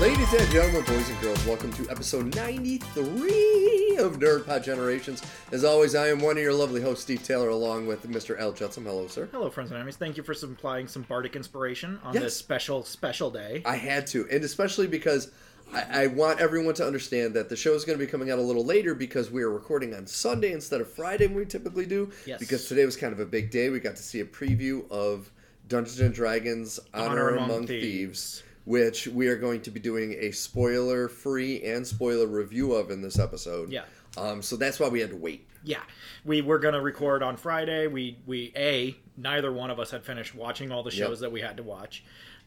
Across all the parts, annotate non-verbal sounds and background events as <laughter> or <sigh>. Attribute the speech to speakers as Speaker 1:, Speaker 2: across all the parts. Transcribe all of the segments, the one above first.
Speaker 1: Ladies and gentlemen, boys and girls, welcome to episode 93 of Nerd Pod Generations. As always, I am one of your lovely hosts, Steve Taylor, along with Mr. Al Judson. Hello, sir.
Speaker 2: Hello, friends and enemies. Thank you for supplying some bardic inspiration on
Speaker 1: Yes.
Speaker 2: this special, special day.
Speaker 1: I had to, and especially because I, I want everyone to understand that the show is going to be coming out a little later because we are recording on Sunday instead of Friday when we typically do.
Speaker 2: Yes.
Speaker 1: Because today was kind of a big day. We got to see a preview of Dungeons and Dragons Honor, Among, Thieves. Which we are going to be doing a spoiler free and spoiler review of in this episode.
Speaker 2: Yeah.
Speaker 1: Um, so that's why we had to wait.
Speaker 2: Yeah, we were gonna record on Friday. We we a neither one of us had finished watching all the shows that we had to watch,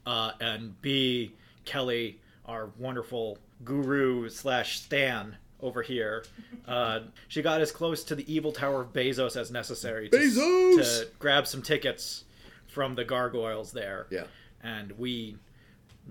Speaker 2: uh, and b Kelly, our wonderful guru slash Stan over here, uh, she got as close to the evil tower of Bezos as necessary to,
Speaker 1: Bezos!
Speaker 2: to grab some tickets from the gargoyles there.
Speaker 1: Yeah.
Speaker 2: and we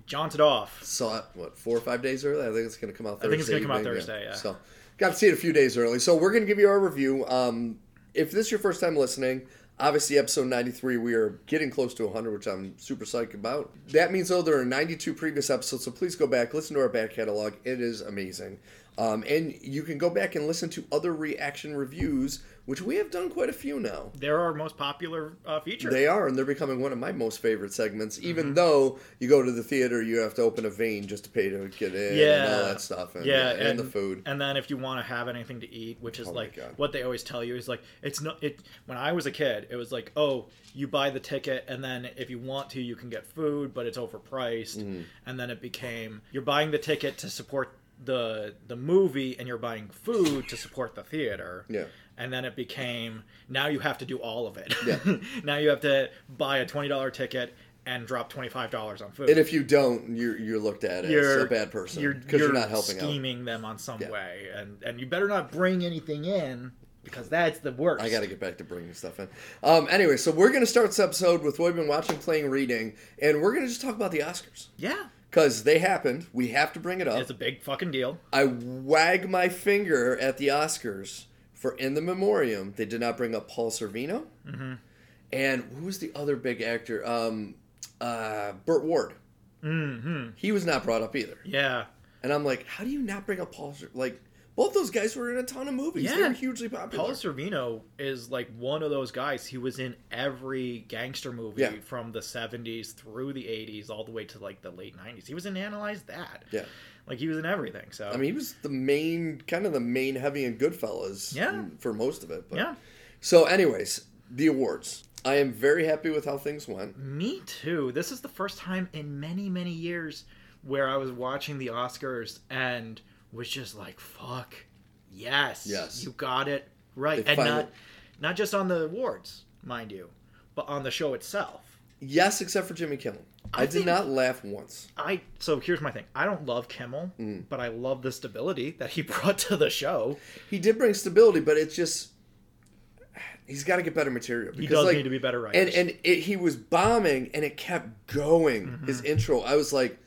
Speaker 2: jaunted off.
Speaker 1: saw it uh, what four or five days early. I think it's going to come out. Thursday
Speaker 2: think it's gonna come out
Speaker 1: evening,
Speaker 2: Thursday, yeah.
Speaker 1: So got to see it a few days early. So we're going to give you our review. Um, if this is your first time listening, obviously episode ninety three, we are getting close to hundred, which I'm super psyched about. That means though there are ninety two previous episodes, so please go back listen to our back catalog. It is amazing. Um, and you can go back and listen to other reaction reviews, which we have done quite a few now.
Speaker 2: They're our most popular uh, feature.
Speaker 1: They are, and they're becoming one of my most favorite segments. Even
Speaker 2: Mm-hmm.
Speaker 1: though you go to the theater, you have to open a vein just to pay to get in, and all that stuff, and,
Speaker 2: yeah,
Speaker 1: and, the food. Oh
Speaker 2: And then if you want to have anything to eat, which is
Speaker 1: my
Speaker 2: like
Speaker 1: God.
Speaker 2: what they always tell you is like it's not it. When I was a kid, it was like oh, you buy the ticket, and then if you want to, you can get food, but it's overpriced.
Speaker 1: Mm-hmm.
Speaker 2: And then it became you're buying the ticket to support the the movie, and you're buying food to support the theater.
Speaker 1: Yeah.
Speaker 2: And then it became now you have to do all of it.
Speaker 1: Yeah.
Speaker 2: <laughs> now you have to buy a twenty dollar ticket and drop twenty five dollars on food
Speaker 1: And if you don't, you're you're looked at as
Speaker 2: you're
Speaker 1: a bad person
Speaker 2: You're,
Speaker 1: because you're, not helping out.
Speaker 2: scheming them on some way, and and you better not bring anything in because that's the worst.
Speaker 1: I got to get back to bringing stuff in. Um, anyway, so we're gonna start this episode with what we've been watching, playing, reading, and we're gonna just talk about the Oscars
Speaker 2: yeah.
Speaker 1: because they happened. We have to bring it up.
Speaker 2: It's a big fucking deal.
Speaker 1: I wag my finger at the Oscars for In the Memoriam. They did not bring up Paul Servino. Mm-hmm. And who was the other big actor? Um, uh, Burt Ward.
Speaker 2: hmm
Speaker 1: He was not brought up either.
Speaker 2: Yeah.
Speaker 1: And I'm like, how do you not bring up Paul? Ser- like, both those guys were in a ton of movies. They
Speaker 2: Yeah.
Speaker 1: were hugely popular.
Speaker 2: Paul Servino is like one of those guys. He was in every gangster movie
Speaker 1: Yeah.
Speaker 2: from the 70s through the 80s, all the way to like the late 90s. He was in Analyze That.
Speaker 1: yeah.
Speaker 2: Like he was in everything. So,
Speaker 1: I mean, he was the main, kind of the main heavy in Goodfellas.
Speaker 2: Yeah.
Speaker 1: For most of it. But.
Speaker 2: yeah.
Speaker 1: So, anyways, the awards. I am very happy with how things went.
Speaker 2: Me too. This is the first time in many, many years where I was watching the Oscars and was just like, "Fuck, yes,
Speaker 1: Yes.
Speaker 2: you got it right,"
Speaker 1: They
Speaker 2: and
Speaker 1: finally-
Speaker 2: not not just on the awards, mind you, but on the show itself.
Speaker 1: Yes, except for Jimmy Kimmel. I,
Speaker 2: I
Speaker 1: did
Speaker 2: think-
Speaker 1: not laugh once.
Speaker 2: I so here's my thing. I don't love Kimmel,
Speaker 1: Mm.
Speaker 2: but I love the stability that he <laughs> brought to the show.
Speaker 1: He did bring stability, but it's just he's got to get better material. Because,
Speaker 2: does need to be better
Speaker 1: And
Speaker 2: writers.
Speaker 1: and it, he was bombing, and it kept going.
Speaker 2: Mm-hmm.
Speaker 1: His intro, I was like,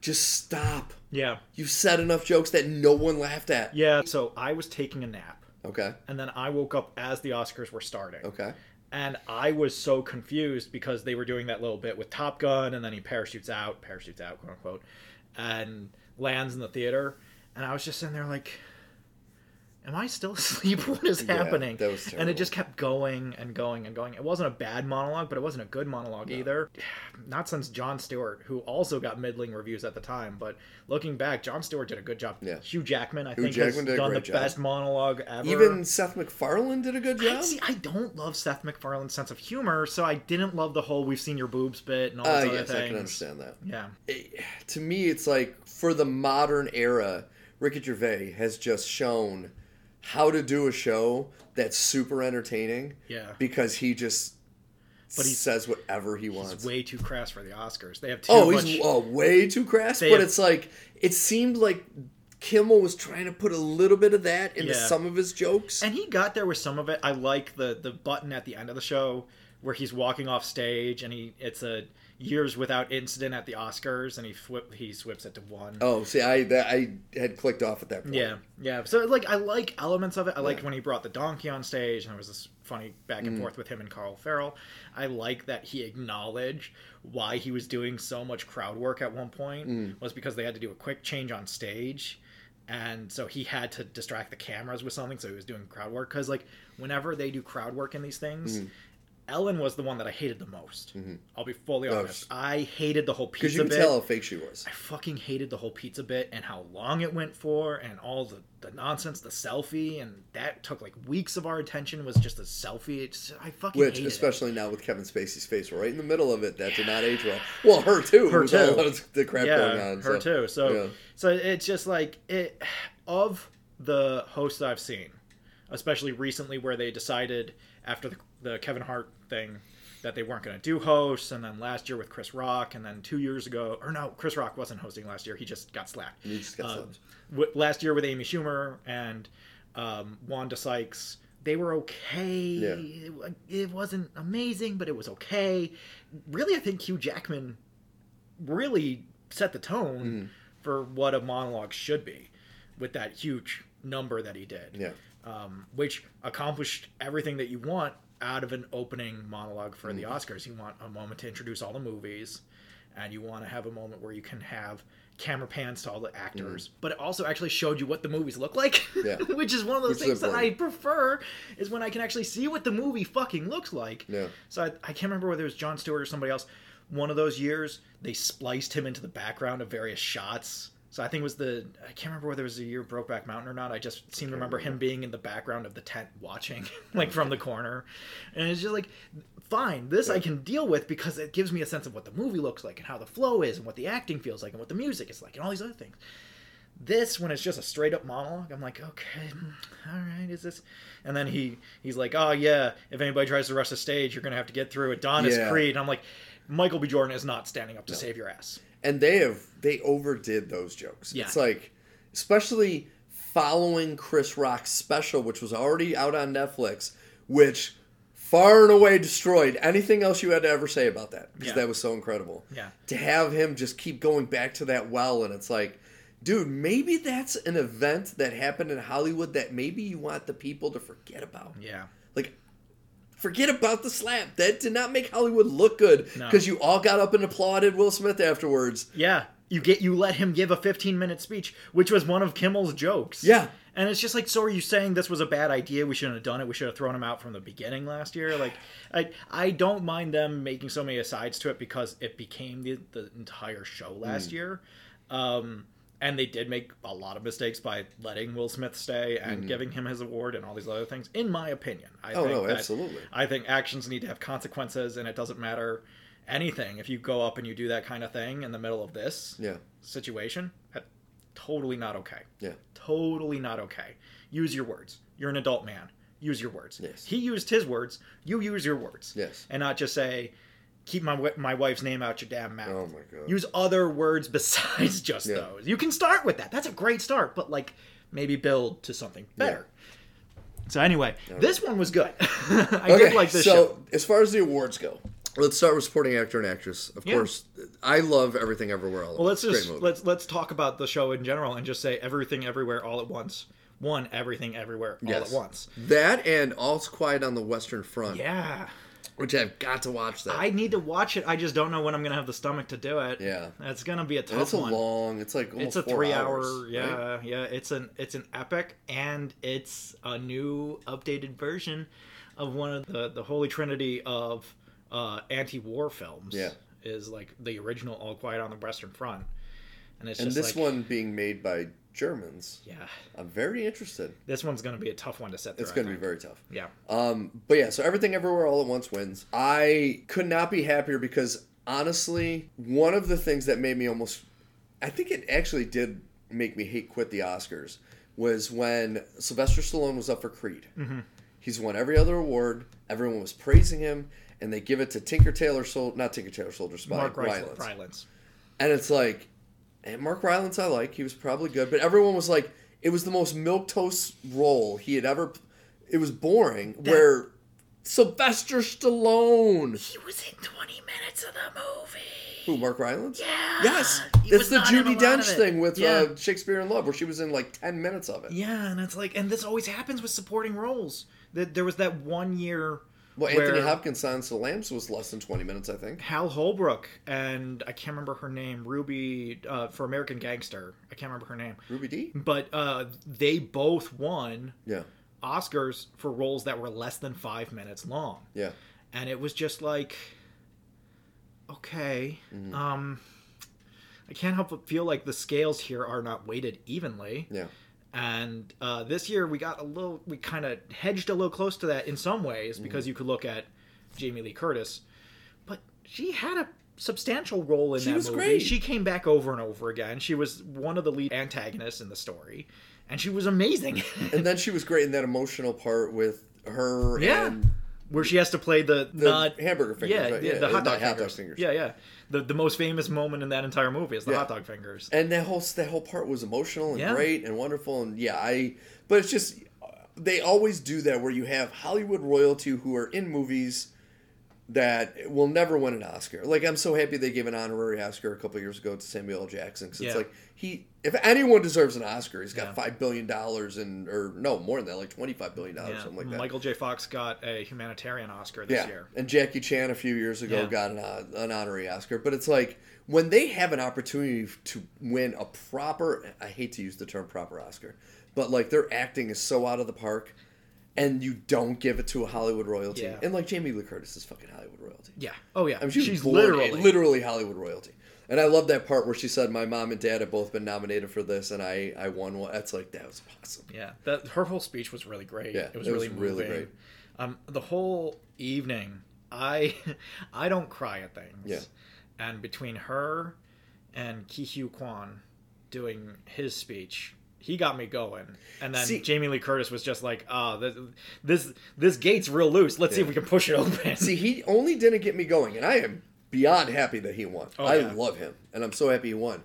Speaker 1: just stop.
Speaker 2: Yeah,
Speaker 1: You said enough jokes that no one laughed at.
Speaker 2: yeah. So I was taking a nap,
Speaker 1: Okay.
Speaker 2: and then I woke up as the Oscars were starting.
Speaker 1: Okay.
Speaker 2: and I was so confused because they were doing that little bit with Top Gun, and then he parachutes out, parachutes out, quote unquote, and lands in the theater, and I was just sitting there like, "Am I still <laughs> asleep? What is
Speaker 1: Yeah,
Speaker 2: happening?"
Speaker 1: that was
Speaker 2: and
Speaker 1: terrible.
Speaker 2: it just kept going and going and going. It wasn't a bad monologue, but it wasn't a good monologue either. <sighs> Not since John Stewart, who also got middling reviews at the time, but looking back, John Stewart did a good job.
Speaker 1: Yeah.
Speaker 2: Hugh Jackman, I think,
Speaker 1: Jackman did a
Speaker 2: has done the
Speaker 1: great job.
Speaker 2: best monologue ever.
Speaker 1: Even Seth MacFarlane did a good
Speaker 2: I
Speaker 1: job.
Speaker 2: see. I don't love Seth MacFarlane's sense of humor, so I didn't love the whole "we've seen your boobs" bit and all
Speaker 1: Uh,
Speaker 2: those other
Speaker 1: yes,
Speaker 2: things.
Speaker 1: I can understand that.
Speaker 2: Yeah,
Speaker 1: It- to me, it's like for the modern era, Ricky Gervais has just shown how to do a show that's super entertaining.
Speaker 2: yeah.
Speaker 1: because he just
Speaker 2: But he-
Speaker 1: says whatever he
Speaker 2: It's
Speaker 1: wants.
Speaker 2: way too crass for the Oscars. They have too
Speaker 1: oh,
Speaker 2: much.
Speaker 1: he's oh, way too crass.
Speaker 2: They
Speaker 1: But
Speaker 2: have-
Speaker 1: it's like it seemed like Kimmel was trying to put a little bit of that into
Speaker 2: Yeah.
Speaker 1: some of his jokes.
Speaker 2: and he got there with some of it. I like the the button at the end of the show where he's walking off stage and he it's a years without incident at the Oscars, and he flip, he swips it to one.
Speaker 1: Oh, see, I that, I had clicked off at that point.
Speaker 2: Yeah, yeah. So like, I like elements of it. I like when he brought the donkey on stage, and there was this funny back
Speaker 1: Mm.
Speaker 2: and forth with him and Carl Farrell. I like that he acknowledged why he was doing so much crowd work at one point
Speaker 1: Mm.
Speaker 2: was because they had to do a quick change on stage. And so he had to distract the cameras with something, so he was doing crowd work. Because, like, whenever they do crowd work in these things,
Speaker 1: Mm.
Speaker 2: Ellen was the one that I hated the most. I'll be fully honest.
Speaker 1: she-
Speaker 2: I hated the whole
Speaker 1: Mm-hmm. Oh, Because
Speaker 2: pizza
Speaker 1: you could
Speaker 2: bit.
Speaker 1: tell how fake she was.
Speaker 2: I fucking hated the whole pizza bit and how long it went for and all the, the nonsense, the selfie, and that took like weeks of our attention was just a selfie. It's, I fucking
Speaker 1: Which,
Speaker 2: hated
Speaker 1: especially now with Kevin Spacey's face right in the middle of it, that did not age well. Well, her too.
Speaker 2: Her
Speaker 1: It was all
Speaker 2: too.
Speaker 1: about The crap
Speaker 2: it. Yeah,
Speaker 1: going on.
Speaker 2: her
Speaker 1: so.
Speaker 2: too. So
Speaker 1: yeah.
Speaker 2: so it's just like it of the hosts I've seen, especially recently where they decided after the, the Kevin Hart thing that they weren't going to do hosts and then last year with Chris Rock and then 2 years ago or no Chris Rock wasn't hosting last year he just got slapped.
Speaker 1: He just got
Speaker 2: Um,
Speaker 1: slapped.
Speaker 2: w- last year with Amy Schumer and um, Wanda Sykes, they were okay. It, wa- it wasn't amazing, but it was okay. Really, I think Hugh Jackman really set the tone
Speaker 1: Mm.
Speaker 2: for what a monologue should be with that huge number that he did,
Speaker 1: Yeah.
Speaker 2: um, which accomplished everything that you want out of an opening monologue for
Speaker 1: Mm.
Speaker 2: the Oscars. You want a moment to introduce all the movies, and you want to have a moment where you can have camera pans to all the actors, but it also actually showed you what the movies look like,
Speaker 1: Mm. Yeah.
Speaker 2: <laughs> which is one of those
Speaker 1: Which is
Speaker 2: things that I
Speaker 1: important.
Speaker 2: prefer is when I can actually see what the movie fucking looks like.
Speaker 1: Yeah.
Speaker 2: So I, I can't remember whether it was John Stewart or somebody else. One of those years, they spliced him into the background of various shots. So I think it was the I can't remember whether it was the year Brokeback Mountain or not. I just seem to remember him being in the background of the tent watching, <laughs> like from the corner, and it's just like, fine, this I can deal with because it gives me a sense of what the movie looks like and how the flow is and what the acting feels like and what the music is like and all these other things this when it's just a straight up monologue i'm like okay mm, all right is this and then he he's like oh yeah if anybody tries to rush the stage you're gonna have to get through adonis
Speaker 1: Yeah.
Speaker 2: creed and i'm like michael b jordan is not standing up to save your ass
Speaker 1: and they have they overdid those jokes.
Speaker 2: Yeah.
Speaker 1: It's like especially following Chris Rock's special, which was already out on Netflix, which far and away destroyed anything else you had to ever say about that because
Speaker 2: Yeah.
Speaker 1: that was so incredible.
Speaker 2: Yeah.
Speaker 1: To have him just keep going back to that well and it's like Dude, maybe that's an event that happened in Hollywood that maybe you want the people to forget about.
Speaker 2: yeah
Speaker 1: Like, forget about the slap. That did not make Hollywood look good
Speaker 2: No.
Speaker 1: because you all got up and applauded Will Smith afterwards.
Speaker 2: yeah you get you let him give a 15 minute speech which was one of kimmel's jokes
Speaker 1: Yeah.
Speaker 2: and it's just like so are you saying this was a bad idea we shouldn't have done it we should have thrown him out from the beginning last year like i i don't mind them making so many asides to it because it became the, the entire show last
Speaker 1: Hmm.
Speaker 2: year um and they did make a lot of mistakes by letting Will Smith stay and giving him his award and all these other things. In my opinion, I
Speaker 1: Hmm. Oh,
Speaker 2: think
Speaker 1: no,
Speaker 2: that-
Speaker 1: absolutely.
Speaker 2: I think actions need to have consequences, and it doesn't matter anything if you go up and you do that kind of thing in the middle of this
Speaker 1: Yeah,
Speaker 2: situation. That, totally not okay.
Speaker 1: yeah,
Speaker 2: Totally not okay. Use your words. You're an adult man. Use your words.
Speaker 1: Yes.
Speaker 2: He used his words. You use your words.
Speaker 1: Yes.
Speaker 2: And not just say, "Keep my wi- my wife's name out your damn mouth."
Speaker 1: Oh my God.
Speaker 2: Use other words besides <laughs> just
Speaker 1: Yeah.
Speaker 2: those. You can start with that. That's a great start. But like, maybe build to something better. So anyway, this one was good. <laughs> I did like this
Speaker 1: so
Speaker 2: show.
Speaker 1: as far as the awards go, let's start with supporting actor and actress. Of
Speaker 2: Yeah.
Speaker 1: course, I love Everything Everywhere. All at
Speaker 2: Well, let's
Speaker 1: Once. Great
Speaker 2: just
Speaker 1: movie.
Speaker 2: let's let's talk about the show in general and just say everything, everywhere, all at once. One, everything, everywhere, all
Speaker 1: Yes.
Speaker 2: at once.
Speaker 1: that and All's Quiet on the Western Front,
Speaker 2: Yeah.
Speaker 1: which I've got to watch. That
Speaker 2: I need to watch it. I just don't know when I'm gonna have the stomach to do it.
Speaker 1: Yeah.
Speaker 2: that's gonna be a tough
Speaker 1: it's a
Speaker 2: one.
Speaker 1: long. It's like almost
Speaker 2: it's a
Speaker 1: four
Speaker 2: three
Speaker 1: hours,
Speaker 2: hour. Yeah,
Speaker 1: right?
Speaker 2: yeah. It's an it's an epic, and it's a new updated version of one of the the holy trinity of uh, anti-war films.
Speaker 1: Yeah.
Speaker 2: is like the original All Quiet on the Western Front, and it's
Speaker 1: And
Speaker 2: just
Speaker 1: this
Speaker 2: like,
Speaker 1: one being made by Germans,
Speaker 2: Yeah,
Speaker 1: I'm very interested.
Speaker 2: this one's gonna be a tough one to set. Through,
Speaker 1: It's going to
Speaker 2: I
Speaker 1: be very
Speaker 2: think.
Speaker 1: tough.
Speaker 2: Yeah,
Speaker 1: Um, but yeah, so everything everywhere all at once wins. I could not be happier because honestly, one of the things that made me almost I think it actually did make me hate quit the Oscars was when Sylvester Stallone was up for Creed. He's won every other award. Everyone was praising him, and they give it to Tinker Taylor Soldier, not Tinker Taylor Soldier, Spy,
Speaker 2: Mark
Speaker 1: Rylance.
Speaker 2: Rylance. Rylance.
Speaker 1: And it's like, and Mark Rylance I like. He was probably good, but everyone was like, it was the most milquetoast role he had ever. It was boring. where Sylvester Stallone.
Speaker 2: He was in 20 minutes of the movie.
Speaker 1: Who, Mark Rylance?
Speaker 2: Yeah.
Speaker 1: Yes,
Speaker 2: He
Speaker 1: it's
Speaker 2: was
Speaker 1: the
Speaker 2: not in a
Speaker 1: Judy
Speaker 2: lot of
Speaker 1: Dench
Speaker 2: it.
Speaker 1: thing with
Speaker 2: Yeah.
Speaker 1: uh, Shakespeare in Love, where she was in like ten minutes of it.
Speaker 2: Yeah, and it's like, and this always happens with supporting roles. That there was that one year
Speaker 1: Well,
Speaker 2: where
Speaker 1: Anthony Hopkins' Silence of the Lambs was less than twenty minutes, I think.
Speaker 2: Hal Holbrook and I can't remember her name, Ruby uh, for American Gangster. I can't remember her name,
Speaker 1: Ruby D.
Speaker 2: but uh, they both won
Speaker 1: Yeah,
Speaker 2: Oscars for roles that were less than five minutes long,
Speaker 1: yeah.
Speaker 2: and it was just like, okay,
Speaker 1: Mm-hmm.
Speaker 2: um, I can't help but feel like the scales here are not weighted evenly.
Speaker 1: Yeah.
Speaker 2: And uh, this year we got a little, we kind of hedged a little close to that in some ways
Speaker 1: Mm-hmm.
Speaker 2: because you could look at Jamie Lee Curtis, but she had a substantial role in
Speaker 1: She
Speaker 2: that
Speaker 1: was
Speaker 2: movie.
Speaker 1: great.
Speaker 2: She came back over and over again. She was one of the lead antagonists in the story, and she
Speaker 1: <laughs>
Speaker 2: was amazing.
Speaker 1: And then she was great in that emotional part with her
Speaker 2: Yeah.
Speaker 1: and
Speaker 2: Where she has to play the,
Speaker 1: the
Speaker 2: not
Speaker 1: hamburger fingers.
Speaker 2: yeah,
Speaker 1: right?
Speaker 2: yeah, the hot
Speaker 1: not
Speaker 2: dog fingers. Yeah, yeah. The the most famous moment in that entire movie is the
Speaker 1: Yeah.
Speaker 2: hot dog fingers.
Speaker 1: And that whole that whole part was emotional and
Speaker 2: Yeah.
Speaker 1: great and wonderful and yeah, I. But it's just they always do that where you have Hollywood royalty who are in movies that will never win an Oscar. Like I'm so happy they gave an honorary Oscar a couple years ago to Samuel L. Jackson 'cause
Speaker 2: Yeah.
Speaker 1: it's like he if anyone deserves an Oscar, he's got
Speaker 2: Yeah.
Speaker 1: five billion dollars and or no more than that, like twenty five billion dollars,
Speaker 2: Yeah.
Speaker 1: something like that.
Speaker 2: Michael J. Fox got a humanitarian Oscar this year.
Speaker 1: And Jackie Chan a few years ago
Speaker 2: Yeah.
Speaker 1: got an, uh, an honorary Oscar. But it's like when they have an opportunity to win a proper, I hate to use the term proper Oscar, but like their acting is so out of the park and you don't give it to a Hollywood royalty.
Speaker 2: Yeah.
Speaker 1: And like Jamie Lee Curtis is fucking Hollywood royalty.
Speaker 2: Yeah. Oh yeah.
Speaker 1: I mean, she was
Speaker 2: She's
Speaker 1: born
Speaker 2: literally
Speaker 1: literally Hollywood royalty. And I love that part where she said, "My mom and dad have both been nominated for this, and I, I won one." That's like that was awesome.
Speaker 2: Yeah, that her whole speech was really great.
Speaker 1: Yeah,
Speaker 2: it was
Speaker 1: it was
Speaker 2: really
Speaker 1: really
Speaker 2: moving.
Speaker 1: great.
Speaker 2: Um, the whole evening, I <laughs> I don't cry at things.
Speaker 1: Yeah.
Speaker 2: And between her and Ki Hugh Kwan doing his speech, he got me going. And then
Speaker 1: See-
Speaker 2: Jamie Lee Curtis was just like, "Ah, this this this gate's real loose. Let's see if we can push it open."
Speaker 1: See, he only didn't get me going, and I am beyond happy that he won.
Speaker 2: Oh,
Speaker 1: I
Speaker 2: yeah.
Speaker 1: love him, and I'm so happy he won.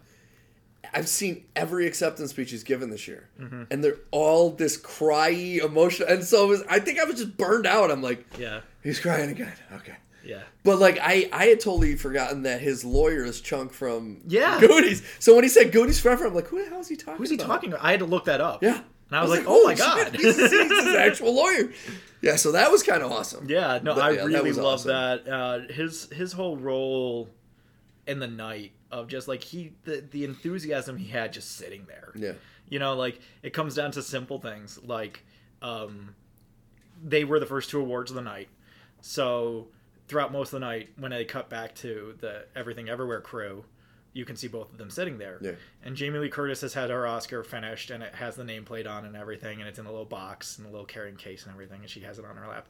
Speaker 1: I've seen every acceptance speech he's given this year,
Speaker 2: Mm-hmm.
Speaker 1: and they're all this cryy emotion. And so it was, I think I was just burned out. I'm like,
Speaker 2: <laughs> yeah,
Speaker 1: he's crying again. Okay.
Speaker 2: yeah.
Speaker 1: But like I, I had totally forgotten that his lawyer is Chunk from
Speaker 2: Yeah.
Speaker 1: Goonies. So when he said Goonies forever, I'm like, who the hell is he talking?
Speaker 2: Who's he
Speaker 1: about?
Speaker 2: talking? about? I had to look that up.
Speaker 1: Yeah.
Speaker 2: And I was, like, "Oh
Speaker 1: holy
Speaker 2: my
Speaker 1: shit, <laughs>
Speaker 2: god,
Speaker 1: he's, he's his actual lawyer." Yeah. So that was kind of awesome.
Speaker 2: Yeah, no,
Speaker 1: But,
Speaker 2: I
Speaker 1: yeah, that
Speaker 2: really
Speaker 1: was
Speaker 2: love
Speaker 1: awesome.
Speaker 2: that. Uh, his his whole role in the night of just like he the, the enthusiasm he had just sitting there.
Speaker 1: Yeah.
Speaker 2: You know, like it comes down to simple things like um, they were the first two awards of the night. So throughout most of the night, when they cut back to the Everything Everywhere crew, you can see both of them sitting there.
Speaker 1: Yeah.
Speaker 2: And Jamie Lee Curtis has had her Oscar finished, and it has the nameplate on and everything, and it's in a little box and a little carrying case and everything, and she has it on her lap.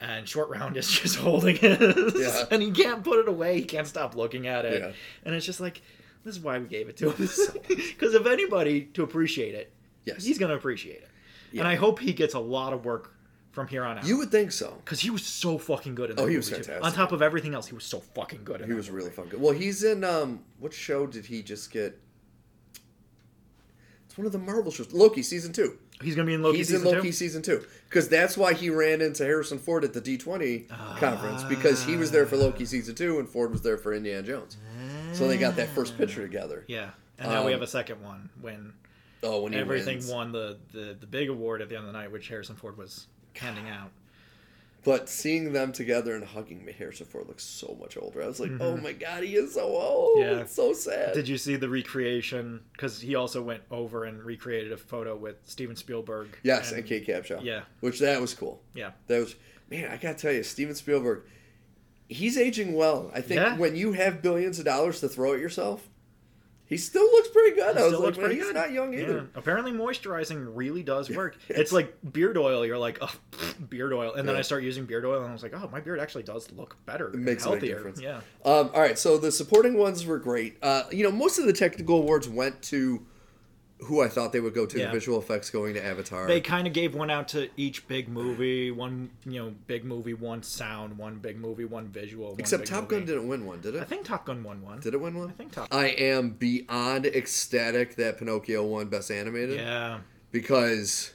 Speaker 2: And Short Round is <laughs> just holding it,
Speaker 1: Yeah.
Speaker 2: and he can't put it away. He can't stop looking at it,
Speaker 1: Yeah.
Speaker 2: and it's just like, this is why we gave it to him,
Speaker 1: <laughs>
Speaker 2: because if anybody to appreciate it,
Speaker 1: Yes.
Speaker 2: he's gonna appreciate it.
Speaker 1: Yeah.
Speaker 2: And I hope he gets a lot of work from here on out.
Speaker 1: You would think so.
Speaker 2: because he was so fucking good in that
Speaker 1: Oh, he
Speaker 2: movie,
Speaker 1: was
Speaker 2: too.
Speaker 1: fantastic.
Speaker 2: On top of everything else, he was so fucking good. In
Speaker 1: He
Speaker 2: that
Speaker 1: was really fun. Well, he's in um what show did he just get? It's one of the Marvel shows. Loki season two.
Speaker 2: movie. He's gonna be in Loki
Speaker 1: he's in
Speaker 2: season
Speaker 1: Loki
Speaker 2: two.
Speaker 1: season two because that's why he ran into Harrison Ford at the D twenty conference because he was there for Loki season two and Ford was there for Indiana Jones. So they got that first picture together.
Speaker 2: Yeah, and now we
Speaker 1: Um,
Speaker 2: have a second one when
Speaker 1: Oh, when he
Speaker 2: everything
Speaker 1: wins.
Speaker 2: won the, the the big award at the end of the night, which Harrison Ford was handing out.
Speaker 1: But seeing them together and hugging me, Harrison Ford looks so much older. I was like, oh my god, he is so old.
Speaker 2: Mm-hmm. Yeah.
Speaker 1: It's so sad.
Speaker 2: Did you see the recreation? Because he also went over and recreated a photo with Steven Spielberg.
Speaker 1: yes, and, Kate Capshaw.
Speaker 2: yeah.
Speaker 1: which that was cool.
Speaker 2: Yeah,
Speaker 1: That was man, I gotta tell you, Steven Spielberg, he's aging well. I think
Speaker 2: Yeah.
Speaker 1: when you have billions of dollars to throw at yourself, he still looks pretty good. I was
Speaker 2: Still
Speaker 1: like,
Speaker 2: looks
Speaker 1: man,
Speaker 2: pretty
Speaker 1: he's
Speaker 2: good.
Speaker 1: not young
Speaker 2: Yeah.
Speaker 1: either.
Speaker 2: Apparently, moisturizing really
Speaker 1: <laughs>
Speaker 2: does work.
Speaker 1: Yeah.
Speaker 2: It's like beard oil. You're like, oh, pfft, beard oil, and then
Speaker 1: Yeah.
Speaker 2: I start using beard oil, and I was like, oh, my beard actually does look better. It
Speaker 1: makes a big
Speaker 2: healthier.
Speaker 1: difference.
Speaker 2: Yeah,
Speaker 1: Um, all right, so the supporting ones were great. Uh, you know, most of the technical awards went to who I thought they would go to.
Speaker 2: Yeah.
Speaker 1: The visual effects going to Avatar.
Speaker 2: they kind of gave one out to each big movie. One, you know, big movie, one sound, one big movie, one visual. one
Speaker 1: Except
Speaker 2: big
Speaker 1: Top Gun
Speaker 2: movie.
Speaker 1: didn't win one, did it?
Speaker 2: I think Top Gun won one.
Speaker 1: did it win one?
Speaker 2: I think Top.
Speaker 1: I am beyond ecstatic that Pinocchio won Best Animated
Speaker 2: Yeah.
Speaker 1: because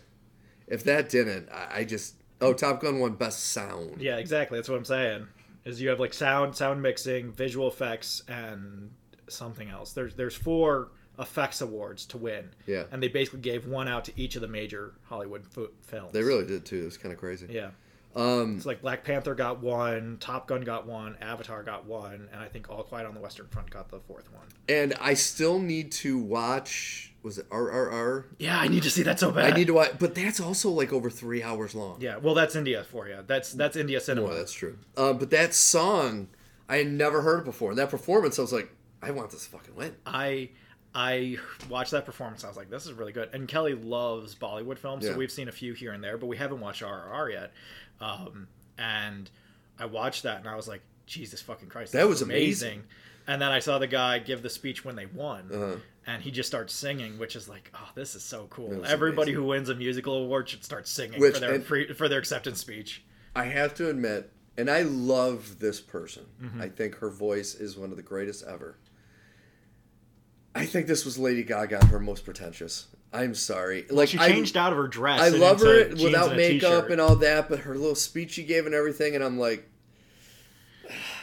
Speaker 1: if that didn't, I, I just Oh, Top Gun won best sound.
Speaker 2: Yeah, exactly. That's what I'm saying. Is you have like sound, sound mixing, visual effects, and something else. There's there's four effects awards to win.
Speaker 1: Yeah.
Speaker 2: And they basically gave one out to each of the major Hollywood fo- films.
Speaker 1: They really did too. It was kind of crazy.
Speaker 2: Yeah.
Speaker 1: Um,
Speaker 2: It's like Black Panther got one, Top Gun got one, Avatar got one, and I think All Quiet on the Western Front got the fourth one.
Speaker 1: and I still need to watch. Was it RRR?
Speaker 2: Yeah, I need to see that so
Speaker 1: I
Speaker 2: bad.
Speaker 1: need to watch, but that's also like over three hours long.
Speaker 2: Yeah, well, that's India for you. That's that's India cinema.
Speaker 1: Well, that's true. Uh, but that song, I had never heard it before. And that performance, I was like, I want this to fucking win.
Speaker 2: I I watched that performance. I was like, this is really good. And Kelly loves Bollywood films,
Speaker 1: Yeah.
Speaker 2: so we've seen a few here and there, but we haven't watched RRR yet. Um, and I watched that, and I was like, Jesus fucking Christ,
Speaker 1: That
Speaker 2: this
Speaker 1: was
Speaker 2: is
Speaker 1: amazing.
Speaker 2: And then I saw the guy give the speech when they won.
Speaker 1: Uh-huh.
Speaker 2: And he just starts singing, which is like, oh, this is so
Speaker 1: That
Speaker 2: cool.
Speaker 1: was
Speaker 2: Everybody
Speaker 1: amazing.
Speaker 2: who wins a musical award should start singing
Speaker 1: Which-
Speaker 2: for their
Speaker 1: and-
Speaker 2: free, for their acceptance speech.
Speaker 1: I have to admit, and I love this person.
Speaker 2: Mm-hmm.
Speaker 1: I think her voice is one of the greatest ever. I think this was Lady Gaga, her most pretentious. I'm sorry. Like
Speaker 2: She
Speaker 1: I-
Speaker 2: changed out of her dress.
Speaker 1: I
Speaker 2: and
Speaker 1: love
Speaker 2: into
Speaker 1: her
Speaker 2: jeans
Speaker 1: without
Speaker 2: and a
Speaker 1: makeup
Speaker 2: t-shirt.
Speaker 1: and all that, but her little speech she gave and everything, and I'm like,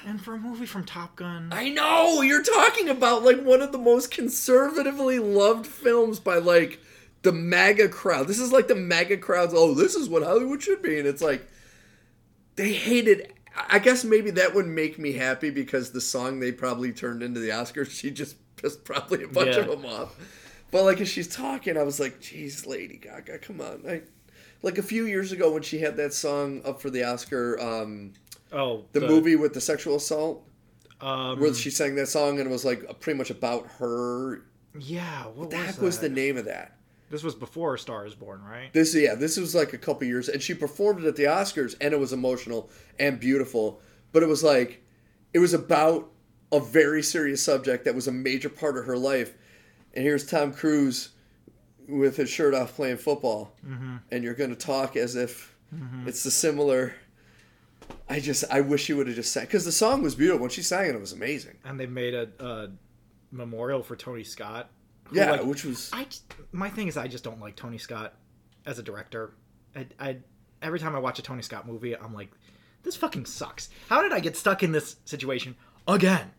Speaker 2: and for a movie from Top Gun.
Speaker 1: I know you're talking about like one of the most conservatively loved films by like the MAGA crowd. This is like the MAGA crowd's. Oh, this is what Hollywood should be, and it's like they hated. I guess maybe that would make me happy because the song they probably turned into the Oscars, she just pissed probably a bunch
Speaker 2: Yeah.
Speaker 1: of them off. But like as she's talking, I was like, "Jeez, Lady Gaga, come on!" I, like a few years ago when she had that song up for the Oscar, um,
Speaker 2: oh,
Speaker 1: the movie with the sexual assault
Speaker 2: Um,
Speaker 1: where she sang that song and it was like pretty much about her.
Speaker 2: Yeah, what
Speaker 1: That
Speaker 2: was
Speaker 1: was,
Speaker 2: that?
Speaker 1: the name of that.
Speaker 2: This was before A Star Is Born, right?
Speaker 1: This yeah, this was like a couple years, and she performed it at the Oscars, and it was emotional and beautiful. But it was like, it was about a very serious subject that was a major part of her life. And here's Tom Cruise with his shirt off playing football,
Speaker 2: Mm-hmm.
Speaker 1: and you're going to talk as if it's the similar. I just I wish you would have just sang because the song was beautiful when she sang it. It was amazing.
Speaker 2: And they made a, a memorial for Tony Scott. who,
Speaker 1: Yeah,
Speaker 2: like,
Speaker 1: which was
Speaker 2: I just- my thing is I just don't like Tony Scott as a director. I, I every time I watch a Tony Scott movie, I'm like, this fucking sucks. How did I get stuck in this situation again?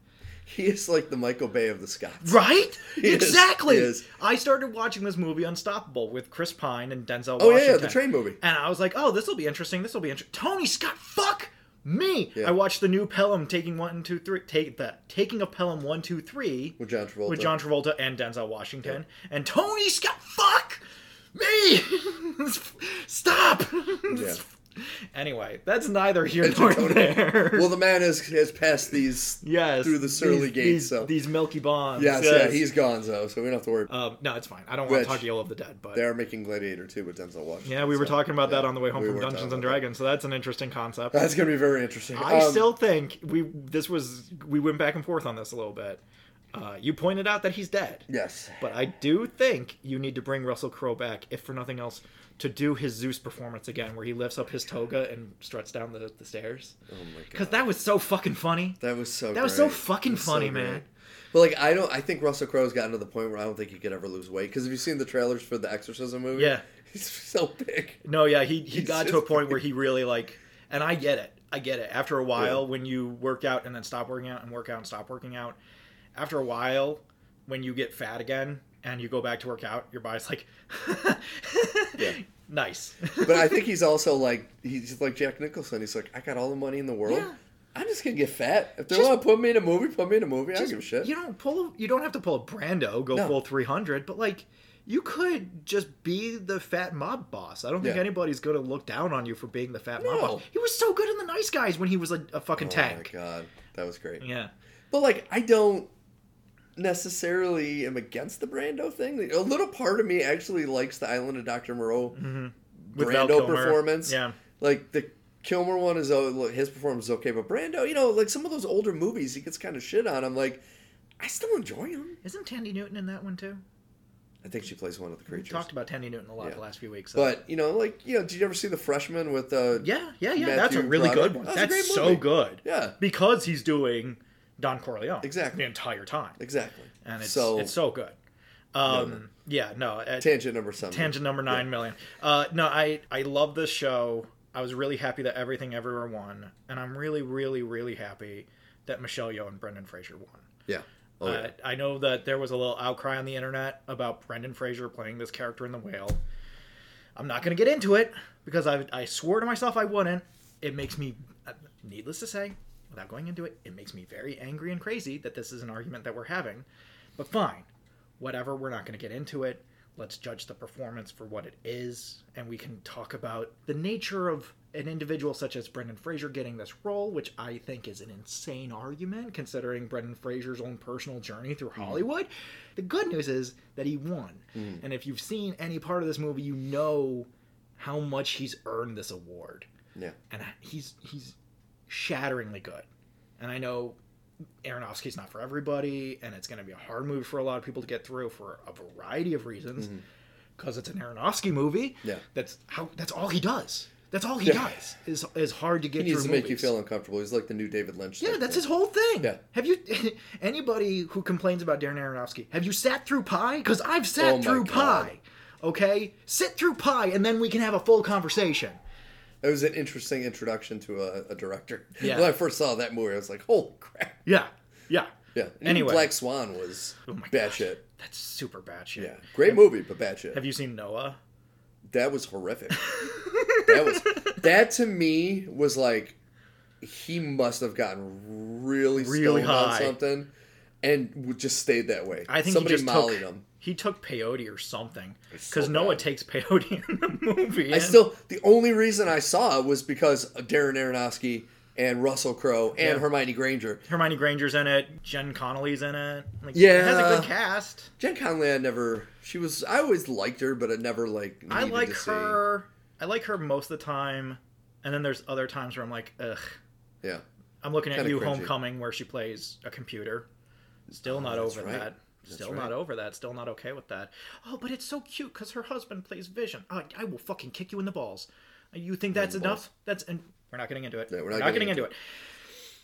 Speaker 1: He is like the Michael Bay of the Scots.
Speaker 2: Right?
Speaker 1: is,
Speaker 2: exactly.
Speaker 1: he is.
Speaker 2: I started watching this movie Unstoppable with Chris Pine and Denzel
Speaker 1: Oh yeah,
Speaker 2: Washington.
Speaker 1: yeah, the train movie.
Speaker 2: And I was like, oh, this will be interesting. This will be interesting. Tony Scott, fuck me.
Speaker 1: Yeah.
Speaker 2: I watched the new Pelham taking one, two, three, take that taking of Pelham one, two, three
Speaker 1: With John Travolta.
Speaker 2: with John Travolta and Denzel Washington. And Tony Scott, fuck me. <laughs> Stop.
Speaker 1: Yeah.
Speaker 2: <laughs> Anyway, that's neither here
Speaker 1: It's
Speaker 2: nor
Speaker 1: Tony-
Speaker 2: there.
Speaker 1: Well, the man has has passed these.
Speaker 2: <laughs> yes,
Speaker 1: through the surly
Speaker 2: these,
Speaker 1: gates,
Speaker 2: These,
Speaker 1: so.
Speaker 2: these milky bonds.
Speaker 1: Yes,
Speaker 2: yes.
Speaker 1: yeah, he's gone though, so we don't have to worry.
Speaker 2: Um, no, it's fine. I don't want
Speaker 1: Which-
Speaker 2: to talk ill of the dead, but
Speaker 1: they are making Gladiator too with Denzel Washington.
Speaker 2: yeah, we were
Speaker 1: so,
Speaker 2: talking about that
Speaker 1: yeah,
Speaker 2: on the way home
Speaker 1: we
Speaker 2: from
Speaker 1: were talking
Speaker 2: Dungeons and
Speaker 1: about that.
Speaker 2: Dragons, so that's an interesting concept.
Speaker 1: <laughs> That's gonna be very interesting.
Speaker 2: I
Speaker 1: Um,
Speaker 2: still think we this was we went back and forth on this a little bit. Uh, you pointed out that he's dead,
Speaker 1: yes.
Speaker 2: but I do think you need to bring Russell Crowe back, if for nothing else, to do his Zeus performance again, where he lifts up his toga and struts down the, the stairs.
Speaker 1: Oh my god,
Speaker 2: Because that was so fucking funny.
Speaker 1: that was so.
Speaker 2: That was so
Speaker 1: great.
Speaker 2: fucking
Speaker 1: It was
Speaker 2: funny,
Speaker 1: great.
Speaker 2: man.
Speaker 1: But like, I don't. I think Russell Crowe's gotten to the point where I don't think he could ever lose weight. Because have you seen the trailers for the Exorcism movie?
Speaker 2: Yeah.
Speaker 1: <laughs> he's so big.
Speaker 2: No, yeah, he he
Speaker 1: He's
Speaker 2: got to a
Speaker 1: just-
Speaker 2: point where he really like, and I get it, I get it. After a while, when you work out and then stop working out and work out and stop working out, after a while, when you get fat again and you go back to work out, your body's like, <laughs>
Speaker 1: Yeah.
Speaker 2: nice.
Speaker 1: But
Speaker 2: <laughs>
Speaker 1: I think he's also like he's like Jack Nicholson. He's like, I got all the money in the world.
Speaker 2: Yeah.
Speaker 1: I'm just gonna get fat. If they
Speaker 2: Just-
Speaker 1: want to put me in a movie, put me in a movie. I don't give a shit.
Speaker 2: You don't pull. You don't have to pull a Brando, go
Speaker 1: No.
Speaker 2: full three hundred, but like. You could just be the fat mob boss. I don't think
Speaker 1: Yeah.
Speaker 2: anybody's going to look down on you for being the fat mob
Speaker 1: No.
Speaker 2: boss. He was so good in The Nice Guys when he was a, a fucking tank.
Speaker 1: Oh my god, that was great.
Speaker 2: Yeah.
Speaker 1: But like, I don't necessarily am against the Brando thing. A little part of me actually likes the Island of Doctor Moreau
Speaker 2: Mm-hmm. With Val
Speaker 1: Brando
Speaker 2: Kilmer.
Speaker 1: performance.
Speaker 2: Yeah.
Speaker 1: like the Kilmer one is oh, look, his performance is okay, but Brando, you know, like some of those older movies, he gets kind of shit on. I'm like, I still enjoy him.
Speaker 2: Isn't Tandy Newton in that one too?
Speaker 1: I think she plays one of the
Speaker 2: We
Speaker 1: creatures.
Speaker 2: talked about Tandy Newton a lot
Speaker 1: Yeah.
Speaker 2: the last few weeks. so-
Speaker 1: but you know, like you know, did you ever see the Freshman with uh,
Speaker 2: yeah, yeah, yeah,
Speaker 1: Matthew
Speaker 2: that's a really
Speaker 1: Broderick.
Speaker 2: good one.
Speaker 1: That was a
Speaker 2: That's
Speaker 1: great
Speaker 2: so
Speaker 1: movie.
Speaker 2: good
Speaker 1: yeah,
Speaker 2: because he's doing Don Corleone
Speaker 1: Exactly.
Speaker 2: the entire time,
Speaker 1: exactly.
Speaker 2: and it's
Speaker 1: so
Speaker 2: it's so good. Um, yeah, no, uh,
Speaker 1: tangent number seven.
Speaker 2: tangent number nine million. Uh, no, I I love this show. I was really happy that Everything Everywhere won, and I'm really, really, really happy that Michelle Yeoh and Brendan Fraser won.
Speaker 1: Yeah. Oh, yeah.
Speaker 2: Uh, I know that there was a little outcry on the internet about Brendan Fraser playing this character in The Whale. I'm not going to get into it because I, I swore to myself I wouldn't. It makes me, uh, needless to say, without going into it, it makes me very angry and crazy that this is an argument that we're having. But fine, whatever, we're not going to get into it. Let's judge the performance for what it is, and we can talk about the nature of an individual such as Brendan Fraser getting this role, which I think is an insane argument considering Brendan Fraser's own personal journey through Hollywood. The good news is that he won. And if you've seen any part of this movie, you know how much he's earned this award.
Speaker 1: Yeah.
Speaker 2: And he's he's shatteringly good. And I know Aronofsky's not for everybody, and it's going to be a hard movie for a lot of people to get through for a variety of reasons, because it's an Aronofsky movie.
Speaker 1: Mm-hmm. Yeah.
Speaker 2: that's how. That's all he does. That's all he
Speaker 1: Yeah.
Speaker 2: does is is hard to get
Speaker 1: He needs to
Speaker 2: through.
Speaker 1: make you
Speaker 2: movies.
Speaker 1: feel uncomfortable. He's like the new David Lynch.
Speaker 2: Yeah,
Speaker 1: type
Speaker 2: that's
Speaker 1: thing.
Speaker 2: his whole thing.
Speaker 1: Yeah.
Speaker 2: Have you <laughs> anybody who complains about Darren Aronofsky? Have you sat through Pie? Because I've sat
Speaker 1: Oh my
Speaker 2: through
Speaker 1: God.
Speaker 2: Pie. Okay, sit through Pie, and then we can have a full conversation.
Speaker 1: It was an interesting introduction to a, a director.
Speaker 2: Yeah.
Speaker 1: When I first saw that movie, I was like, "Holy crap!"
Speaker 2: Yeah, yeah,
Speaker 1: Yeah. And even
Speaker 2: Anyway. Oh
Speaker 1: Black Swan was
Speaker 2: my
Speaker 1: bad
Speaker 2: gosh.
Speaker 1: shit.
Speaker 2: That's super bad shit.
Speaker 1: Yeah, great movie, but bad shit.
Speaker 2: Have you seen Noah?
Speaker 1: that was
Speaker 2: <laughs>
Speaker 1: horrific. that was that to me was like he must have gotten really
Speaker 2: Really
Speaker 1: stoned on
Speaker 2: high.
Speaker 1: something and w- just stayed that way.
Speaker 2: I think
Speaker 1: somebody
Speaker 2: he just
Speaker 1: mollied
Speaker 2: took,
Speaker 1: him.
Speaker 2: He took peyote or something
Speaker 1: It's
Speaker 2: because
Speaker 1: so
Speaker 2: Noah
Speaker 1: bad.
Speaker 2: takes peyote <laughs> in the movie.
Speaker 1: I
Speaker 2: and-
Speaker 1: still the only reason I saw it was because of Darren Aronofsky and Russell Crowe and
Speaker 2: Yeah.
Speaker 1: Hermione Granger.
Speaker 2: Hermione Granger's in it. Jen Connolly's in it. Like, it has a
Speaker 1: Yeah.
Speaker 2: good cast.
Speaker 1: Jen Conley, I never she was I always liked her, but I never like
Speaker 2: I
Speaker 1: needed
Speaker 2: like
Speaker 1: to see.
Speaker 2: her. I like her most of the time, and then there's other times where I'm like, ugh.
Speaker 1: Yeah.
Speaker 2: I'm looking at
Speaker 1: Kinda
Speaker 2: you,
Speaker 1: cringy. Oh,
Speaker 2: Homecoming, where she plays a computer. Still not
Speaker 1: that's
Speaker 2: over
Speaker 1: right.
Speaker 2: that. Still
Speaker 1: right.
Speaker 2: not over that. Still not okay with that. Oh, but it's so cute because her husband plays Vision. I, I will fucking kick you in the balls. You think that's
Speaker 1: the balls.
Speaker 2: enough? That's and we're not getting into it.
Speaker 1: Yeah,
Speaker 2: we're not, getting into it.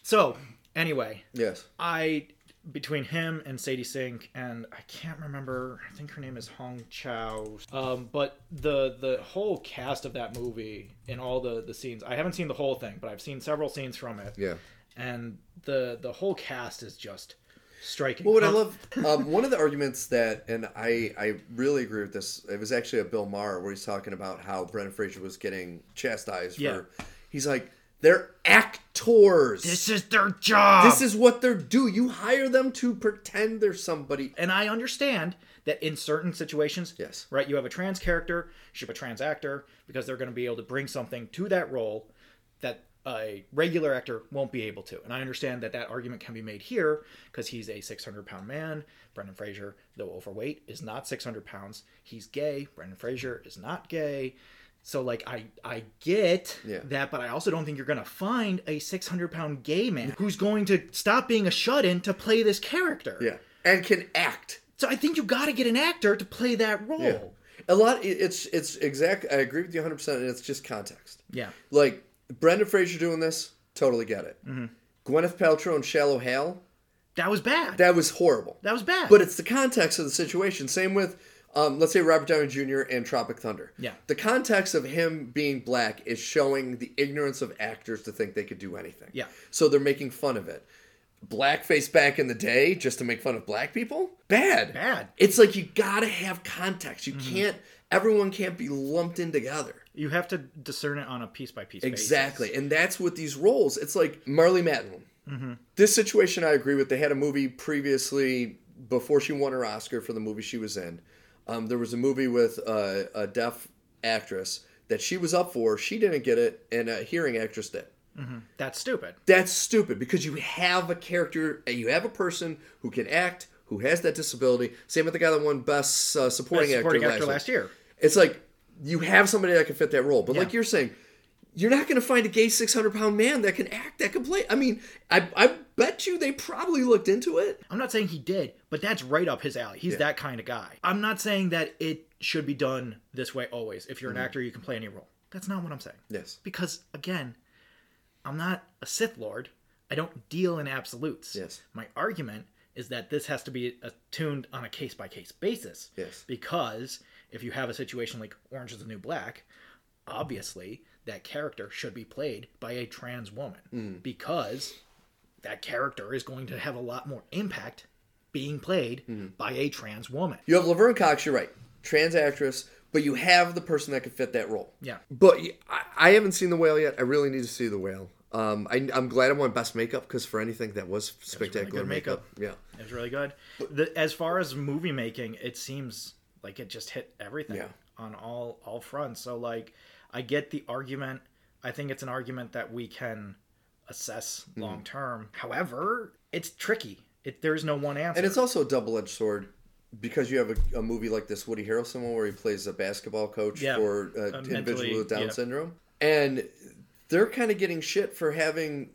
Speaker 2: So anyway,
Speaker 1: Yes.
Speaker 2: I between him and Sadie Sink and I can't remember. I think her name is Hong Chow. Um, but the the whole cast of that movie and all the the scenes. I haven't seen the whole thing, but I've seen several scenes from it.
Speaker 1: Yeah.
Speaker 2: And the the whole cast is just striking.
Speaker 1: Well, what I
Speaker 2: Um, <laughs>
Speaker 1: love, um, one of the arguments that, and I, I really agree with this. It was actually a Bill Maher where he's talking about how Brendan Fraser was getting chastised
Speaker 2: Yeah.
Speaker 1: for. He's like, they're actors.
Speaker 2: This is their job.
Speaker 1: This is what they're do. You hire them to pretend they're somebody.
Speaker 2: and I understand that in certain situations,
Speaker 1: Yes.
Speaker 2: right, you have a trans character, you should have a trans actor because they're going to be able to bring something to that role that a regular actor won't be able to. And I understand that that argument can be made here because he's a 600 pound man. Brendan Fraser, though overweight, is not 600 pounds. He's gay. Brendan Fraser is not gay. So like I I get
Speaker 1: Yeah.
Speaker 2: that, but I also don't think you're gonna find a 600 pound gay man who's going to stop being a shut in to play this character.
Speaker 1: Yeah. And can act.
Speaker 2: So I think you got to get an actor to play that role.
Speaker 1: Yeah. A lot, it- it's, it's exact. I agree with you 100%. And it's just context.
Speaker 2: Yeah.
Speaker 1: Like, Brendan Fraser doing this, totally get it.
Speaker 2: Mm-hmm.
Speaker 1: Gwyneth Paltrow and Shallow Hal,
Speaker 2: That was bad. That,
Speaker 1: that was horrible.
Speaker 2: was bad.
Speaker 1: But it's the context of the situation. Same with, um, let's say, Robert Downey Jr. and Tropic Thunder.
Speaker 2: Yeah.
Speaker 1: The context of him being black is showing the ignorance of actors to think they could do anything.
Speaker 2: Yeah.
Speaker 1: So they're making fun of it. Blackface back in the day, just to make fun of black people? Bad.
Speaker 2: Bad.
Speaker 1: It's like you gotta have context. You can't, everyone can't be lumped in together.
Speaker 2: you have to discern it on a piece by piece basis.
Speaker 1: Exactly. And that's what these roles, it's like Marley Matlin. This situation, I agree with. They had a movie previously, before she won her Oscar for the movie she was in. Um, there was a movie with uh, a deaf actress that she was up for. She didn't get it, and a hearing actress did.
Speaker 2: That's stupid.
Speaker 1: That's stupid because you have a character, and you have a person who can act, who has that disability. Same with the guy that won Best uh, Supporting,
Speaker 2: Supporting
Speaker 1: Actor,
Speaker 2: actor
Speaker 1: last
Speaker 2: last year.
Speaker 1: it's like you have somebody that can fit that role, but like you're saying, you're not going to find a gay 600 pound man that can act, that can play. I mean, I I bet you they probably looked into it.
Speaker 2: I'm not saying he did, but that's right up his alley. He's that kind of guy. I'm not saying that it should be done this way always. If you're
Speaker 1: Mm-hmm.
Speaker 2: an actor, you can play any role. That's not what I'm saying.
Speaker 1: Yes.
Speaker 2: Because again, I'm not a Sith Lord. I don't deal in absolutes.
Speaker 1: Yes.
Speaker 2: My argument is that this has to be attuned on a case by case basis.
Speaker 1: Yes.
Speaker 2: Because if you have a situation like Orange is the New Black, obviously that character should be played by a trans woman
Speaker 1: Mm.
Speaker 2: because that character is going to have a lot more impact being played
Speaker 1: Mm.
Speaker 2: by a trans woman.
Speaker 1: You have Laverne Cox, you're right, trans actress, but you have the person that could fit that role.
Speaker 2: Yeah.
Speaker 1: But y- I, I haven't seen the whale yet. I really need to see the whale. Um, I, I'm glad I won best makeup because for anything that was spectacular
Speaker 2: good
Speaker 1: makeup. Yeah.
Speaker 2: It was really good. The, as far as movie making, it seems like it just hit everything
Speaker 1: Yeah.
Speaker 2: on all all fronts. So like, I get the argument. I think it's an argument that we can assess
Speaker 1: Mm-hmm.
Speaker 2: long term. However, it's tricky. It, there's no one answer.
Speaker 1: And it's also a double edged sword because you have a, a movie like this Woody Harrelson one where he plays a basketball coach
Speaker 2: Yeah.
Speaker 1: for uh,
Speaker 2: Uh,
Speaker 1: individual
Speaker 2: mentally,
Speaker 1: with Down
Speaker 2: yeah.
Speaker 1: syndrome, and they're kind of getting shit for having.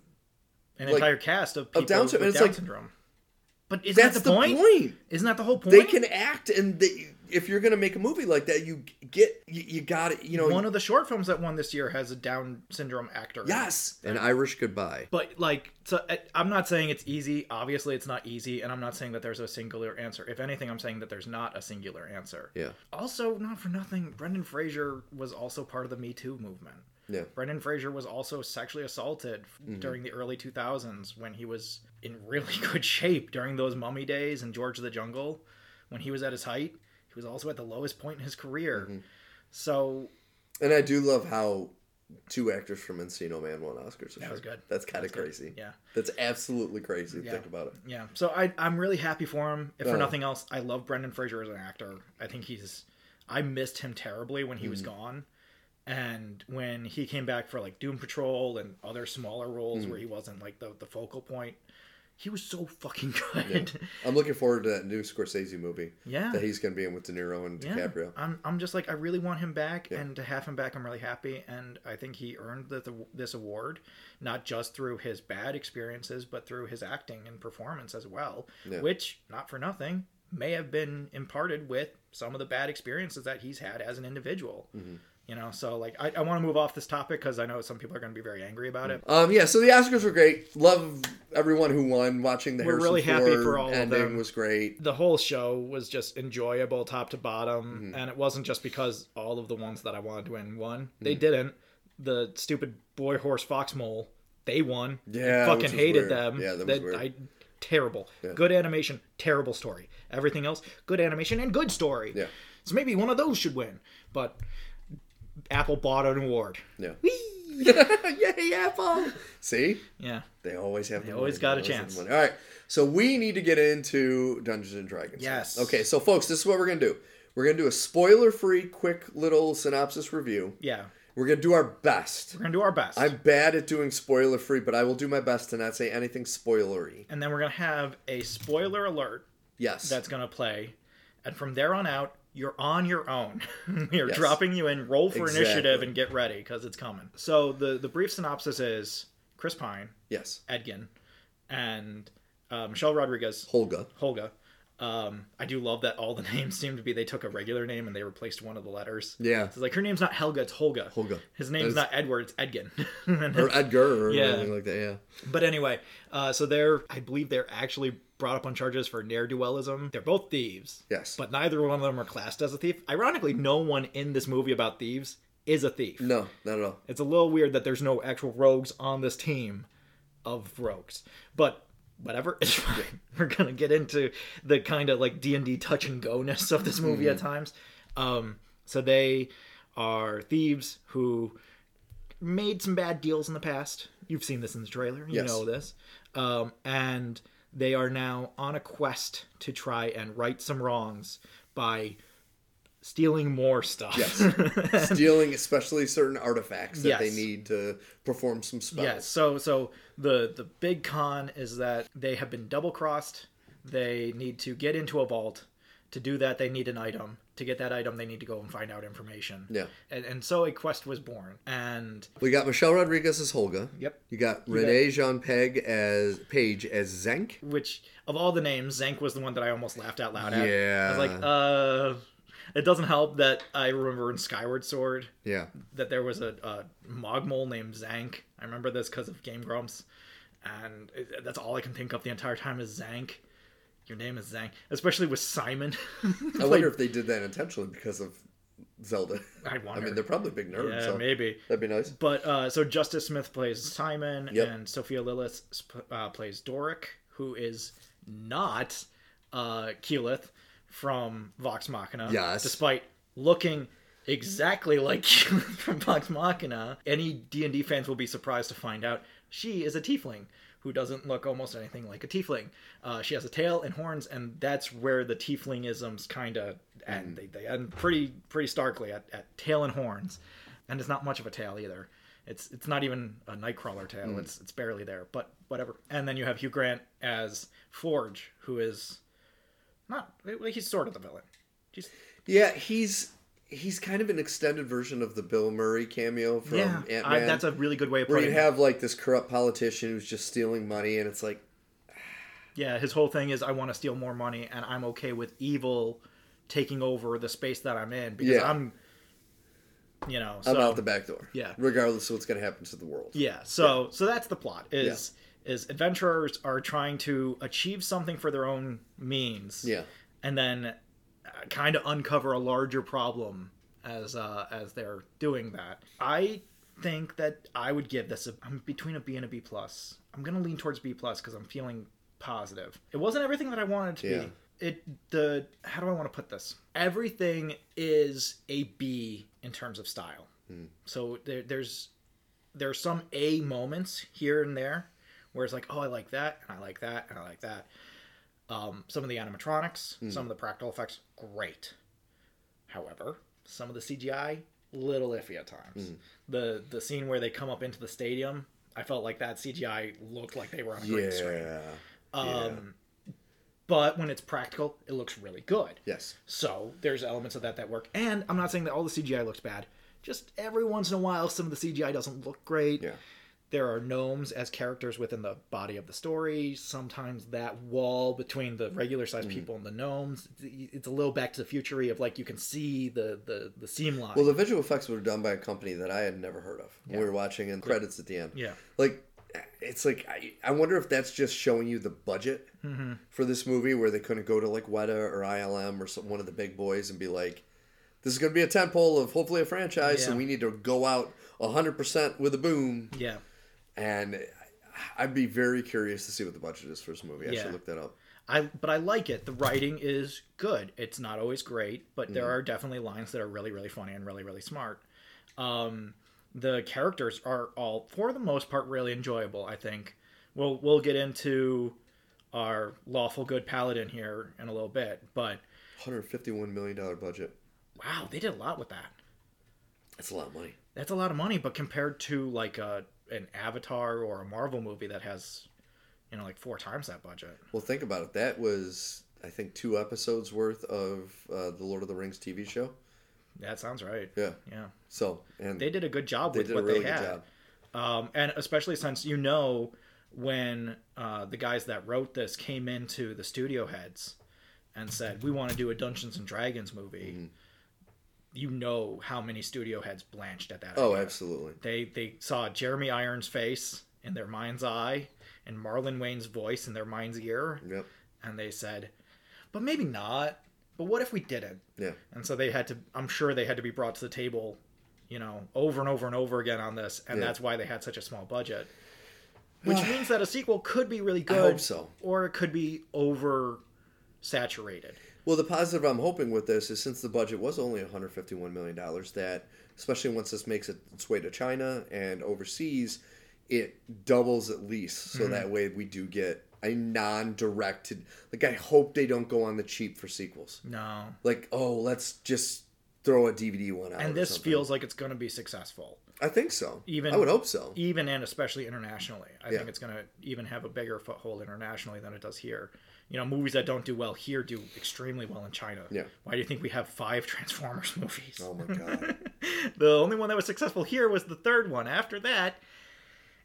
Speaker 2: an
Speaker 1: like,
Speaker 2: entire cast of people
Speaker 1: Down
Speaker 2: with
Speaker 1: syndrome,
Speaker 2: Down
Speaker 1: and it's like-
Speaker 2: syndrome. But isn't
Speaker 1: That's
Speaker 2: that
Speaker 1: the point.
Speaker 2: Isn't that the whole point?
Speaker 1: They can act, and they, if you're gonna make a movie like that, you get you, you got it. You know,
Speaker 2: one of the short films that won this year has a Down syndrome actor. in it.
Speaker 1: yes, an Irish goodbye.
Speaker 2: But like, so I- I'm not saying it's easy. Obviously, it's not easy, and I'm not saying that there's a singular answer. If anything, I'm saying that there's not a singular answer.
Speaker 1: Yeah,
Speaker 2: Also, not for nothing, Brendan Fraser was also part of the Me Too movement.
Speaker 1: yeah. Mm-hmm.
Speaker 2: Brendan Fraser was also sexually assaulted during the early 2000s when he was in really <laughs> good shape during those Mummy days and George of the Jungle. When he was at his height, he was also at the lowest point in his career.
Speaker 1: Mm-hmm.
Speaker 2: So
Speaker 1: And I do love how two actors from Encino Man won Oscars. That
Speaker 2: was good.
Speaker 1: That's kind of
Speaker 2: That's good.
Speaker 1: crazy.
Speaker 2: yeah.
Speaker 1: That's absolutely crazy. to
Speaker 2: Yeah.
Speaker 1: Think about it.
Speaker 2: Yeah, so I I'm really happy for him. If for
Speaker 1: Oh.
Speaker 2: nothing else, I love Brendan Fraser as an actor. I think he's I missed him terribly when he was gone, and when he came back for like Doom Patrol and other smaller roles where he wasn't like the the focal point, he was so fucking <laughs> good.
Speaker 1: I'm looking forward to that new Scorsese movie
Speaker 2: Yeah.
Speaker 1: that he's going to be in with De Niro and
Speaker 2: Yeah,
Speaker 1: DiCaprio.
Speaker 2: I'm, I'm just like I really want him back, and to have him back, I'm really happy, and I think he earned the, the, this award, not just through his bad experiences, but through his acting and performance as well,
Speaker 1: Yeah.
Speaker 2: which, not for nothing, may have been imparted with some of the bad experiences that he's had as an individual. You know, so like I, I want to move off this topic because I know some people are going to be very angry about it.
Speaker 1: Um, yeah, so the Oscars were great. Love everyone who won. Watching the
Speaker 2: We're
Speaker 1: Harrison
Speaker 2: really happy
Speaker 1: Ford
Speaker 2: for all of
Speaker 1: ending
Speaker 2: them.
Speaker 1: was great.
Speaker 2: the whole show was just enjoyable top to bottom and it wasn't just because all of the ones that i wanted to win won they didn't the stupid boy horse fox mole they won
Speaker 1: Yeah,
Speaker 2: I
Speaker 1: which was
Speaker 2: fucking hated
Speaker 1: weird.
Speaker 2: them
Speaker 1: Yeah, that was weird.
Speaker 2: I, terrible good animation terrible story everything else good animation and good story
Speaker 1: Yeah.
Speaker 2: so maybe one of those should win but apple bought an award
Speaker 1: Yeah.
Speaker 2: <laughs>
Speaker 1: Yay, Apple! See?
Speaker 2: yeah
Speaker 1: They always have. They
Speaker 2: always got a chance.
Speaker 1: All right, so we need to get into Dungeons and Dragons.
Speaker 2: Yes.
Speaker 1: Okay, so folks, this is what we're gonna do. We're gonna do a spoiler-free, quick little synopsis review.
Speaker 2: yeah
Speaker 1: We're gonna do our best.
Speaker 2: we're gonna do our best
Speaker 1: I'm bad at doing spoiler-free, but I will do my best to not say anything spoilery.
Speaker 2: and then we're gonna have a spoiler alert
Speaker 1: Yes.
Speaker 2: that's going to play. And from there on out, you're on your own. <laughs> we are dropping you in, roll for initiative,
Speaker 1: Exactly.
Speaker 2: and get ready because it's coming. So the, the brief synopsis is Chris Pine,
Speaker 1: yes.
Speaker 2: Edgin, and uh, Michelle Rodriguez,
Speaker 1: Holga.
Speaker 2: Holga. Um, I do love that all the <laughs> names seem to be they took a regular name and they replaced one of the letters.
Speaker 1: Yeah.
Speaker 2: So it's like her name's not Helga, it's Holga.
Speaker 1: Holga.
Speaker 2: His name's
Speaker 1: That
Speaker 2: not Edward, it's Edgin. <laughs> And
Speaker 1: or Edgar or
Speaker 2: Yeah.
Speaker 1: anything like that. Yeah.
Speaker 2: But anyway, uh, so they're, I believe they're actually brought up on charges for ne'er do wellism. They're both thieves.
Speaker 1: Yes.
Speaker 2: But neither one of them are classed as a thief. Ironically, no one in this movie about thieves is a thief.
Speaker 1: no, not at
Speaker 2: <laughs>
Speaker 1: all.
Speaker 2: It's a little weird that there's no actual rogues on this team of rogues. But whatever, <laughs> it's fine. We're gonna get into the kind of like D and D touch and go ness of this movie
Speaker 1: Mm-hmm.
Speaker 2: at times. Um, so they are thieves who made some bad deals in the past. You've seen this in the trailer. You
Speaker 1: Yes.
Speaker 2: know this. Um, and they are now on a quest to try and right some wrongs by stealing more stuff. <laughs>
Speaker 1: Yes. Stealing, especially certain artifacts that they
Speaker 2: Yes.
Speaker 1: need to perform some spells.
Speaker 2: Yes. So so the the big con is that they have been double crossed. They need to get into a vault. To do that, they need an item. To get that item, they need to go and find out information.
Speaker 1: Yeah.
Speaker 2: And, and so a quest was born. And
Speaker 1: We got Michelle Rodriguez as Holga.
Speaker 2: Yep.
Speaker 1: You got Renee Jean Peg as Page as Zenk.
Speaker 2: which of all the names, Zank was the one that I almost laughed out loud at. I
Speaker 1: Yeah.
Speaker 2: was like, uh, it doesn't help that I remember in Skyward Sword
Speaker 1: Yeah.
Speaker 2: that there was a, a Mogmol named Zank. I remember this because of Game Grumps, and it- that's all I can think of the entire time is Zank. Your name is Zank, especially with Simon. <laughs>
Speaker 1: I wonder if they did that intentionally because of Zelda.
Speaker 2: I
Speaker 1: I
Speaker 2: wonder.
Speaker 1: mean, they're probably big nerds.
Speaker 2: yeah,
Speaker 1: so
Speaker 2: maybe.
Speaker 1: That'd be nice.
Speaker 2: But uh, so Justice Smith plays Simon,
Speaker 1: Yep.
Speaker 2: and Sophia Lillis sp- uh, plays Doric, who is not uh, Keyleth from Vox Machina.
Speaker 1: Yes.
Speaker 2: Despite looking exactly like <laughs> Keyleth from Vox Machina, any D and D fans will be surprised to find out she is a Tiefling who doesn't look almost anything like a Tiefling. Uh, she has a tail and horns, and that's where the Tieflingisms kind of end. They, they end pretty pretty starkly at, at tail and horns and it's not much of a tail either. It's it's not even a Nightcrawler tail. It's it's barely there, but whatever. And then you have Hugh Grant as Forge, who is not well, he's sort of the villain. Just
Speaker 1: Yeah, he's he's kind of an extended version of the Bill Murray cameo from
Speaker 2: yeah,
Speaker 1: Ant
Speaker 2: I,
Speaker 1: Man.
Speaker 2: that's a really good way of
Speaker 1: where
Speaker 2: putting
Speaker 1: you
Speaker 2: it.
Speaker 1: have like this corrupt politician who's just stealing money, and it's like,
Speaker 2: yeah, his whole thing is I want to steal more money, and I'm okay with evil taking over the space that I'm in because
Speaker 1: Yeah.
Speaker 2: I'm, you know,
Speaker 1: I'm
Speaker 2: so,
Speaker 1: out the back door.
Speaker 2: yeah.
Speaker 1: regardless of what's going to happen to the world.
Speaker 2: Yeah. So so that's the plot is is adventurers are trying to achieve something for their own means.
Speaker 1: Yeah.
Speaker 2: And then uh, kind of uncover a larger problem as uh, as they're doing that. I think that I would give this a I'm between a B and a B plus. I'm gonna lean towards B plus because I'm feeling positive. It wasn't everything that I wanted it to
Speaker 1: Yeah.
Speaker 2: be. It the how do I want to put this? Everything is a B in terms of style. So there, there's there's some A moments here and there where it's like, oh, I like that, and I like that, and I like that. Um, some of the animatronics,
Speaker 1: Hmm.
Speaker 2: some of the practical effects, great. However, some of the CGI, little iffy at
Speaker 1: Hmm.
Speaker 2: times. The the scene where they come up into the stadium, I felt like that CGI looked like they were on a green screen.
Speaker 1: Yeah.
Speaker 2: Um, But when it's practical, it looks really good.
Speaker 1: Yes.
Speaker 2: So there's elements of that that work. And I'm not saying that all the CGI looks bad. Just every once in a while, some of the CGI doesn't look great.
Speaker 1: Yeah.
Speaker 2: There are gnomes as characters within the body of the story. Sometimes that wall between the regular sized
Speaker 1: Mm-hmm.
Speaker 2: people and the gnomes, it's a little back to the futurery of like you can see the the, the seam line.
Speaker 1: Well, the visual effects were done by a company that I had never heard of. when We were watching and credits at the end.
Speaker 2: Yeah.
Speaker 1: Like, it's like I, I wonder if that's just showing you the budget
Speaker 2: Mm-hmm.
Speaker 1: for this movie, where they couldn't go to like Weta or ILM or some, one of the big boys and be like, "This is going to be a tentpole of hopefully a franchise,
Speaker 2: Yeah.
Speaker 1: and we need to go out hundred percent with a boom."
Speaker 2: yeah.
Speaker 1: And I'd be very curious to see what the budget is for this movie. I
Speaker 2: Yeah.
Speaker 1: should look that up.
Speaker 2: I but I like it. The writing is good. It's not always great, but
Speaker 1: Mm.
Speaker 2: there are definitely lines that are really really funny and really really smart. Um, the characters are all for the most part really enjoyable. I think we'll we'll get into our lawful good paladin here in a little bit, but
Speaker 1: 151 million dollar budget.
Speaker 2: wow, they did a lot with that.
Speaker 1: That's a lot of money.
Speaker 2: That's a lot of money, but compared to like a an Avatar or a Marvel movie that has you know like four times that budget.
Speaker 1: Well, think about it. That was, I think, two episodes worth of uh, the Lord of the Rings TV show.
Speaker 2: That sounds right.
Speaker 1: Yeah.
Speaker 2: Yeah.
Speaker 1: So, and
Speaker 2: They did a good job
Speaker 1: they
Speaker 2: with
Speaker 1: did a
Speaker 2: what
Speaker 1: really
Speaker 2: they
Speaker 1: good
Speaker 2: had.
Speaker 1: job.
Speaker 2: um, and especially since you know when uh, the guys that wrote this came into the studio heads and said we want to do a dungeons and dragons movie
Speaker 1: Mm-hmm.
Speaker 2: you know how many studio heads blanched at that
Speaker 1: Oh,
Speaker 2: idea.
Speaker 1: absolutely.
Speaker 2: they they saw jeremy irons face in their mind's eye and marlon wayne's voice in their mind's ear
Speaker 1: Yep.
Speaker 2: and they said but maybe not but what if we didn't
Speaker 1: Yeah.
Speaker 2: and so they had to, I'm sure they had to be brought to the table, you know, over and over and over again on this. And
Speaker 1: Yeah.
Speaker 2: that's why they had such a small budget.
Speaker 1: <sighs>
Speaker 2: Which means that a sequel could be really good.
Speaker 1: hope so.
Speaker 2: Or it could be over saturated.
Speaker 1: Well, the positive I'm hoping with this is since the budget was only 151 million dollars, that especially once this makes it its way to China and overseas, it doubles at least.
Speaker 2: Mm-hmm.
Speaker 1: So that way we do get a non-directed. Like I hope they don't go on the cheap for sequels.
Speaker 2: No.
Speaker 1: Like oh, let's just throw a DVD one out.
Speaker 2: And
Speaker 1: or
Speaker 2: this
Speaker 1: something.
Speaker 2: feels like it's going to be successful,
Speaker 1: I think so.
Speaker 2: Even- e-
Speaker 1: I would hope
Speaker 2: <laughs>
Speaker 1: so.
Speaker 2: even and especially internationally. I
Speaker 1: Yeah.
Speaker 2: think it's going to even have a bigger foothold internationally than it does here. You know, movies that don't do well here do extremely well in China.
Speaker 1: Yeah.
Speaker 2: Why do you think we have five <laughs> Transformers movies?
Speaker 1: Oh my god.
Speaker 2: the only one that was successful here was the third one. After that,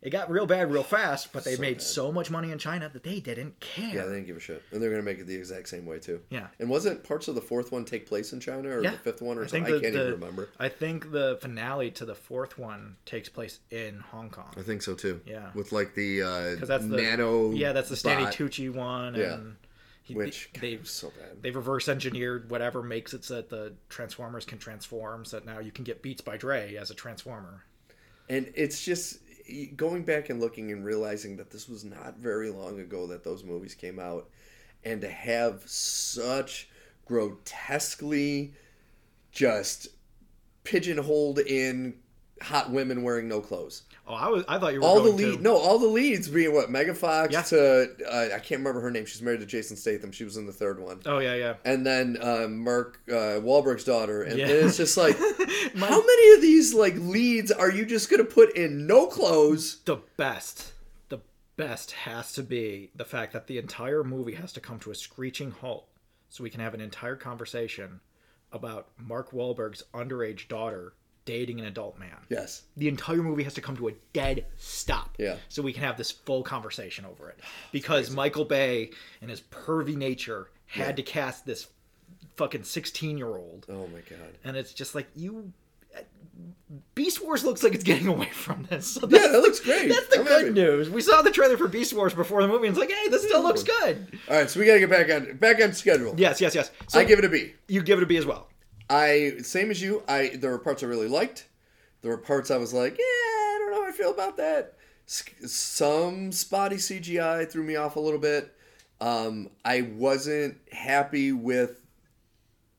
Speaker 2: it got real bad real fast, but they made so much money in China that they didn't care.
Speaker 1: Yeah, they didn't give a shit, and they're gonna make it the exact same way too.
Speaker 2: Yeah.
Speaker 1: And wasn't parts of the fourth one take place in China or
Speaker 2: Yeah.
Speaker 1: the fifth one or
Speaker 2: I think
Speaker 1: something?
Speaker 2: the,
Speaker 1: I can't
Speaker 2: the-
Speaker 1: even remember.
Speaker 2: I think the finale to the fourth one takes place in Hong Kong.
Speaker 1: I think so too.
Speaker 2: Yeah.
Speaker 1: With like the uh,
Speaker 2: Because that's the
Speaker 1: nano.
Speaker 2: yeah, that's the Stanley
Speaker 1: bot.
Speaker 2: Tucci one.
Speaker 1: Yeah.
Speaker 2: And, He-
Speaker 1: which God,
Speaker 2: <laughs> they
Speaker 1: it was so bad.
Speaker 2: they've reverse engineered whatever makes it so that the Transformers can transform, so that now you can get Beats by Dre as a Transformer.
Speaker 1: And it's just going back and looking and realizing that this was not very long ago that those movies came out, and to have such grotesquely just pigeonholed in hot women wearing no clothes.
Speaker 2: Oh, I was I thought you were
Speaker 1: all the
Speaker 2: going
Speaker 1: lead,
Speaker 2: to-
Speaker 1: no, all the leads being what Megan Fox
Speaker 2: Yeah.
Speaker 1: to uh, I can't remember her name. She's married to Jason Statham. She was in the third one,
Speaker 2: Oh yeah, yeah.
Speaker 1: and then uh, Mark uh, Wahlberg's daughter. And
Speaker 2: Yeah.
Speaker 1: then it's just like,
Speaker 2: <laughs> My-
Speaker 1: how many of these like leads are you just gonna put in no clothes?
Speaker 2: the best the best has to be the fact that the entire movie has to come to a screeching halt so we can have an entire conversation about Mark Wahlberg's underage daughter dating an adult man.
Speaker 1: Yes,
Speaker 2: The entire movie has to come to a dead stop.
Speaker 1: Yeah.
Speaker 2: So we can have this full conversation
Speaker 1: <sighs>
Speaker 2: over it. Because Michael Bay and his pervy nature had to cast this fucking 16 year old.
Speaker 1: Oh my god.
Speaker 2: And it's just like, you. uh, Beast Wars looks like it's getting away from this. So
Speaker 1: Yeah, that looks great.
Speaker 2: <laughs> that's the
Speaker 1: I'm
Speaker 2: good
Speaker 1: happy.
Speaker 2: news. We saw the trailer for Beast Wars before the movie, and it's like, hey, this still looks good.
Speaker 1: All right, so we gotta get back on back on schedule.
Speaker 2: Yes, yes, yes. So
Speaker 1: I give it a B.
Speaker 2: you give it a B as well.
Speaker 1: I same as you. I there were parts I really liked. There were parts I was like, yeah, I don't know how I feel about that. S- some spotty CGI threw me off a little bit. Um, I wasn't happy with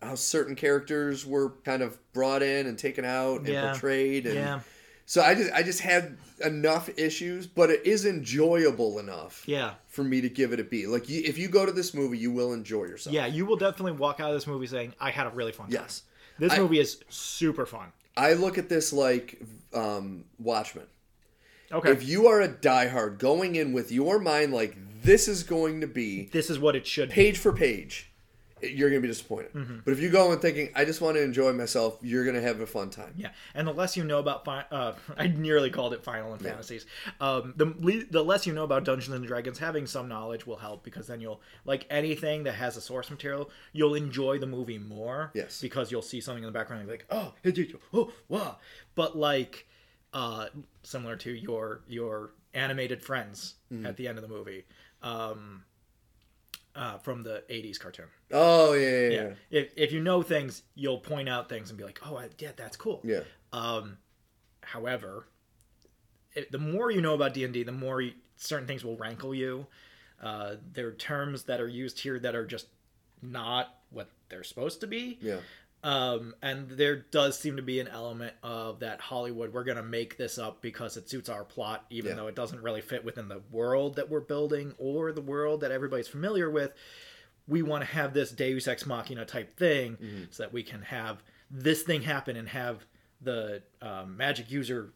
Speaker 1: how certain characters were kind of brought in and taken out and
Speaker 2: Yeah.
Speaker 1: portrayed. And
Speaker 2: Yeah.
Speaker 1: So I just I just had enough issues, but it is enjoyable enough.
Speaker 2: Yeah.
Speaker 1: For me to give it a B, like you, if you go to this movie, you will enjoy yourself.
Speaker 2: Yeah, you will definitely walk out of this movie saying, I had a really fun time.
Speaker 1: Yes.
Speaker 2: This
Speaker 1: I-
Speaker 2: movie is super fun.
Speaker 1: I look at this like um, Watchmen.
Speaker 2: Okay.
Speaker 1: If you are a diehard going in with your mind like this is going to be
Speaker 2: this is what it should be.
Speaker 1: page for page, you're going to be disappointed.
Speaker 2: Mm-hmm.
Speaker 1: But if you go in thinking I just want to enjoy myself, you're going to have a fun time.
Speaker 2: Yeah, and the less you know about, fi- uh, <laughs> I nearly called it Final and Fantasies. Um, the le- the less you know about Dungeons and Dragons, having some knowledge will help because then you'll like anything that has a source material, you'll enjoy the movie more.
Speaker 1: Yes.
Speaker 2: because you'll see something in the background and you're like, oh, hey, did you- oh, wow. But like, uh, similar to your your animated friends
Speaker 1: Mm-hmm.
Speaker 2: at the end of the movie, um, uh, from the '80s cartoon.
Speaker 1: Oh yeah, yeah, yeah.
Speaker 2: If if you know things, you'll point out things and be like, oh, I, yeah, that's cool.
Speaker 1: yeah.
Speaker 2: Um, however, it, the more you know about D and D, the more you, certain things will rankle you. Uh, there are terms that are used here that are just not what they're supposed to be.
Speaker 1: Yeah.
Speaker 2: Um, and there does seem to be an element of that Hollywood. We're gonna make this up because it suits our plot, even
Speaker 1: Yeah.
Speaker 2: though it doesn't really fit within the world that we're building or the world that everybody's familiar with. We want to have this Deus Ex Machina type thing so that we can have this thing happen and have the um, magic user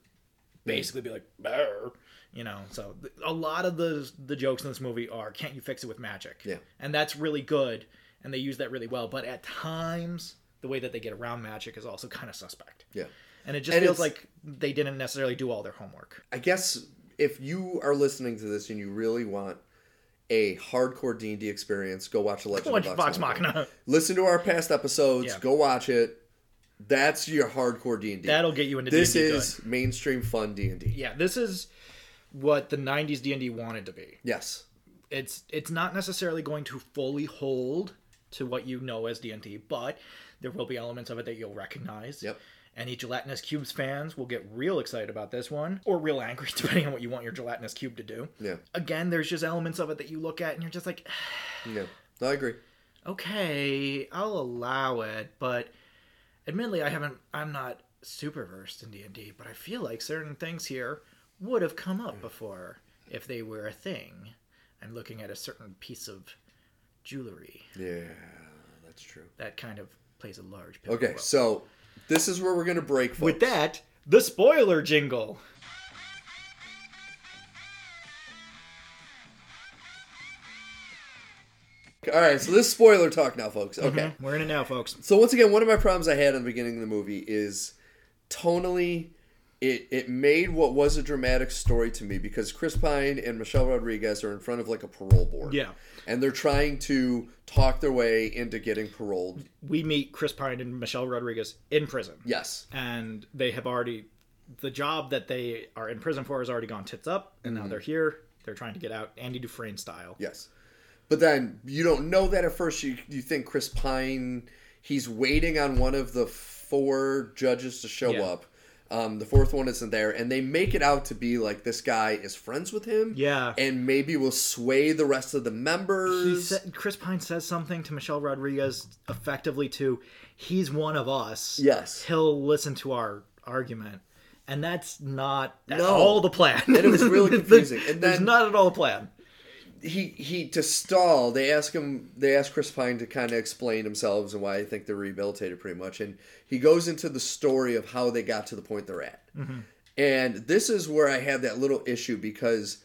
Speaker 2: basically be like, "Brr," you know. So th- a lot of the the jokes in this movie are, "Can't you fix it with magic?"
Speaker 1: Yeah.
Speaker 2: and that's really good, and they use that really well. But at times, the way that they get around magic is also kind of suspect,
Speaker 1: Yeah.
Speaker 2: and it just
Speaker 1: And
Speaker 2: feels
Speaker 1: it's-
Speaker 2: like they didn't necessarily do all their homework.
Speaker 1: I guess if you are listening to this and you really want a hardcore D and D experience, go watch the Legend
Speaker 2: Watch
Speaker 1: of
Speaker 2: Vox
Speaker 1: Vox
Speaker 2: Machina.
Speaker 1: Listen to our past episodes.
Speaker 2: Yeah.
Speaker 1: Go watch it. That's your hardcore D and D.
Speaker 2: <laughs> That'll get you into
Speaker 1: This
Speaker 2: D&D good.
Speaker 1: is mainstream fun D and D.
Speaker 2: yeah. This is what the '90s D&D wanted to be.
Speaker 1: Yes.
Speaker 2: it's it's not necessarily going to fully hold to what you know as D&D, but there will be elements of it that you'll recognize.
Speaker 1: Yep.
Speaker 2: Any gelatinous cubes fans will get real excited about this one, or real angry, <laughs> depending on what you want your gelatinous cube to do.
Speaker 1: Yeah.
Speaker 2: Again, there's just elements of it that you look at and you're just like,
Speaker 1: Yeah. No, I agree.
Speaker 2: okay, I'll allow it, but admittedly, I haven't. I'm not super versed in D and D, but I feel like certain things here would have come
Speaker 1: Hmm.
Speaker 2: up before if they were a thing. I'm looking at a certain piece of jewelry
Speaker 1: Yeah, that's true.
Speaker 2: that kind of plays a large. pivotal
Speaker 1: Okay,
Speaker 2: role.
Speaker 1: so this is where we're gonna break. Folks.
Speaker 2: with that, the spoiler jingle.
Speaker 1: all right. So this is spoiler talk now, folks. Okay.
Speaker 2: We're in it now, folks.
Speaker 1: So once again, one of my problems I had in the beginning of the movie is tonally, it it made what was a dramatic story to me because Chris Pine and Michelle Rodriguez are in front of like a parole board.
Speaker 2: Yeah.
Speaker 1: And they're trying to talk their way into getting paroled.
Speaker 2: We meet Chris Pine and Michelle Rodriguez in prison.
Speaker 1: Yes.
Speaker 2: and they have already the job that they are
Speaker 1: Mm-hmm.
Speaker 2: in prison for has already gone tits up and now they're here they're trying to get out andy dufresne style
Speaker 1: Yes. But then you don't know that at first. You you think Chris Pine he's waiting on one of the four judges to show
Speaker 2: Yeah.
Speaker 1: up. Um, the fourth one isn't there, and they make it out to be like this guy is friends with him,
Speaker 2: Yeah.
Speaker 1: and maybe will sway the rest of the members.
Speaker 2: He said, Chris Pine says something to Michelle Rodriguez effectively to, he's one of us.
Speaker 1: Yes.
Speaker 2: He'll listen to our argument. And that's not at
Speaker 1: No.
Speaker 2: all the plan.
Speaker 1: And it was
Speaker 2: <laughs>
Speaker 1: really
Speaker 2: The-
Speaker 1: confusing. And
Speaker 2: There's
Speaker 1: then-
Speaker 2: not at all the plan.
Speaker 1: he he to stall they ask him they ask chris pine to kind of explain themselves and why i think they're rehabilitated pretty much and he goes into the story of how they got to the point they're at and this is where i had that little issue because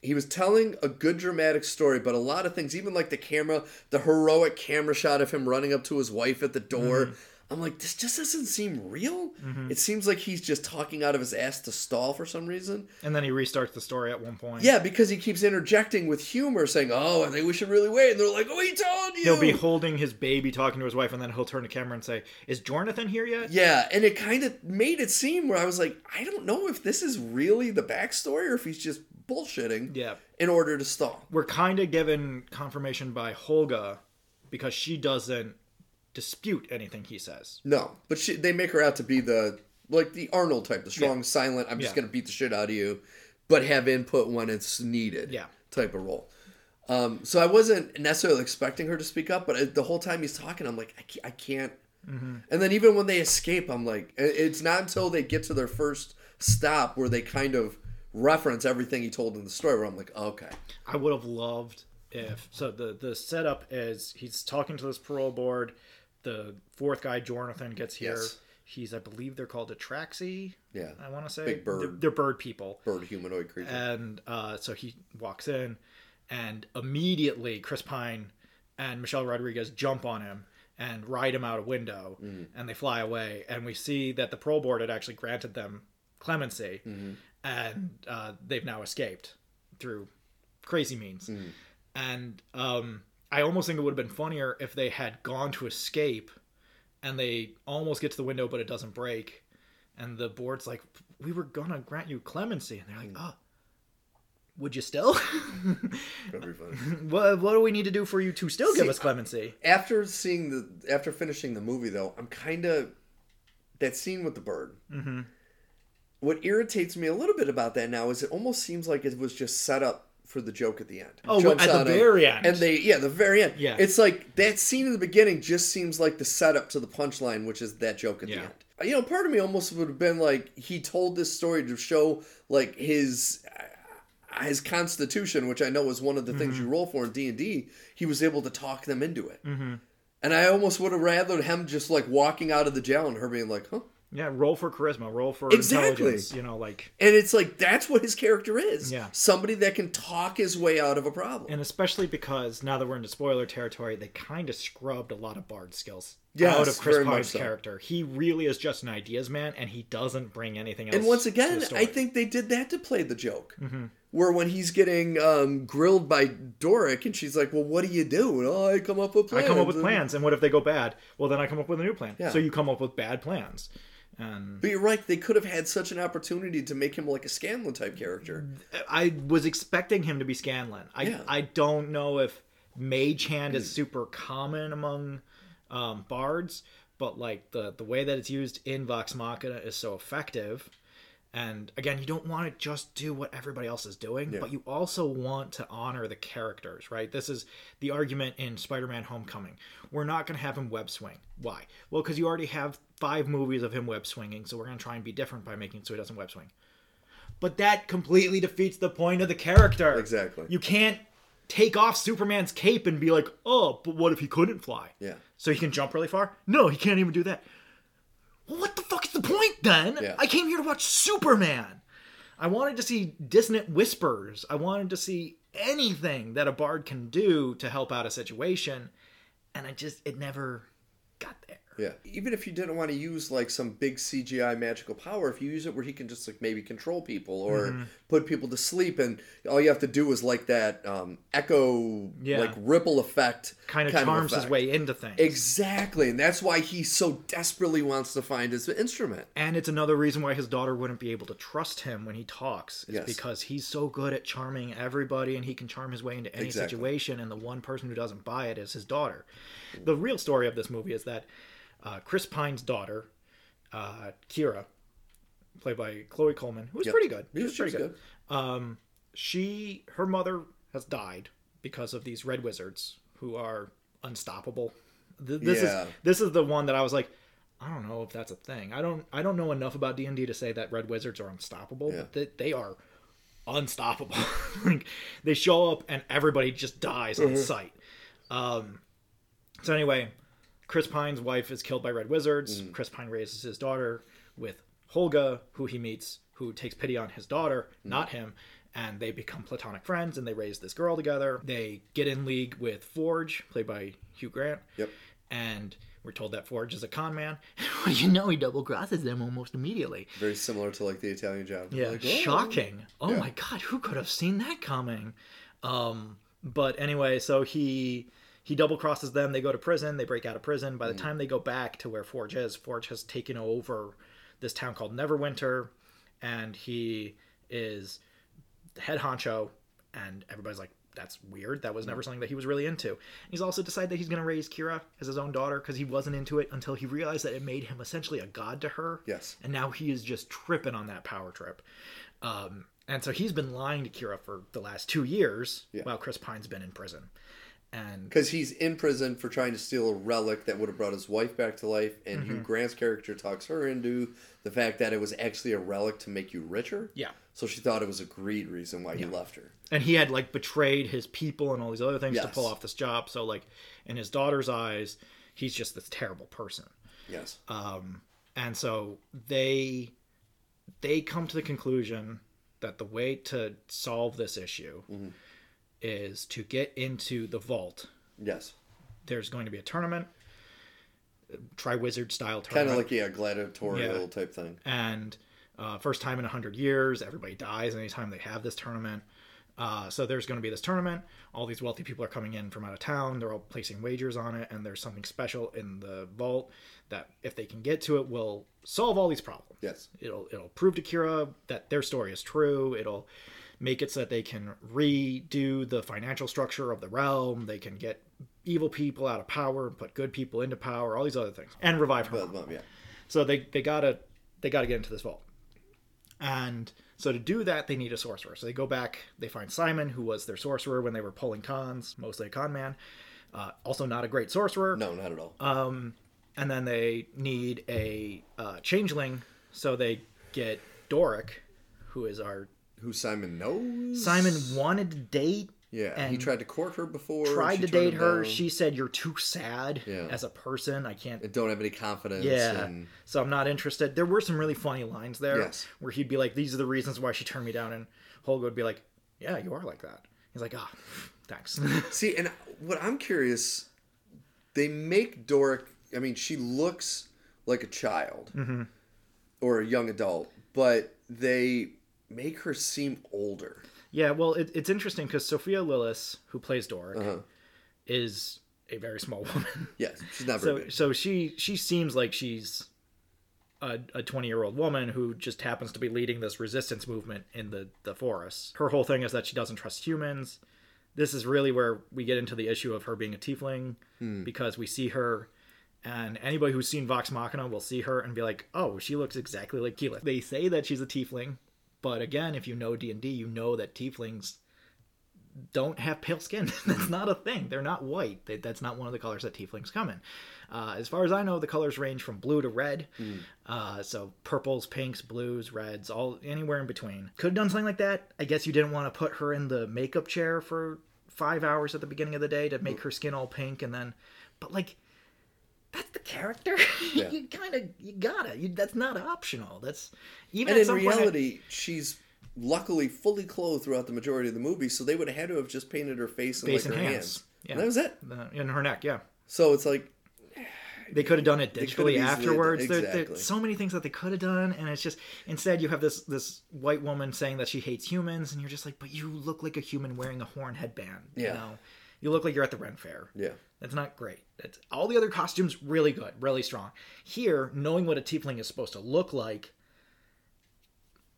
Speaker 1: he was telling a good dramatic story but a lot of things even like the camera the heroic camera shot of him running up to his wife at the door i'm like this just doesn't seem real it seems like he's just talking out of his ass to stall for some reason
Speaker 2: And then he restarts the story at one point.
Speaker 1: yeah, because he keeps interjecting with humor, saying, "Oh, I think we should really wait," and they're like, "Oh, he told you."
Speaker 2: He'll be holding his baby talking to his wife, and then he'll turn to camera and say, Is Jonathan here yet?
Speaker 1: yeah, and it kind of made it seem where I was like, I don't know if this is really the backstory or if he's just bullshitting
Speaker 2: Yeah.
Speaker 1: in order to stall.
Speaker 2: We're kind of given confirmation by Holga because she doesn't dispute anything he says.
Speaker 1: No, but she, they make her out to be the like the Arnold type, the strong, silent. I'm just
Speaker 2: Yeah.
Speaker 1: gonna beat the shit out of you, but have input when it's needed.
Speaker 2: Yeah.
Speaker 1: type of role. Um, so I wasn't necessarily expecting her to speak up, but I, the whole time he's talking, I'm like, I can't. I can't.
Speaker 2: Mm-hmm.
Speaker 1: And then even when they escape, I'm like, i- it's not until they get to their first stop where they kind of reference everything he told in the story. Where I'm like, okay,
Speaker 2: I would have loved if so the the setup is he's talking to this parole board. The fourth guy, Jonathan, gets here.
Speaker 1: Yes.
Speaker 2: He's I believe they're called Atraxi.
Speaker 1: Yeah.
Speaker 2: I want to say
Speaker 1: Big bird.
Speaker 2: They're, they're bird people.
Speaker 1: bird humanoid creature.
Speaker 2: And Uh, uh, so he walks in, and immediately Chris Pine and Michelle Rodriguez jump on him and ride him out a window, and they fly away. And we see that the parole board had actually granted them clemency, and uh, they've now escaped through crazy means. And um, I almost think it would have been funnier if they had gone to escape and they almost get to the window, but it doesn't break. And the board's like, "We were gonna grant you clemency," and they're like, "Oh, would you still? <laughs>
Speaker 1: That'd be funny.
Speaker 2: what, what do we need to do for you to still give
Speaker 1: See,
Speaker 2: us clemency?"
Speaker 1: after seeing the after finishing the movie though i'm kind of that scene with the bird
Speaker 2: Mm-hmm.
Speaker 1: what irritates me a little bit about that now is it almost seems like it was just set up for the joke at the end
Speaker 2: Oh, at the
Speaker 1: out of-
Speaker 2: very end.
Speaker 1: and they yeah the very end
Speaker 2: Yeah.
Speaker 1: it's like that scene in the beginning just seems like the setup to the punchline which is that joke at the
Speaker 2: Yeah.
Speaker 1: end you know part of me almost would have been like he told this story to show like his uh, his constitution, which I know is one of the things
Speaker 2: Mm-hmm.
Speaker 1: you roll for in D and D, he was able to talk them into it. Mm-hmm. And I almost would have rather him just like walking out of the jail and her being like, "Huh."
Speaker 2: Yeah, roll for charisma, roll for
Speaker 1: Exactly.
Speaker 2: intelligence. You know, like,
Speaker 1: And it's like that's what his character is.
Speaker 2: Yeah.
Speaker 1: somebody that can talk his way out of a problem.
Speaker 2: and especially because now that we're into spoiler territory, they kind of scrubbed a lot of Bard skills
Speaker 1: Yes,
Speaker 2: out of Chris
Speaker 1: very much
Speaker 2: Pine's
Speaker 1: so.
Speaker 2: character. He really is just an ideas man, and he doesn't bring anything else.
Speaker 1: and once
Speaker 2: to the
Speaker 1: again,
Speaker 2: story. Mm-hmm.
Speaker 1: I think they did that to play the joke. Where when he's getting um, grilled by Doric and she's like, "Well, what do you do?" And, oh, I come up with
Speaker 2: I
Speaker 1: plans.
Speaker 2: come up with
Speaker 1: And-
Speaker 2: plans, and what if they go bad? Well, then I come up with a new plan.
Speaker 1: Yeah.
Speaker 2: So you come up with bad plans, and
Speaker 1: But you're right; they could have had such an opportunity to make him like a Scanlan type character.
Speaker 2: Mm-hmm. I was expecting him to be Scanlan. I
Speaker 1: Yeah.
Speaker 2: I don't know if mage hand is super common among um, bards, but like the the way that it's used in Vox Machina is so effective. And again, you don't want to just do what everybody else is doing, but you also want to honor the characters, right? This is the argument in Spider-Man: Homecoming. We're not going to have him web swing. Why? Well, because you already have five movies of him web swinging, so we're going to try and be different by making it so he doesn't web swing. But that completely defeats the point of the character.
Speaker 1: Exactly.
Speaker 2: You can't take off Superman's cape and be like, oh, but what if he couldn't fly?
Speaker 1: Yeah.
Speaker 2: So he can jump really far? No, he can't even do that. Well, what the fuck is the point then?
Speaker 1: Yeah.
Speaker 2: I came here to watch Superman. I wanted to see dissonant whispers. I wanted to see anything that a bard can do to help out a situation. And I just, it never got there.
Speaker 1: Yeah. Even if you didn't want to use like some big CGI magical power, if you use it where he can just like maybe control people or
Speaker 2: Mm-hmm.
Speaker 1: put people to sleep, and all you have to do is like that um, echo,
Speaker 2: Yeah.
Speaker 1: like ripple effect,
Speaker 2: Kind of charms his
Speaker 1: effect.
Speaker 2: way into things.
Speaker 1: Exactly, and that's why he so desperately wants to find his instrument.
Speaker 2: and it's another reason why his daughter wouldn't be able to trust him when he talks is
Speaker 1: Yes.
Speaker 2: because he's so good at charming everybody and he can charm his way into any
Speaker 1: Exactly.
Speaker 2: situation and the one person who doesn't buy it is his daughter the real story of this movie is that uh, chris pine's daughter uh, kira played by chloe coleman who was pretty good she
Speaker 1: Yeah,
Speaker 2: was
Speaker 1: she
Speaker 2: pretty
Speaker 1: was
Speaker 2: good, Um, she her mother has died because of these red wizards who are unstoppable Th- this
Speaker 1: Yeah.
Speaker 2: is this is the one that I was like, I don't know if that's a thing. I don't I don't know enough about D and D to say that red wizards are unstoppable, but that they are unstoppable. <laughs> like they show up and everybody just dies on sight. Um, so anyway, Chris Pine's wife is killed by red wizards. Chris Pine raises his daughter with Holga, who he meets, who takes pity on his daughter, not him. And they become platonic friends, and they raise this girl together. They get in league with Forge, played by Hugh Grant
Speaker 1: Yep.
Speaker 2: and we're told that Forge is a con man. <laughs> well, you know, he double crosses them almost immediately.
Speaker 1: Very similar to like the Italian job.
Speaker 2: Yeah,
Speaker 1: Like, oh.
Speaker 2: shocking. Oh my god, who could have seen that coming? Um, but anyway, so he he double crosses them. They go to prison. They break out of prison. By the time they go back to where Forge is, Forge has taken over this town called Neverwinter, and he is the head honcho. And everybody's like, "That's weird. That was never something that he was really into." He's also decided that he's going to raise Kira as his own daughter because he wasn't into it until he realized that it made him essentially a god to her
Speaker 1: Yes.
Speaker 2: and now he is just tripping on that power trip. Um, and so he's been lying to Kira for the last two years while Chris Pine's been in prison. And
Speaker 1: Because he's in prison for trying to steal a relic that would have brought his wife back to life, and Hugh
Speaker 2: Mm-hmm.
Speaker 1: Grant's character talks her into the fact that it was actually a relic to make you richer.
Speaker 2: yeah,
Speaker 1: So she thought it was a greed reason why he left her.
Speaker 2: and he had like betrayed his people and all these other things to
Speaker 1: Yes.
Speaker 2: pull off this job. So like in his daughter's eyes, he's just this terrible person.
Speaker 1: Yes.
Speaker 2: Uh, and so they they come to the conclusion that the way to solve this issue is to get into the vault
Speaker 1: yes.
Speaker 2: uh, there's going to be a tournament tri wizard style tournament
Speaker 1: Kind of like yeah, gladiatorial
Speaker 2: uh, Yeah.
Speaker 1: type thing.
Speaker 2: and uh, first time in 100 years everybody dies anytime they have this tournament uh, so there's going to be this tournament all these wealthy people are coming in from out of town they're all placing wagers on it and there's something special in the vault that if they can get to it will solve all these problems
Speaker 1: Yes.
Speaker 2: it'll it'll prove to Kira that their story is true. It'll make it so that they can redo the financial structure of the realm. They can get evil people out of power and put good people into power. All these other things and revive her.
Speaker 1: But,
Speaker 2: mom.
Speaker 1: well, yeah.
Speaker 2: So they they gotta they gotta get into this vault. And so to do that, they need a sorcerer. So they go back. They find Simon, who was their sorcerer when they were pulling cons, mostly a con man. Uh, also not a great sorcerer
Speaker 1: No, not at all.
Speaker 2: Uh, and then they need a uh, changeling, so they get Doric, who is our
Speaker 1: Who Simon knows?
Speaker 2: Simon wanted to date.
Speaker 1: Yeah. He
Speaker 2: and
Speaker 1: tried to court her before. she
Speaker 2: tried to
Speaker 1: turned
Speaker 2: date
Speaker 1: him
Speaker 2: her.
Speaker 1: down.
Speaker 2: She said, "You're too sad
Speaker 1: Yeah.
Speaker 2: as a person. I can't."
Speaker 1: And don't have any confidence.
Speaker 2: yeah,
Speaker 1: And,
Speaker 2: so I'm not interested. There were some really funny lines there,
Speaker 1: Yes.
Speaker 2: where he'd be like, "These are the reasons why she turned me down," and Holga would be like, "Yeah, you are like that." He's like, "Ah,
Speaker 1: <laughs>
Speaker 2: thanks."
Speaker 1: See, and what I'm curious, they make Doric. I mean, she looks like a child
Speaker 2: Mm-hmm.
Speaker 1: or a young adult, but they make her seem older.
Speaker 2: Yeah, well, it, it's interesting because Sophia Lillis, who plays Doric,
Speaker 1: Uh-huh.
Speaker 2: is a very small <laughs> woman.
Speaker 1: Yes, she's not very
Speaker 2: so,
Speaker 1: big.
Speaker 2: so she she seems like she's a a twenty year old woman who just happens to be leading this resistance movement in the the forest. Her whole thing is that she doesn't trust humans. This is really where we get into the issue of her being a tiefling because we see her. And anybody who's seen Vox Machina will see her and be like, "Oh, she looks exactly like Keyleth." They say that she's a tiefling, but again, if you know D and D, you know that tieflings don't have pale skin. <laughs> that's not a thing. They're not white. They, that's not one of the colors that tieflings come in. Uh, as far as I know, the colors range from blue to red.
Speaker 1: Hmm.
Speaker 2: Uh, so purples, pinks, blues, reds, all anywhere in between. Could have done something like that. I guess you didn't want to put her in the makeup chair for five hours at the beginning of the day to
Speaker 1: Hmm.
Speaker 2: make her skin all pink, and then, but like. That's the character. <laughs>
Speaker 1: Yeah.
Speaker 2: you kind of you gotta. You, that's not optional. That's even
Speaker 1: And
Speaker 2: at
Speaker 1: in
Speaker 2: some point I-
Speaker 1: reality, she's luckily fully clothed throughout the majority of the movie, so they would have had to have just painted her face and
Speaker 2: Face
Speaker 1: like
Speaker 2: and
Speaker 1: her
Speaker 2: hands.
Speaker 1: hands.
Speaker 2: Yeah.
Speaker 1: And that was it.
Speaker 2: the- in her neck. Yeah,
Speaker 1: So it's like
Speaker 2: They could have done it digitally
Speaker 1: easily done-
Speaker 2: afterwards. There- There,
Speaker 1: exactly.
Speaker 2: so many things that they could have done, and it's just instead you have this this white woman saying that she hates humans, and you're just like, but you look like a human wearing a horn headband. You
Speaker 1: Yeah.
Speaker 2: know, you look like you're at the Ren Fair.
Speaker 1: Yeah.
Speaker 2: That's not great. That's all the other costumes really good, really strong. Here, knowing what a tiefling is supposed to look like,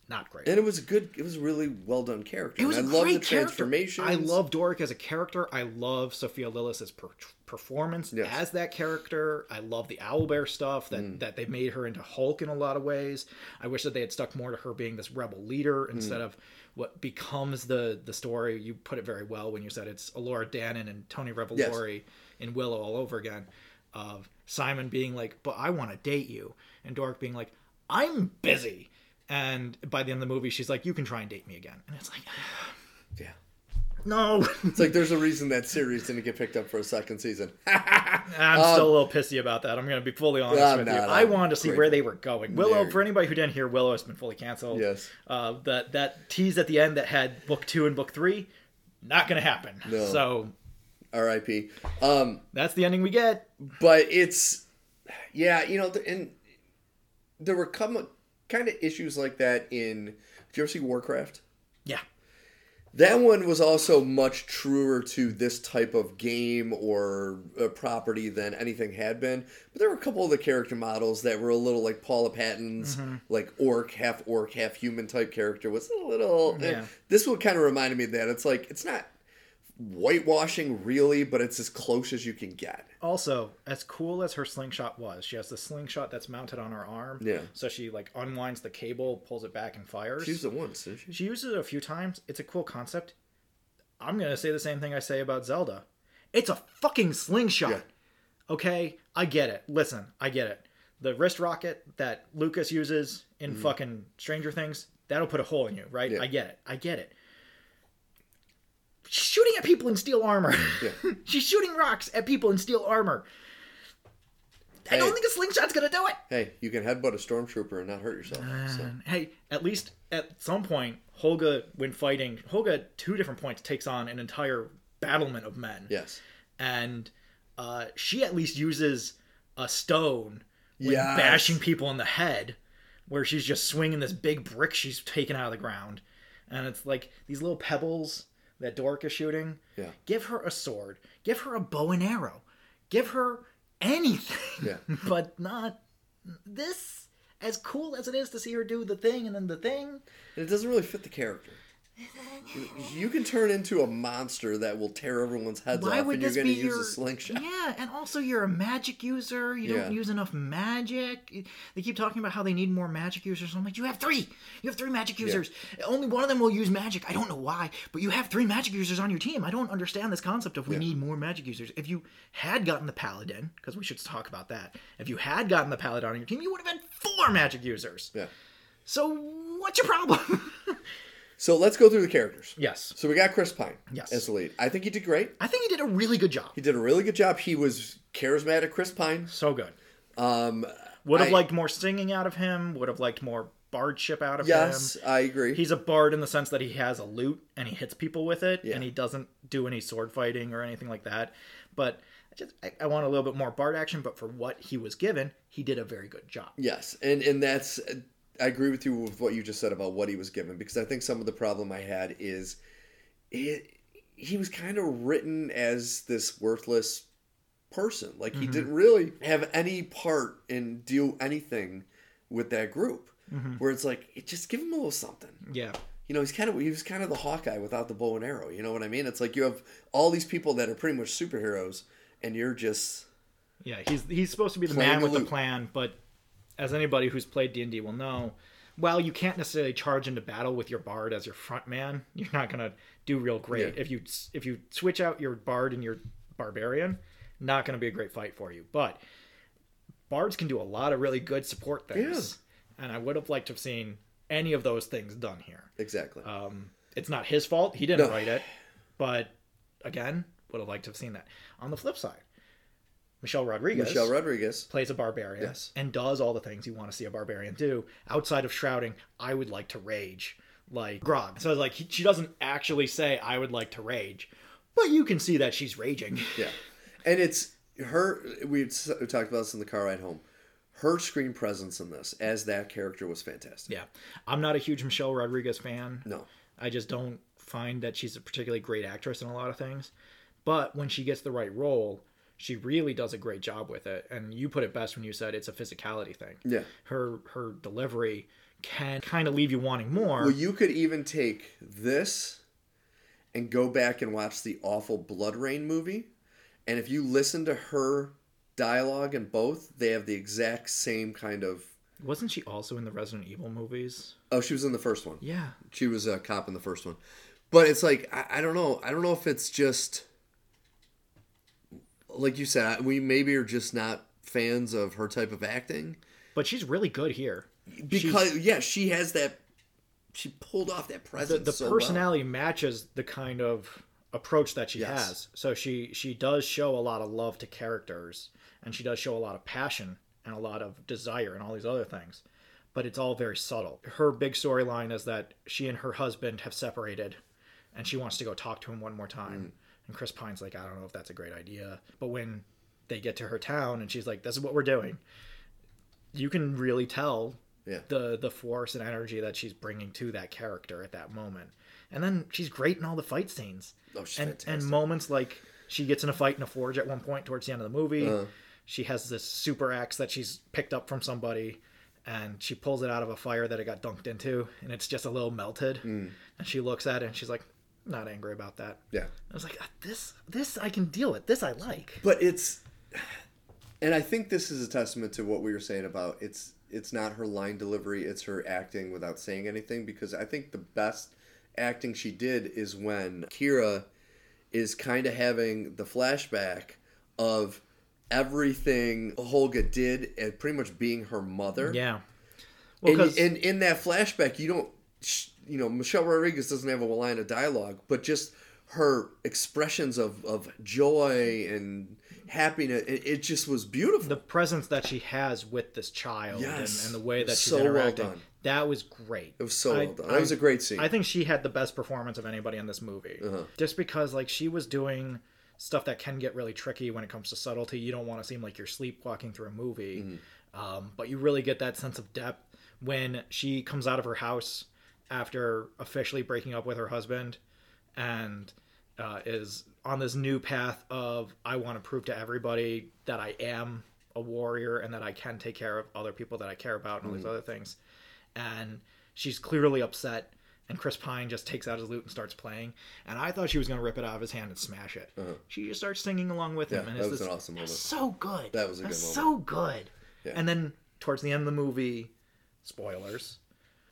Speaker 2: not great.
Speaker 1: And it was a good. It was a really well done character.
Speaker 2: It was a
Speaker 1: and I love
Speaker 2: great
Speaker 1: the transformation.
Speaker 2: transformation. I love Doric as a character. I love Sophia Lillis's per- performance
Speaker 1: Yes. Mm.
Speaker 2: as that character. I love the owlbear stuff that that they made her into Hulk in a lot of ways. I wish that they had stuck more to her being this rebel
Speaker 1: Mm.
Speaker 2: leader instead of what becomes the the story. You put it very well when you said it's Alora Dannon and Tony Revolori in Willow all over again of Simon being like, "But I want to date you," and Dork being like, "I'm busy." And by the end of the movie, she's like, "You can try and date me again," and it's like,
Speaker 1: Yeah.
Speaker 2: no, <laughs>
Speaker 1: It's like there's a reason that series didn't get picked up for a second season. <laughs>
Speaker 2: I'm
Speaker 1: Um,
Speaker 2: still a little pissy about that. I'm going to be fully honest
Speaker 1: Yeah,
Speaker 2: with
Speaker 1: no,
Speaker 2: you.
Speaker 1: no,
Speaker 2: I wanted to see
Speaker 1: great.
Speaker 2: where they were going. Willow,
Speaker 1: Very-
Speaker 2: for anybody who didn't hear, Willow has been fully canceled.
Speaker 1: Yes.
Speaker 2: Uh, that that tease at the end that had book two and book three, not going to happen.
Speaker 1: No.
Speaker 2: So
Speaker 1: R.I.P. Um,
Speaker 2: that's the ending we get.
Speaker 1: but it's yeah, you know, and there were come kind of issues like that in. Did you ever see Warcraft?
Speaker 2: Yeah.
Speaker 1: That one was also much truer to this type of game or uh, property than anything had been. But there were a couple of the character models that were a little like Paula Patton's, like orc, half orc, half human type character was a little. eh.
Speaker 2: Yeah.
Speaker 1: This one kind of reminded me of that. It's like, it's not whitewashing really, but it's as close as you can get.
Speaker 2: Also, as cool as her slingshot was, she has the slingshot that's mounted on her arm.
Speaker 1: Yeah.
Speaker 2: So she like unwinds the cable, pulls it back, and fires.
Speaker 1: She used it once, didn't she?
Speaker 2: She uses it a few times. It's a cool concept. I'm going to say the same thing I say about Zelda. It's a fucking slingshot.
Speaker 1: Yeah.
Speaker 2: Okay? I get it. Listen, I get it. The wrist rocket that Lucas uses in fucking Stranger Things, that'll put a hole in you, right?
Speaker 1: Mm-hmm. Yeah.
Speaker 2: I get it. I get it. She's shooting at people in steel armor.
Speaker 1: Yeah.
Speaker 2: <laughs> She's shooting rocks at people in steel armor. I
Speaker 1: Hey.
Speaker 2: don't think a slingshot's going to do it.
Speaker 1: Hey, you can headbutt a stormtrooper and not hurt yourself. So.
Speaker 2: Man, Hey, at least at some point, Holga, when fighting, Holga at two different points takes on an entire battlement of men.
Speaker 1: Yes.
Speaker 2: And uh, she at least uses a stone when
Speaker 1: Yes.
Speaker 2: bashing people in the head, where she's just swinging this big brick she's taken out of the ground. And it's like these little pebbles that Dork is shooting.
Speaker 1: Yeah.
Speaker 2: Give her a sword. Give her a bow and arrow. Give her anything.
Speaker 1: <laughs> Yeah.
Speaker 2: but not this. As cool as it is to see her do the thing and then the thing.
Speaker 1: And it doesn't really fit the character. You can turn into a monster that will tear everyone's heads
Speaker 2: Why
Speaker 1: off,
Speaker 2: would
Speaker 1: and you're
Speaker 2: this
Speaker 1: going
Speaker 2: be
Speaker 1: to use
Speaker 2: your
Speaker 1: a slingshot.
Speaker 2: <laughs> Yeah, and also you're a magic user. You don't
Speaker 1: Yeah.
Speaker 2: use enough magic. They keep talking about how they need more magic users. I'm like, you have three. You have three magic users. Only one of them will use magic. I don't know why, but you have three magic users on your team. I don't understand this concept of we need more magic users. If you had gotten the paladin, because we should talk about that. If you had gotten the paladin on your team, you would have had four magic users.
Speaker 1: Yeah.
Speaker 2: So what's your problem? <laughs>
Speaker 1: So let's go through the characters.
Speaker 2: yes,
Speaker 1: So we got Chris Pine
Speaker 2: Yes.
Speaker 1: as the lead. I think he did great.
Speaker 2: I think he did a really good job.
Speaker 1: He did a really good job. He was charismatic, Chris Pine.
Speaker 2: So good.
Speaker 1: Um,
Speaker 2: Would have
Speaker 1: I-
Speaker 2: liked more singing out of him. Would have liked more bardship out of
Speaker 1: yes,
Speaker 2: him.
Speaker 1: I agree.
Speaker 2: He's a bard in the sense that he has a lute and he hits people with it,
Speaker 1: Yeah.
Speaker 2: and he doesn't do any sword fighting or anything like that. But I just I, I want a little bit more bard action. But for what he was given, he did a very good job.
Speaker 1: Yes, and and that's I agree with you with what you just said about what he was given because I think some of the problem I had is it, he was kind of written as this worthless person. Like he didn't really have any part in do anything with that group. Where it's like it just give him a little something.
Speaker 2: Yeah,
Speaker 1: You know, he's kind of he was kind of the Hawkeye without the bow and arrow. You know what I mean? It's like you have all these people that are pretty much superheroes, and you're just
Speaker 2: yeah. He's he's supposed to be the
Speaker 1: Playing
Speaker 2: man
Speaker 1: the
Speaker 2: with the
Speaker 1: lute.
Speaker 2: plan. But as anybody who's played D and D will know, while you can't necessarily charge into battle with your bard as your front man, you're not gonna do real great.
Speaker 1: Yeah.
Speaker 2: If you if you switch out your bard and your barbarian, not gonna be a great fight for you. But bards can do a lot of really good support things, and I would have liked to have seen any of those things done here.
Speaker 1: exactly.
Speaker 2: Um, it's not his fault; he didn't
Speaker 1: No.
Speaker 2: write it, but again, would have liked to have seen that. On the flip side, Michelle Rodriguez
Speaker 1: Michelle Rodriguez.
Speaker 2: plays a barbarian
Speaker 1: Yes.
Speaker 2: and does all the things you want to see a barbarian do outside of shrouding i would like to rage like grog so like he, she doesn't actually say i would like to rage but you can see that she's raging <laughs>
Speaker 1: Yeah, and it's her we had s- we talked about this in the car ride home. Her screen presence in this as that character was fantastic.
Speaker 2: Yeah, I'm not a huge Michelle Rodriguez fan.
Speaker 1: No,
Speaker 2: I just don't find that she's a particularly great actress in a lot of things. But when she gets the right role, she really does a great job with it. And you put it best when you said it's a physicality thing.
Speaker 1: yeah.
Speaker 2: Her her delivery can kind of leave you wanting more.
Speaker 1: Well, you could even take this and go back and watch the awful Blood Rain movie, and if you listen to her dialogue in both, they have the exact same kind of.
Speaker 2: Wasn't she also in the Resident Evil movies?
Speaker 1: Oh, she was in the first one.
Speaker 2: Yeah.
Speaker 1: She was a cop in the first one, but it's like I, I don't know. I don't know if it's just like you said. I- We maybe are just not fans of her type of acting
Speaker 2: But she's really good here.
Speaker 1: because yeah, she has that. She pulled off that
Speaker 2: The,
Speaker 1: presence.
Speaker 2: the
Speaker 1: so well.
Speaker 2: personality matches the kind of approach that she
Speaker 1: Yes.
Speaker 2: has. So she she does show a lot of love to characters and she does show a lot of passion and a lot of desire and all these other things. But it's all very subtle. Her big storyline is that she and her husband have separated and she wants to go talk to him one more time. And Chris Pine's like, I don't know if that's a great idea. But when they get to her town and she's like, This is what we're doing, you can really tell
Speaker 1: Yeah.
Speaker 2: the the force and energy that she's bringing to that character at that moment. And then she's great in all the fight scenes
Speaker 1: Oh, she's
Speaker 2: and
Speaker 1: fantastic.
Speaker 2: and moments like she gets in a fight in a forge at one point towards the end of the movie.
Speaker 1: Uh.
Speaker 2: She has this super axe that she's picked up from somebody, and she pulls it out of a fire that it got dunked into, and it's just a little melted.
Speaker 1: Mm.
Speaker 2: And she looks at it and she's like, "Not angry about that."
Speaker 1: yeah.
Speaker 2: I was like, "Ah, "This, this I can deal with. This I like."
Speaker 1: but it's and i think this is a testament to what we were saying about it's it's not her line delivery it's her acting without saying anything because i think the best acting she did is when kira is kind of having the flashback of everything holga did and pretty much being her mother
Speaker 2: Yeah. Well,
Speaker 1: and,
Speaker 2: 'cause-
Speaker 1: and in that flashback, you don't, sh- you know, Michelle Rodriguez doesn't have a line of dialogue, but just her expressions of, of joy and happiness, it, it just was beautiful.
Speaker 2: the presence that she has with this child
Speaker 1: Yes.
Speaker 2: and, and the way that she's
Speaker 1: So well
Speaker 2: interacting
Speaker 1: done.
Speaker 2: that was great
Speaker 1: it was so
Speaker 2: I-
Speaker 1: well done.
Speaker 2: I-
Speaker 1: That was a great scene.
Speaker 2: i think she had the best performance of anybody in this movie just because like she was doing stuff that can get really tricky when it comes to subtlety you don't want to seem like you're sleepwalking through a movie um, but you really get that sense of depth when she comes out of her house after officially breaking up with her husband and uh, is on this new path of I want to prove to everybody that I am a warrior and that I can take care of other people that I care about and all
Speaker 1: Mm-hmm.
Speaker 2: these other things. And she's clearly upset. And Chris Pine just takes out his lute and starts playing. And I thought she was going to rip it out of his hand and smash it. She just starts singing along with him.
Speaker 1: Uh-huh. Yeah,
Speaker 2: and
Speaker 1: that
Speaker 2: it's
Speaker 1: was
Speaker 2: this-
Speaker 1: an awesome
Speaker 2: that's
Speaker 1: moment.
Speaker 2: so good.
Speaker 1: That was a
Speaker 2: That's
Speaker 1: good
Speaker 2: So good.
Speaker 1: Yeah.
Speaker 2: And then towards the end of the movie, spoilers,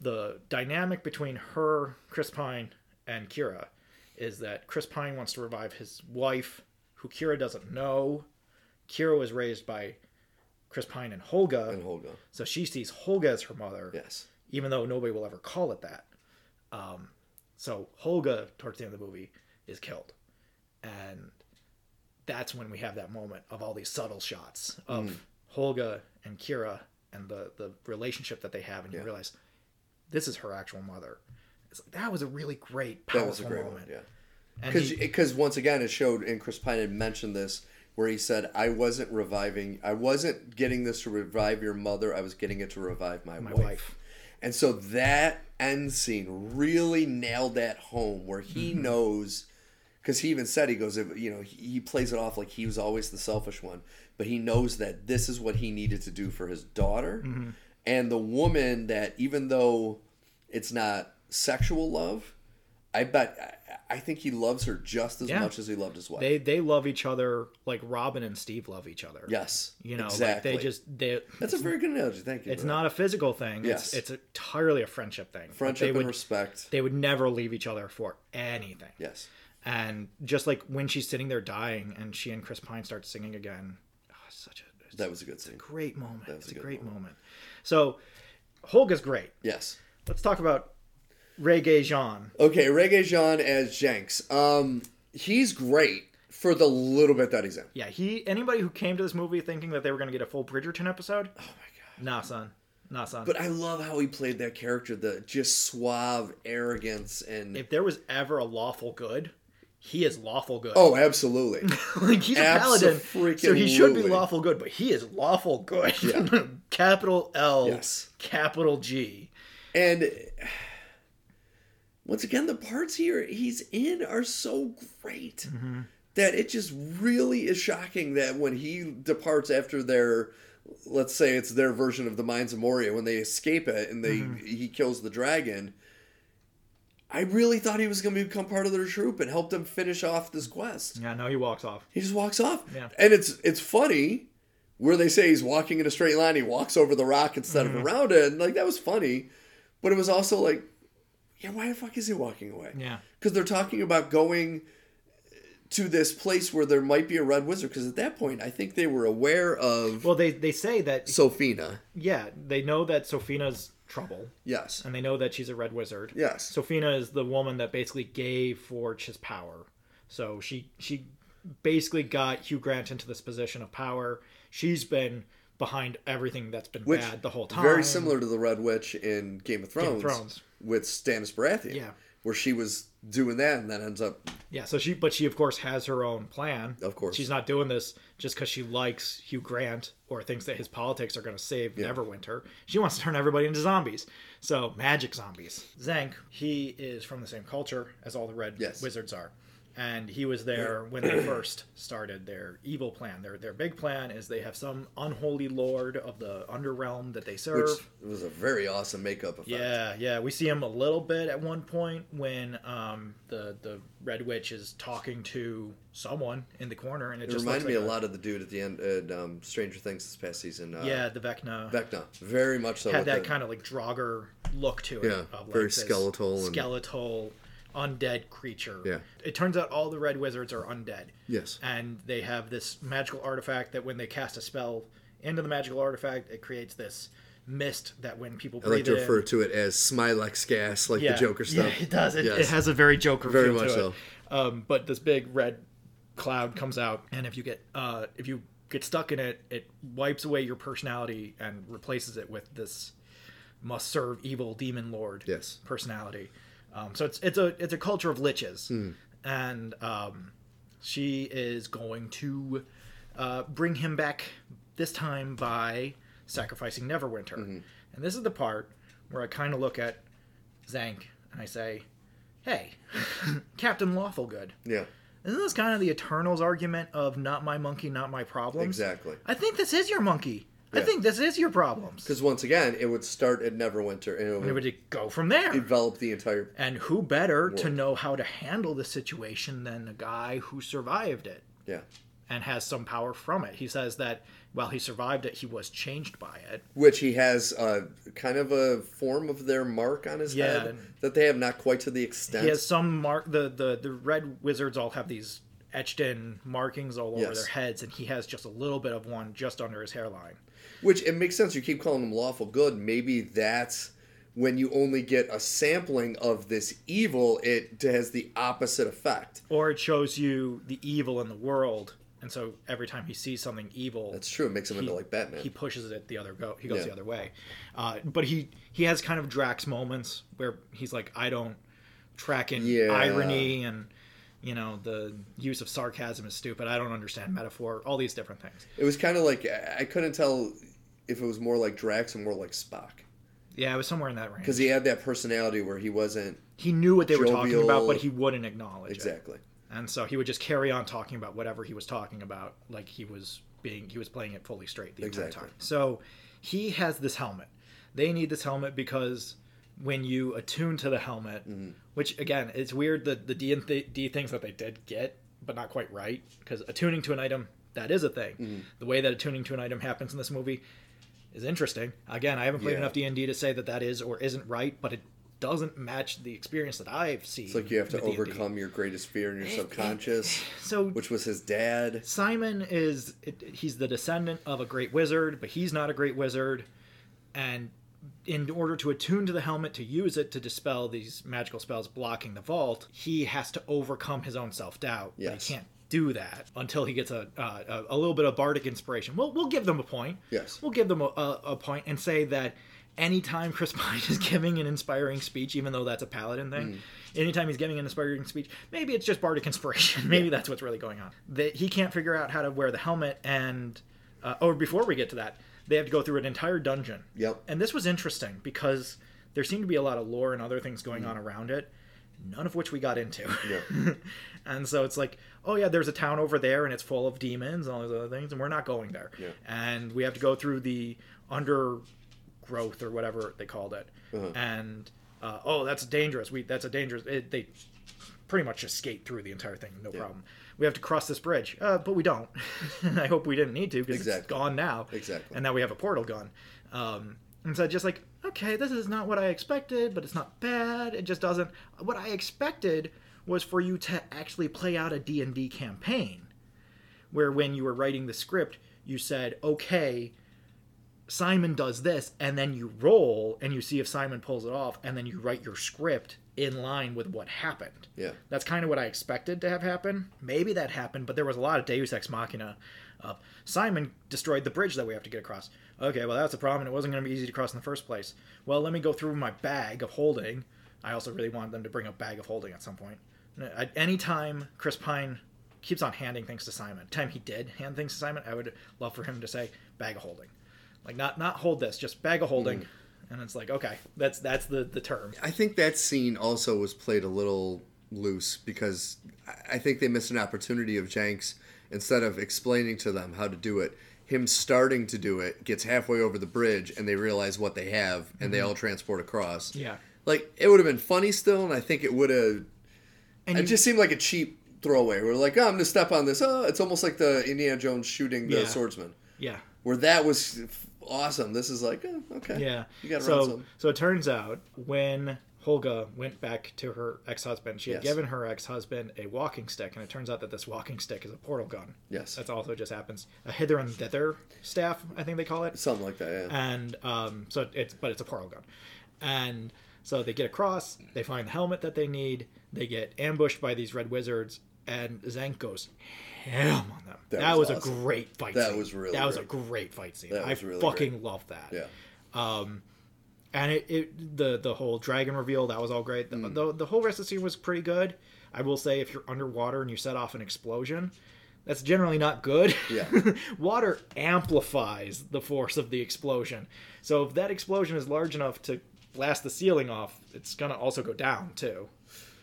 Speaker 2: the dynamic between her, Chris Pine, and Kira is that Chris Pine wants to revive his wife, who Kira doesn't know. Kira was raised by Chris Pine and Holga,
Speaker 1: and Holga,
Speaker 2: so she sees Holga as her mother,
Speaker 1: yes,
Speaker 2: even though nobody will ever call it that. Um, so Holga, towards the end of the movie, is killed, and that's when we have that moment of all these subtle shots of
Speaker 1: Mm.
Speaker 2: Holga and Kira and the the relationship that they have, and you realize this is her actual mother. It's like, that was a really great, powerful
Speaker 1: that was a great
Speaker 2: moment.
Speaker 1: moment. Yeah,
Speaker 2: And he-
Speaker 1: because once again, it showed, and Chris Pine had mentioned this. Where he said, "I wasn't reviving. I wasn't getting this to revive your mother. I was getting it to revive my,
Speaker 2: my
Speaker 1: wife.
Speaker 2: wife.
Speaker 1: And so that end scene really nailed that home where he
Speaker 2: Mm-hmm.
Speaker 1: knows, because he even said, he goes, if- you know, he, he plays it off like he was always the selfish one, but he knows that this is what he needed to do for his daughter.
Speaker 2: Mm-hmm.
Speaker 1: And the woman that, even though it's not sexual love, I bet, I, I think he loves her just as
Speaker 2: Yeah.
Speaker 1: much as he loved his wife.
Speaker 2: They they love each other like Robin and Steve love each other.
Speaker 1: yes.
Speaker 2: you know,
Speaker 1: exactly.
Speaker 2: like they just they.
Speaker 1: That's a very good analogy. Thank you.
Speaker 2: It's
Speaker 1: for that.
Speaker 2: not a physical thing.
Speaker 1: Yes.
Speaker 2: It's it's entirely a friendship thing. Like,
Speaker 1: friendship
Speaker 2: they would
Speaker 1: and respect.
Speaker 2: they would never leave each other for anything.
Speaker 1: Yes.
Speaker 2: And just like when she's sitting there dying and she and Chris Pine start singing again, oh, it's such a, it's
Speaker 1: That was a good scene.
Speaker 2: a great moment. It's
Speaker 1: a
Speaker 2: a
Speaker 1: good
Speaker 2: great moment. So Holga's great.
Speaker 1: Yes.
Speaker 2: Let's talk about Reggae Jean.
Speaker 1: Okay, Reggae Jean as Jenks. Um, he's great for the little bit that he's in.
Speaker 2: Yeah, he anybody who came to this movie thinking that they were going to get a full Bridgerton episode,
Speaker 1: Oh my god!
Speaker 2: nah son. Nah son.
Speaker 1: But I love how he played that character—the just suave arrogance and
Speaker 2: if there was ever a lawful good, he is lawful good.
Speaker 1: Oh, absolutely. <laughs>
Speaker 2: <laughs> like he's a paladin, so he should be
Speaker 1: Abso-freaking-lutely.
Speaker 2: lawful good, but he is lawful good.
Speaker 1: Yeah.
Speaker 2: <laughs> capital L,
Speaker 1: Yes.
Speaker 2: capital G.
Speaker 1: And once again, the parts here he's in are so great that it just really is shocking that when he departs after their, let's say it's their version of the Mines of Moria, when they escape it and they he kills the dragon. I really thought he was going to become part of their troop and help them finish off this quest.
Speaker 2: Yeah, no, he walks off.
Speaker 1: He just walks off,
Speaker 2: Yeah.
Speaker 1: and it's it's funny where they say he's walking in a straight line. He walks over the rock instead
Speaker 2: Mm-hmm.
Speaker 1: of around it, and like that was funny, but it was also like, yeah, why the fuck is he walking away?
Speaker 2: Yeah.
Speaker 1: because they're talking about going to this place where there might be a red wizard. Because at that point, I think they were aware of
Speaker 2: Well, they they say that
Speaker 1: Sophina.
Speaker 2: yeah, they know that Sofina's trouble,
Speaker 1: Yes,
Speaker 2: and they know that she's a red wizard.
Speaker 1: yes,
Speaker 2: Sophina is the woman that basically gave Forge his power. So she she basically got Hugh Grant into this position of power. She's been behind everything that's been
Speaker 1: Which-
Speaker 2: bad the whole time.
Speaker 1: very similar to the Red Witch in Game of Thrones,
Speaker 2: Thrones.
Speaker 1: with Stannis Baratheon.
Speaker 2: Yeah.
Speaker 1: Where she was doing that and then ends up
Speaker 2: Yeah, so she but she of course has her own plan.
Speaker 1: Of course.
Speaker 2: She's not doing this just cuz she likes Hugh Grant or thinks that his politics are going to save Neverwinter. She wants to turn everybody into zombies. So, magic zombies. Zank, he is from the same culture as all the red
Speaker 1: Yes.
Speaker 2: wizards are. And he was there when they first started their evil plan. Their their big plan is they have some unholy lord of the underrealm that they serve.
Speaker 1: which was a very awesome makeup effect.
Speaker 2: Yeah, yeah. We see him a little bit at one point when um, the the Red Witch is talking to someone in the corner, and it,
Speaker 1: It
Speaker 2: just
Speaker 1: reminded me
Speaker 2: looks
Speaker 1: a
Speaker 2: like
Speaker 1: lot of the dude at the end at um, Stranger Things this past season. Uh,
Speaker 2: Yeah, the Vecna
Speaker 1: Vecna, very much so.
Speaker 2: had
Speaker 1: with
Speaker 2: that
Speaker 1: the-
Speaker 2: kind of like Draugr look to it.
Speaker 1: Yeah,
Speaker 2: of, like,
Speaker 1: very
Speaker 2: this
Speaker 1: skeletal and-
Speaker 2: skeletal, undead creature.
Speaker 1: Yeah.
Speaker 2: It turns out all the Red Wizards are undead.
Speaker 1: Yes.
Speaker 2: and they have this magical artifact that when they cast a spell into the magical artifact, it creates this mist that when people
Speaker 1: I
Speaker 2: breathe
Speaker 1: like to
Speaker 2: it in,
Speaker 1: refer to it as Smilex gas, like the Joker stuff.
Speaker 2: <laughs> Yeah, it does. It, it
Speaker 1: Yes.
Speaker 2: has a very Joker
Speaker 1: Very
Speaker 2: feel
Speaker 1: much
Speaker 2: to it.
Speaker 1: so.
Speaker 2: Um, but this big red cloud comes out, and if you get uh, if you get stuck in it, it wipes away your personality and replaces it with this must serve evil demon lord
Speaker 1: Yes.
Speaker 2: personality. Um, so it's it's a it's a culture of liches, and um, she is going to uh, bring him back this time by sacrificing Neverwinter. And this is the part where I kind of look at Zank and I say, "Hey, <laughs> Captain Lawfulgood,
Speaker 1: yeah,
Speaker 2: isn't this kind of the Eternals argument of not my monkey, not my problems?
Speaker 1: exactly.
Speaker 2: I think this is your monkey. I
Speaker 1: Yeah.
Speaker 2: think this is your problems."
Speaker 1: Because once again, it would start at Neverwinter and it
Speaker 2: And
Speaker 1: would
Speaker 2: it would go from there.
Speaker 1: develop the entire.
Speaker 2: And who better to know how to handle the situation than the guy who survived it
Speaker 1: Yeah,
Speaker 2: and has some power from it? He says that while he survived it, he was changed by it.
Speaker 1: which he has uh, kind of a form of their mark on his
Speaker 2: Yeah,
Speaker 1: head
Speaker 2: and-
Speaker 1: that they have not quite to the extent.
Speaker 2: He has some mark. The, the, the red wizards all have these etched in markings all over
Speaker 1: Yes.
Speaker 2: their heads, and he has just a little bit of one just under his hairline.
Speaker 1: Which it makes sense. You keep calling them lawful good. Maybe that's when you only get a sampling of this evil, it has the opposite effect.
Speaker 2: Or it shows you the evil in the world. And so every time he sees something evil,
Speaker 1: That's true. It makes him
Speaker 2: he-
Speaker 1: into like Batman.
Speaker 2: He pushes it the other go. He goes
Speaker 1: Yeah.
Speaker 2: the other way, uh, but he he has kind of Drax moments where he's like, I don't track in
Speaker 1: Yeah.
Speaker 2: irony and you know the use of sarcasm is stupid. I don't understand metaphor. All these different things.
Speaker 1: it was kind of like I I couldn't tell if it was more like Drax or more like Spock
Speaker 2: Yeah, it was somewhere in that range.
Speaker 1: because he had that personality where he wasn't
Speaker 2: he knew what they were talking
Speaker 1: jovial-
Speaker 2: about, but he wouldn't acknowledge it.
Speaker 1: exactly.
Speaker 2: And so he would just carry on talking about whatever he was talking about, like he was being he was playing it fully straight the entire
Speaker 1: Exactly.
Speaker 2: time. So he has this helmet. They need this helmet because when you attune to the helmet,
Speaker 1: Mm-hmm.
Speaker 2: which again, it's weird that the D and th- D things that they did get, but not quite right, because attuning to an item that is a thing.
Speaker 1: Mm-hmm.
Speaker 2: The way that attuning to an item happens in this movie is interesting. Again, I haven't played
Speaker 1: Yeah.
Speaker 2: enough D and D to say that that is or isn't right, but it doesn't match the experience that I've seen.
Speaker 1: It's like you have to
Speaker 2: with D&D.
Speaker 1: overcome your greatest fear in your subconscious,
Speaker 2: So
Speaker 1: which was his dad.
Speaker 2: Simon is it- he's the descendant of a great wizard, but he's not a great wizard. And in order to attune to the helmet to use it to dispel these magical spells blocking the vault, he has to overcome his own self doubt.
Speaker 1: Yes.
Speaker 2: He can't do that until he gets a uh, a, a little bit of bardic inspiration. We'll we'll give them a point.
Speaker 1: Yes.
Speaker 2: We'll give them a, a, a point and say that anytime Chris Pine <laughs> is giving an inspiring speech, even though that's a paladin thing, anytime he's giving an inspiring speech, maybe it's just bardic inspiration. <laughs> maybe that's what's really going on. That he can't figure out how to wear the helmet, and uh, or before we get to that, they have to go through an entire dungeon.
Speaker 1: Yep.
Speaker 2: And this was interesting because there seemed to be a lot of lore and other things
Speaker 1: Mm-hmm.
Speaker 2: going on around it, none of which we got into. <laughs> and so it's like, oh yeah, there's a town over there and it's full of demons and all those other things, and we're not going there.
Speaker 1: Yeah.
Speaker 2: And we have to go through the undergrowth or whatever they called it.
Speaker 1: Uh-huh.
Speaker 2: And uh, oh, that's dangerous. We that's a dangerous. It, they pretty much just skate through the entire thing, no problem. We have to cross this bridge, uh, but we don't. <laughs> I hope we didn't need to because it's
Speaker 1: Exactly.
Speaker 2: gone now.
Speaker 1: Exactly.
Speaker 2: And now we have a portal gun. Um, and so just like, okay, this is not what I expected, but it's not bad. It just doesn't. What I expected was for you to actually play out a D&D campaign where when you were writing the script, you said, okay, Simon does this, and then you roll and you see if Simon pulls it off, and then you write your script in line with what happened.
Speaker 1: Yeah.
Speaker 2: That's kind of what I expected to have happen. Maybe that happened, but there was a lot of Deus Ex Machina. Of Simon destroyed the bridge that we have to get across. Okay, well that's a problem. It wasn't going to be easy to cross in the first place. Well, let me go through my bag of holding. I also really wanted them to bring up bag of holding at some point. At any time Chris Pine keeps on handing things to Simon, time he did hand things to Simon, I would love for him to say bag of holding, like not not hold this, just bag of holding. And it's like okay, that's that's the the term.
Speaker 1: I think that scene also was played a little loose because I- I think they missed an opportunity of Jenks instead of explaining to them how to do it. Him starting to do it gets halfway over the bridge and they realize what they have and they all transport across.
Speaker 2: Mm-hmm. Yeah.
Speaker 1: Like it would have been funny still and I think it would have
Speaker 2: And
Speaker 1: it
Speaker 2: you-
Speaker 1: just seemed like a cheap throwaway. We're like, "Oh, I'm going to step on this." Oh, it's almost like the Indiana Jones shooting the
Speaker 2: Yeah.
Speaker 1: swordsman.
Speaker 2: Yeah.
Speaker 1: Where that was f- awesome. This is like, oh, okay.
Speaker 2: <laughs> Yeah.
Speaker 1: <laughs> You got to run
Speaker 2: so
Speaker 1: some.
Speaker 2: so it turns out when Holga went back to her ex-husband, she had
Speaker 1: Yes.
Speaker 2: given her ex-husband a walking stick, and it turns out that this walking stick is a portal gun.
Speaker 1: Yes.
Speaker 2: That's also just happens a hither and thither staff, I think they call it.
Speaker 1: Something like that. Yeah.
Speaker 2: and um, so it's but it's a portal gun, and so they get across. They find the helmet that they need. They get ambushed by these red wizards, and Zank goes ham on them. That,
Speaker 1: That
Speaker 2: was,
Speaker 1: was
Speaker 2: a
Speaker 1: awesome.
Speaker 2: great fight.
Speaker 1: That
Speaker 2: scene.
Speaker 1: was really
Speaker 2: that was
Speaker 1: great.
Speaker 2: a great fight scene.
Speaker 1: That
Speaker 2: I
Speaker 1: was really
Speaker 2: fucking love that.
Speaker 1: yeah.
Speaker 2: And it, it the the whole dragon reveal that was all great. The, the the whole rest of the scene was pretty good. I will say if you're underwater and you set off an explosion. That's generally not good.
Speaker 1: Yeah.
Speaker 2: <laughs> Water amplifies the force of the explosion. So if that explosion is large enough to blast the ceiling off, it's going to also go down too.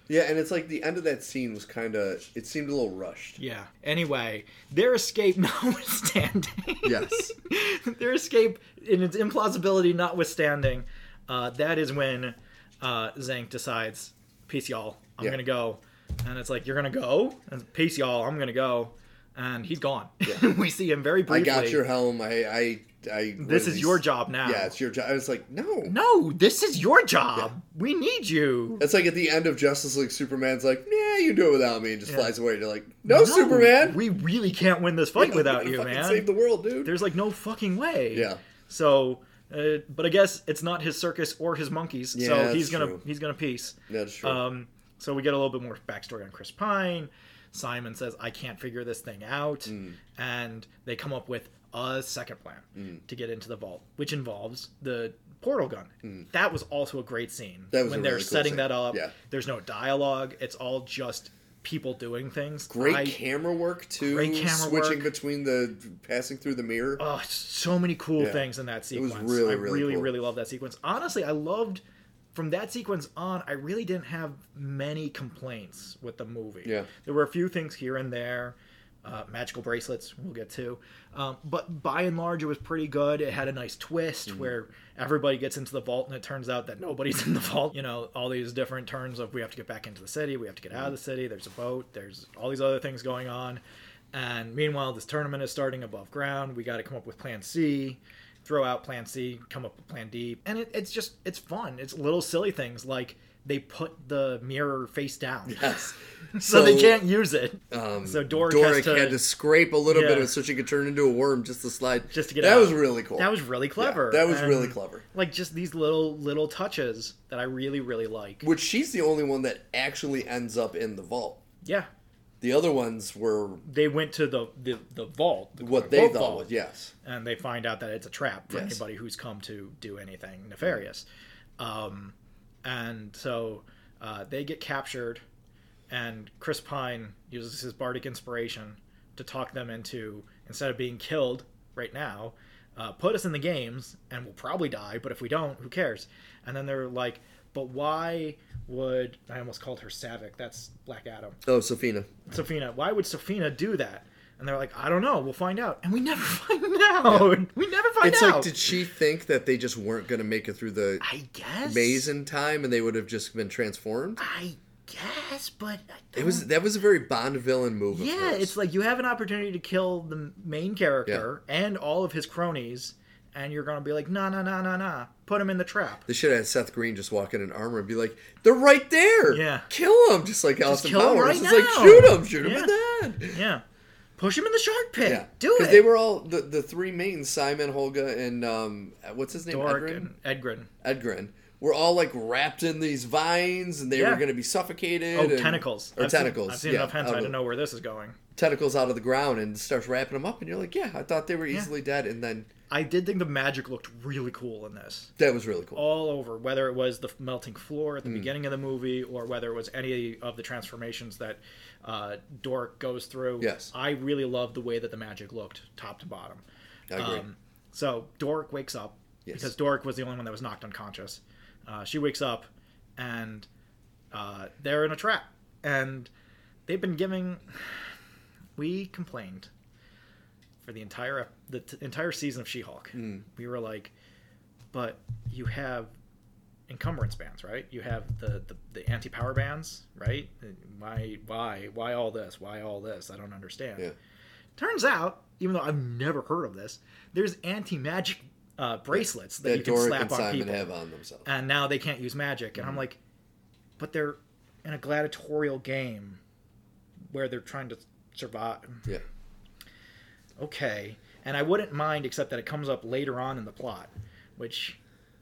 Speaker 1: Yeah, and it's like the end of that scene was kind of. It seemed a little rushed.
Speaker 2: Yeah. Anyway, their escape <laughs> notwithstanding.
Speaker 1: Yes.
Speaker 2: <laughs> their escape in its implausibility notwithstanding, uh, that is when uh, Zank decides, peace y'all, I'm
Speaker 1: Yeah.
Speaker 2: gonna go. And it's like, you're gonna go? And peace y'all, I'm gonna go. And he's gone. <laughs> we see him very
Speaker 1: I
Speaker 2: briefly.
Speaker 1: got your helm. I. I. I
Speaker 2: This is
Speaker 1: these-
Speaker 2: your job now.
Speaker 1: Yeah, it's your job. I was like, no.
Speaker 2: No, this is your job. We need you.
Speaker 1: It's like at the end of Justice League, Superman's like, yeah, you do it without me, and just flies away. You're like, no,
Speaker 2: No,
Speaker 1: Superman.
Speaker 2: We really can't win this fight without
Speaker 1: <laughs>
Speaker 2: you,
Speaker 1: Fucking
Speaker 2: man.
Speaker 1: Save the world, dude.
Speaker 2: There's like no fucking way.
Speaker 1: Yeah.
Speaker 2: So, uh, but I guess it's not his circus or his monkeys.
Speaker 1: Yeah,
Speaker 2: so
Speaker 1: that's
Speaker 2: he's gonna
Speaker 1: true.
Speaker 2: he's gonna peace.
Speaker 1: That's true.
Speaker 2: Um, so we get a little bit more backstory on Chris Pine. Simon says, "I can't figure this thing out,"
Speaker 1: Mm.
Speaker 2: and they come up with a second plan
Speaker 1: Mm.
Speaker 2: to get into the vault, which involves the portal gun. That was also a great scene
Speaker 1: Mm. That was
Speaker 2: when
Speaker 1: a
Speaker 2: they're
Speaker 1: really cool
Speaker 2: setting
Speaker 1: scene.
Speaker 2: that up.
Speaker 1: Yeah.
Speaker 2: There's no dialogue; it's all just people doing things.
Speaker 1: Great
Speaker 2: I-
Speaker 1: camera work too.
Speaker 2: Great camera
Speaker 1: switching
Speaker 2: work.
Speaker 1: between the passing through the mirror.
Speaker 2: Oh, so many cool
Speaker 1: Yeah.
Speaker 2: things in that
Speaker 1: was
Speaker 2: sequence.
Speaker 1: really,
Speaker 2: I
Speaker 1: really
Speaker 2: really,
Speaker 1: cool.
Speaker 2: really love that sequence. Honestly, I loved from that sequence on. I really didn't have many complaints with the movie.
Speaker 1: Yeah.
Speaker 2: there were a few things here and there, uh, magical bracelets. We'll get to, um, but by and large, it was pretty good. It had a nice twist where everybody gets into the vault, and it turns out that nobody's in the vault. You know, all these different turns of we have to get back into the city, we have to get out of the city. There's a boat. There's all these other things going on. And meanwhile, this tournament is starting above ground. We got to come up with Plan C, throw out Plan C, come up with Plan D, and it, it's just it's fun. It's little silly things like they put the mirror face down,
Speaker 1: <laughs> Yes.
Speaker 2: <laughs> so, they can't use it. so Doric, has
Speaker 1: um, Doric
Speaker 2: to-
Speaker 1: had to scrape a little bit
Speaker 2: Yeah.
Speaker 1: of so she could turn into a worm just to slide.
Speaker 2: Just to get
Speaker 1: that
Speaker 2: out.
Speaker 1: was really cool.
Speaker 2: That was really clever.
Speaker 1: that was
Speaker 2: and,
Speaker 1: really clever.
Speaker 2: Like just these little little touches that I really really like.
Speaker 1: Which she's the only one that actually ends up in the vault.
Speaker 2: Yeah,
Speaker 1: The other ones were
Speaker 2: They went to the the, the vault, the
Speaker 1: what they
Speaker 2: quote-unquote
Speaker 1: thought
Speaker 2: vault,
Speaker 1: was yes.
Speaker 2: and they find out that it's a trap for
Speaker 1: Yes.
Speaker 2: anybody who's come to do anything nefarious. Um, and so uh, they get captured, and Chris Pine uses his bardic inspiration to talk them into instead of being killed right now, uh, put us in the games, and we'll probably die. But if we don't, who cares? And then they're like, "But why would I almost called her Savick? That's Black Adam."
Speaker 1: Oh, Safina.
Speaker 2: Safina, why would Safina do that? And they're like, I don't know. We'll find out. Oh, And we never <laughs> find out. We never find
Speaker 1: It's
Speaker 2: out.
Speaker 1: like, did she think that they just weren't going to make it through the
Speaker 2: I guess.
Speaker 1: maze in time, and they would have just been transformed?
Speaker 2: I guess, but I
Speaker 1: It was that was a very Bond villain move. of
Speaker 2: Yeah,
Speaker 1: hers.
Speaker 2: it's like you have an opportunity to kill the main character and all of his cronies, and you're gonna be like, nah, nah, nah, nah, nah. Put him in
Speaker 1: <laughs>
Speaker 2: the trap.
Speaker 1: They should have had Seth Green just walk in in armor and be like, "They're right there.
Speaker 2: Yeah.
Speaker 1: kill him." Just like Austin
Speaker 2: kill 'em
Speaker 1: Powers.
Speaker 2: right
Speaker 1: it's like
Speaker 2: now.
Speaker 1: shoot him, shoot him
Speaker 2: Yeah.
Speaker 1: in the head.
Speaker 2: Yeah, push him in the shark pit.
Speaker 1: Yeah,
Speaker 2: Do
Speaker 1: 'Cause
Speaker 2: it.
Speaker 1: They were all the, the three mains: Simon, Holga, and um, what's his name?
Speaker 2: Dork
Speaker 1: Edgren.
Speaker 2: and Edgren.
Speaker 1: Edgren. Were all like wrapped in these vines, and they were
Speaker 2: Yeah.
Speaker 1: going to be suffocated.
Speaker 2: Oh,
Speaker 1: and-
Speaker 2: tentacles.
Speaker 1: or
Speaker 2: I've seen-
Speaker 1: tentacles.
Speaker 2: I've seen
Speaker 1: yeah,
Speaker 2: enough
Speaker 1: out
Speaker 2: hentai
Speaker 1: of-
Speaker 2: to know where this is going.
Speaker 1: Tentacles out of the ground and starts wrapping them up, and you're like, "Yeah, I thought they were easily dead," and then
Speaker 2: I did think the magic looked really cool in this.
Speaker 1: that was really cool.
Speaker 2: all over, whether it was the melting floor
Speaker 1: Hmm.
Speaker 2: at the beginning of the movie or whether it was any of the transformations that uh, Dork goes through.
Speaker 1: Yes.
Speaker 2: I really love the way that the magic looked top to bottom.
Speaker 1: I agree.
Speaker 2: Um, so Dork wakes up
Speaker 1: Yes.
Speaker 2: because Dork was the only one that was knocked unconscious. Uh, she wakes up and uh, they're in a trap. And they've been giving. <sighs> We complained for the entire ep- the t- entire season of She-Hulk.
Speaker 1: Mm.
Speaker 2: We were like, but you have encumbrance bans, right? You have the, the, the anti-power bans, right? Why why why all this? Why all this? I don't understand.
Speaker 1: Yeah.
Speaker 2: Turns out, even though I've never heard of this, there's anti-magic uh, bracelets that, you
Speaker 1: that
Speaker 2: can
Speaker 1: Doric
Speaker 2: slap
Speaker 1: and
Speaker 2: on
Speaker 1: Simon
Speaker 2: people,
Speaker 1: have Mm-hmm. on themselves.
Speaker 2: and now they can't use magic. And I'm like, but they're in a gladiatorial game where they're trying to survive
Speaker 1: yeah,
Speaker 2: okay. And I wouldn't mind, except that it comes up later on in the plot, which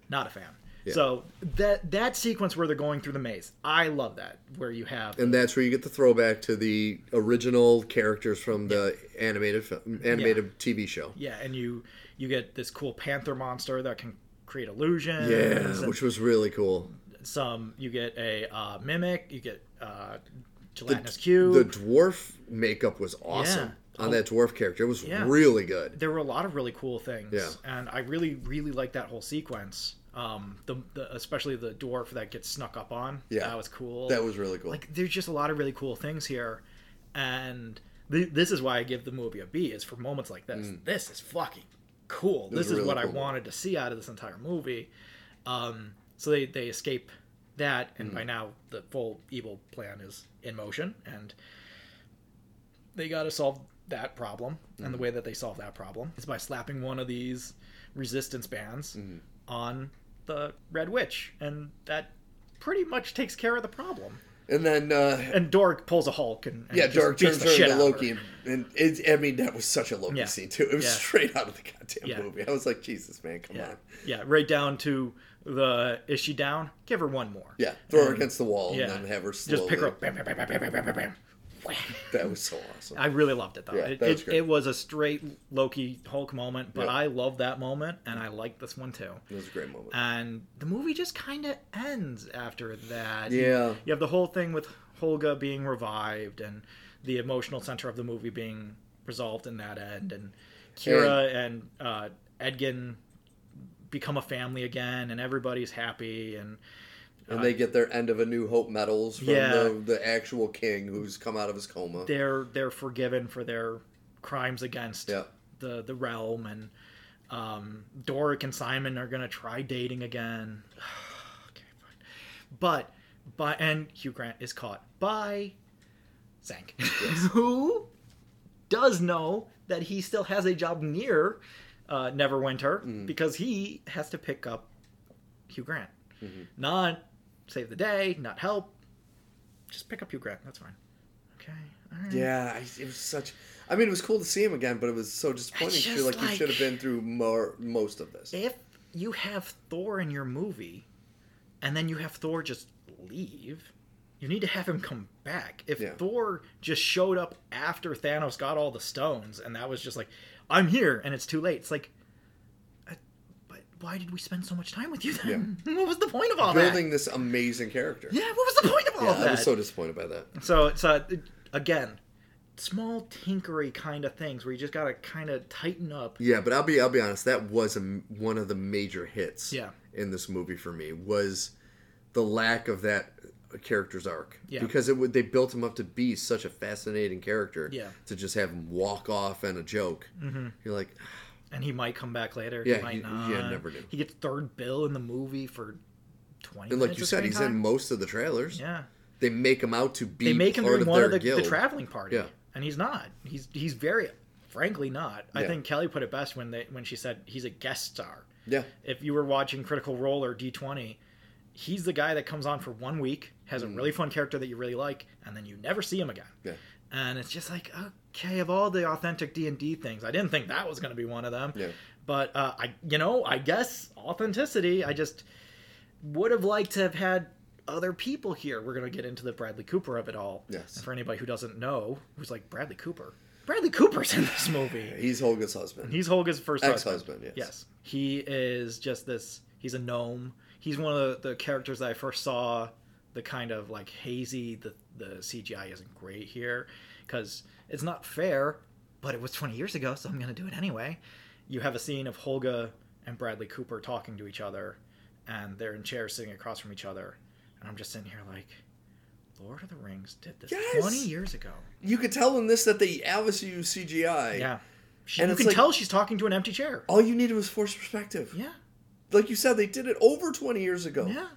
Speaker 2: not a fan.
Speaker 1: Yeah.
Speaker 2: So that that sequence where they're going through the maze, I love that. Where you have
Speaker 1: and that's where you get the throwback to the original characters from the animated film, animated TV show.
Speaker 2: yeah, and you you get this cool panther monster that can create illusions.
Speaker 1: Yeah,
Speaker 2: and
Speaker 1: which was really cool.
Speaker 2: some you get a uh, mimic, you get uh, gelatinous cube.
Speaker 1: The dwarf makeup was awesome on that dwarf character. It was
Speaker 2: Oh. Yeah.
Speaker 1: really good.
Speaker 2: there were a lot of really cool things.
Speaker 1: Yeah.
Speaker 2: And I really really liked that whole sequence. Um, the, the especially the dwarf that gets snuck up on.
Speaker 1: Yeah.
Speaker 2: that was cool.
Speaker 1: That was really cool.
Speaker 2: Oh. like there's just a lot of really cool things here and th- this is why i give the movie a b is for moments like this this is fucking cool
Speaker 1: was
Speaker 2: this is
Speaker 1: really
Speaker 2: what i
Speaker 1: cool.
Speaker 2: wanted to see out of this entire movie um, so they, they escape that and by now the full evil plan is in motion and they got to solve that problem and the way that they solve that problem is by slapping one of these resistance bands on the red witch and that pretty much takes care of the problem
Speaker 1: and then uh
Speaker 2: and Dork pulls a Hulk and, and
Speaker 1: yeah,
Speaker 2: just
Speaker 1: Dark
Speaker 2: beats
Speaker 1: turns
Speaker 2: the
Speaker 1: her
Speaker 2: shit
Speaker 1: into
Speaker 2: out of
Speaker 1: Loki,
Speaker 2: her.
Speaker 1: and, and it, I mean that was such a Loki
Speaker 2: Yeah.
Speaker 1: scene too. It was
Speaker 2: Yeah.
Speaker 1: straight out of the goddamn
Speaker 2: Yeah.
Speaker 1: movie. I was like, Jesus, man, come on.
Speaker 2: Yeah, yeah, right down to the is she down? Give her one more.
Speaker 1: Yeah, throw her against the wall
Speaker 2: Um, yeah.
Speaker 1: and then have her slowly.
Speaker 2: Just pick her up. Bam, bam, bam, bam, bam, bam, bam, bam. Wham.
Speaker 1: That was so awesome.
Speaker 2: I really loved it though.
Speaker 1: Yeah,
Speaker 2: it,
Speaker 1: that was
Speaker 2: it,
Speaker 1: great.
Speaker 2: it was a straight Loki Hulk moment, but
Speaker 1: Yeah.
Speaker 2: I love that moment and I like this one too.
Speaker 1: it was a great moment.
Speaker 2: And the movie just kind of ends after that.
Speaker 1: Yeah.
Speaker 2: You have the whole thing with Holga being revived and the emotional center of the movie being resolved in that end and Kira and, uh, Edgin become a family again and everybody's happy and
Speaker 1: and they get their end of a New Hope medals from
Speaker 2: Yeah.
Speaker 1: the, the actual king who's come out of his coma.
Speaker 2: they're they're forgiven for their crimes against
Speaker 1: Yeah.
Speaker 2: the the realm and um, Doric and Simon are gonna try dating again. <sighs> okay, fine. But by and Hugh Grant is caught by Zank, <laughs> who does know that he still has a job near uh, Neverwinter because he has to pick up Hugh Grant, not save the day, not help. Just pick up Hugh Grant. That's fine. Okay. All right.
Speaker 1: Yeah, I, it was such. I mean, it was cool to see him again, but it was so disappointing.
Speaker 2: It's
Speaker 1: I feel
Speaker 2: just
Speaker 1: like, you
Speaker 2: like-
Speaker 1: should have been through more most of this.
Speaker 2: if you have Thor in your movie, and then you have Thor just leave, you need to have him come back. If
Speaker 1: Yeah.
Speaker 2: Thor just showed up after Thanos got all the stones and that was just like, I'm here and it's too late, it's like, I- but why did we spend so much time with you then? <laughs> what was the point of all
Speaker 1: building this amazing character.
Speaker 2: that? Yeah, what was the point of all
Speaker 1: Yeah,
Speaker 2: that?
Speaker 1: I was so disappointed by that.
Speaker 2: So it's uh, again, small tinkery kind of things where you just gotta kind of tighten up.
Speaker 1: Yeah, but I'll be I'll be honest. That was a, one of the major hits.
Speaker 2: Yeah.
Speaker 1: in this movie for me was the lack of that character's arc.
Speaker 2: Yeah.
Speaker 1: because it would they built him up to be such a fascinating character.
Speaker 2: Yeah.
Speaker 1: to just have him walk off and a joke. Mm-hmm. You're like,
Speaker 2: And he might come back later.
Speaker 1: Yeah,
Speaker 2: he might
Speaker 1: he-
Speaker 2: not.
Speaker 1: yeah, never do.
Speaker 2: He gets third bill in the movie for twenty.
Speaker 1: and
Speaker 2: minutes
Speaker 1: like you
Speaker 2: of
Speaker 1: said,
Speaker 2: screen
Speaker 1: he's in
Speaker 2: time.
Speaker 1: most of the trailers.
Speaker 2: Yeah,
Speaker 1: They make him out to be
Speaker 2: they make him
Speaker 1: part
Speaker 2: during
Speaker 1: of
Speaker 2: one
Speaker 1: their
Speaker 2: of the, the
Speaker 1: guild.
Speaker 2: traveling party.
Speaker 1: Yeah.
Speaker 2: and he's not. He's he's very, frankly, not. I
Speaker 1: Yeah.
Speaker 2: think Kelly put it best when they when she said he's a guest star.
Speaker 1: Yeah,
Speaker 2: if you were watching Critical Role or D20, he's the guy that comes on for one week, has a really fun character that you really like, and then you never see him again.
Speaker 1: Mm. Yeah.
Speaker 2: And it's just like, okay, of all the authentic D and D things, I didn't think that was going to be one of them.
Speaker 1: Yeah.
Speaker 2: But uh, I, you know, I guess authenticity. I just would have liked to have had other people here. We're going to get into the Bradley Cooper of it all.
Speaker 1: Yes.
Speaker 2: And for anybody who doesn't know, who's like Bradley Cooper? Bradley Cooper's in this movie.
Speaker 1: <laughs> he's Holga's husband.
Speaker 2: He's Holga's first
Speaker 1: Ex-husband, yes.
Speaker 2: He is just this. He's a gnome. He's one of the, the characters that I first saw. The kind of like hazy. The the CGI isn't great here because it's not fair. But it was 20 years ago, so I'm gonna do it anyway. You have a scene of Holga and Bradley Cooper talking to each other, and they're in chairs sitting across from each other. And I'm just sitting here like, Lord of the Rings did this
Speaker 1: Yes!
Speaker 2: 20 years ago.
Speaker 1: you could tell in this that they obviously use CGI.
Speaker 2: Yeah. She,
Speaker 1: And
Speaker 2: you
Speaker 1: it's
Speaker 2: can
Speaker 1: like-
Speaker 2: tell she's talking to an empty chair.
Speaker 1: All you needed was forced perspective.
Speaker 2: Yeah.
Speaker 1: Like you said, they did it over 20 years ago.
Speaker 2: Yeah.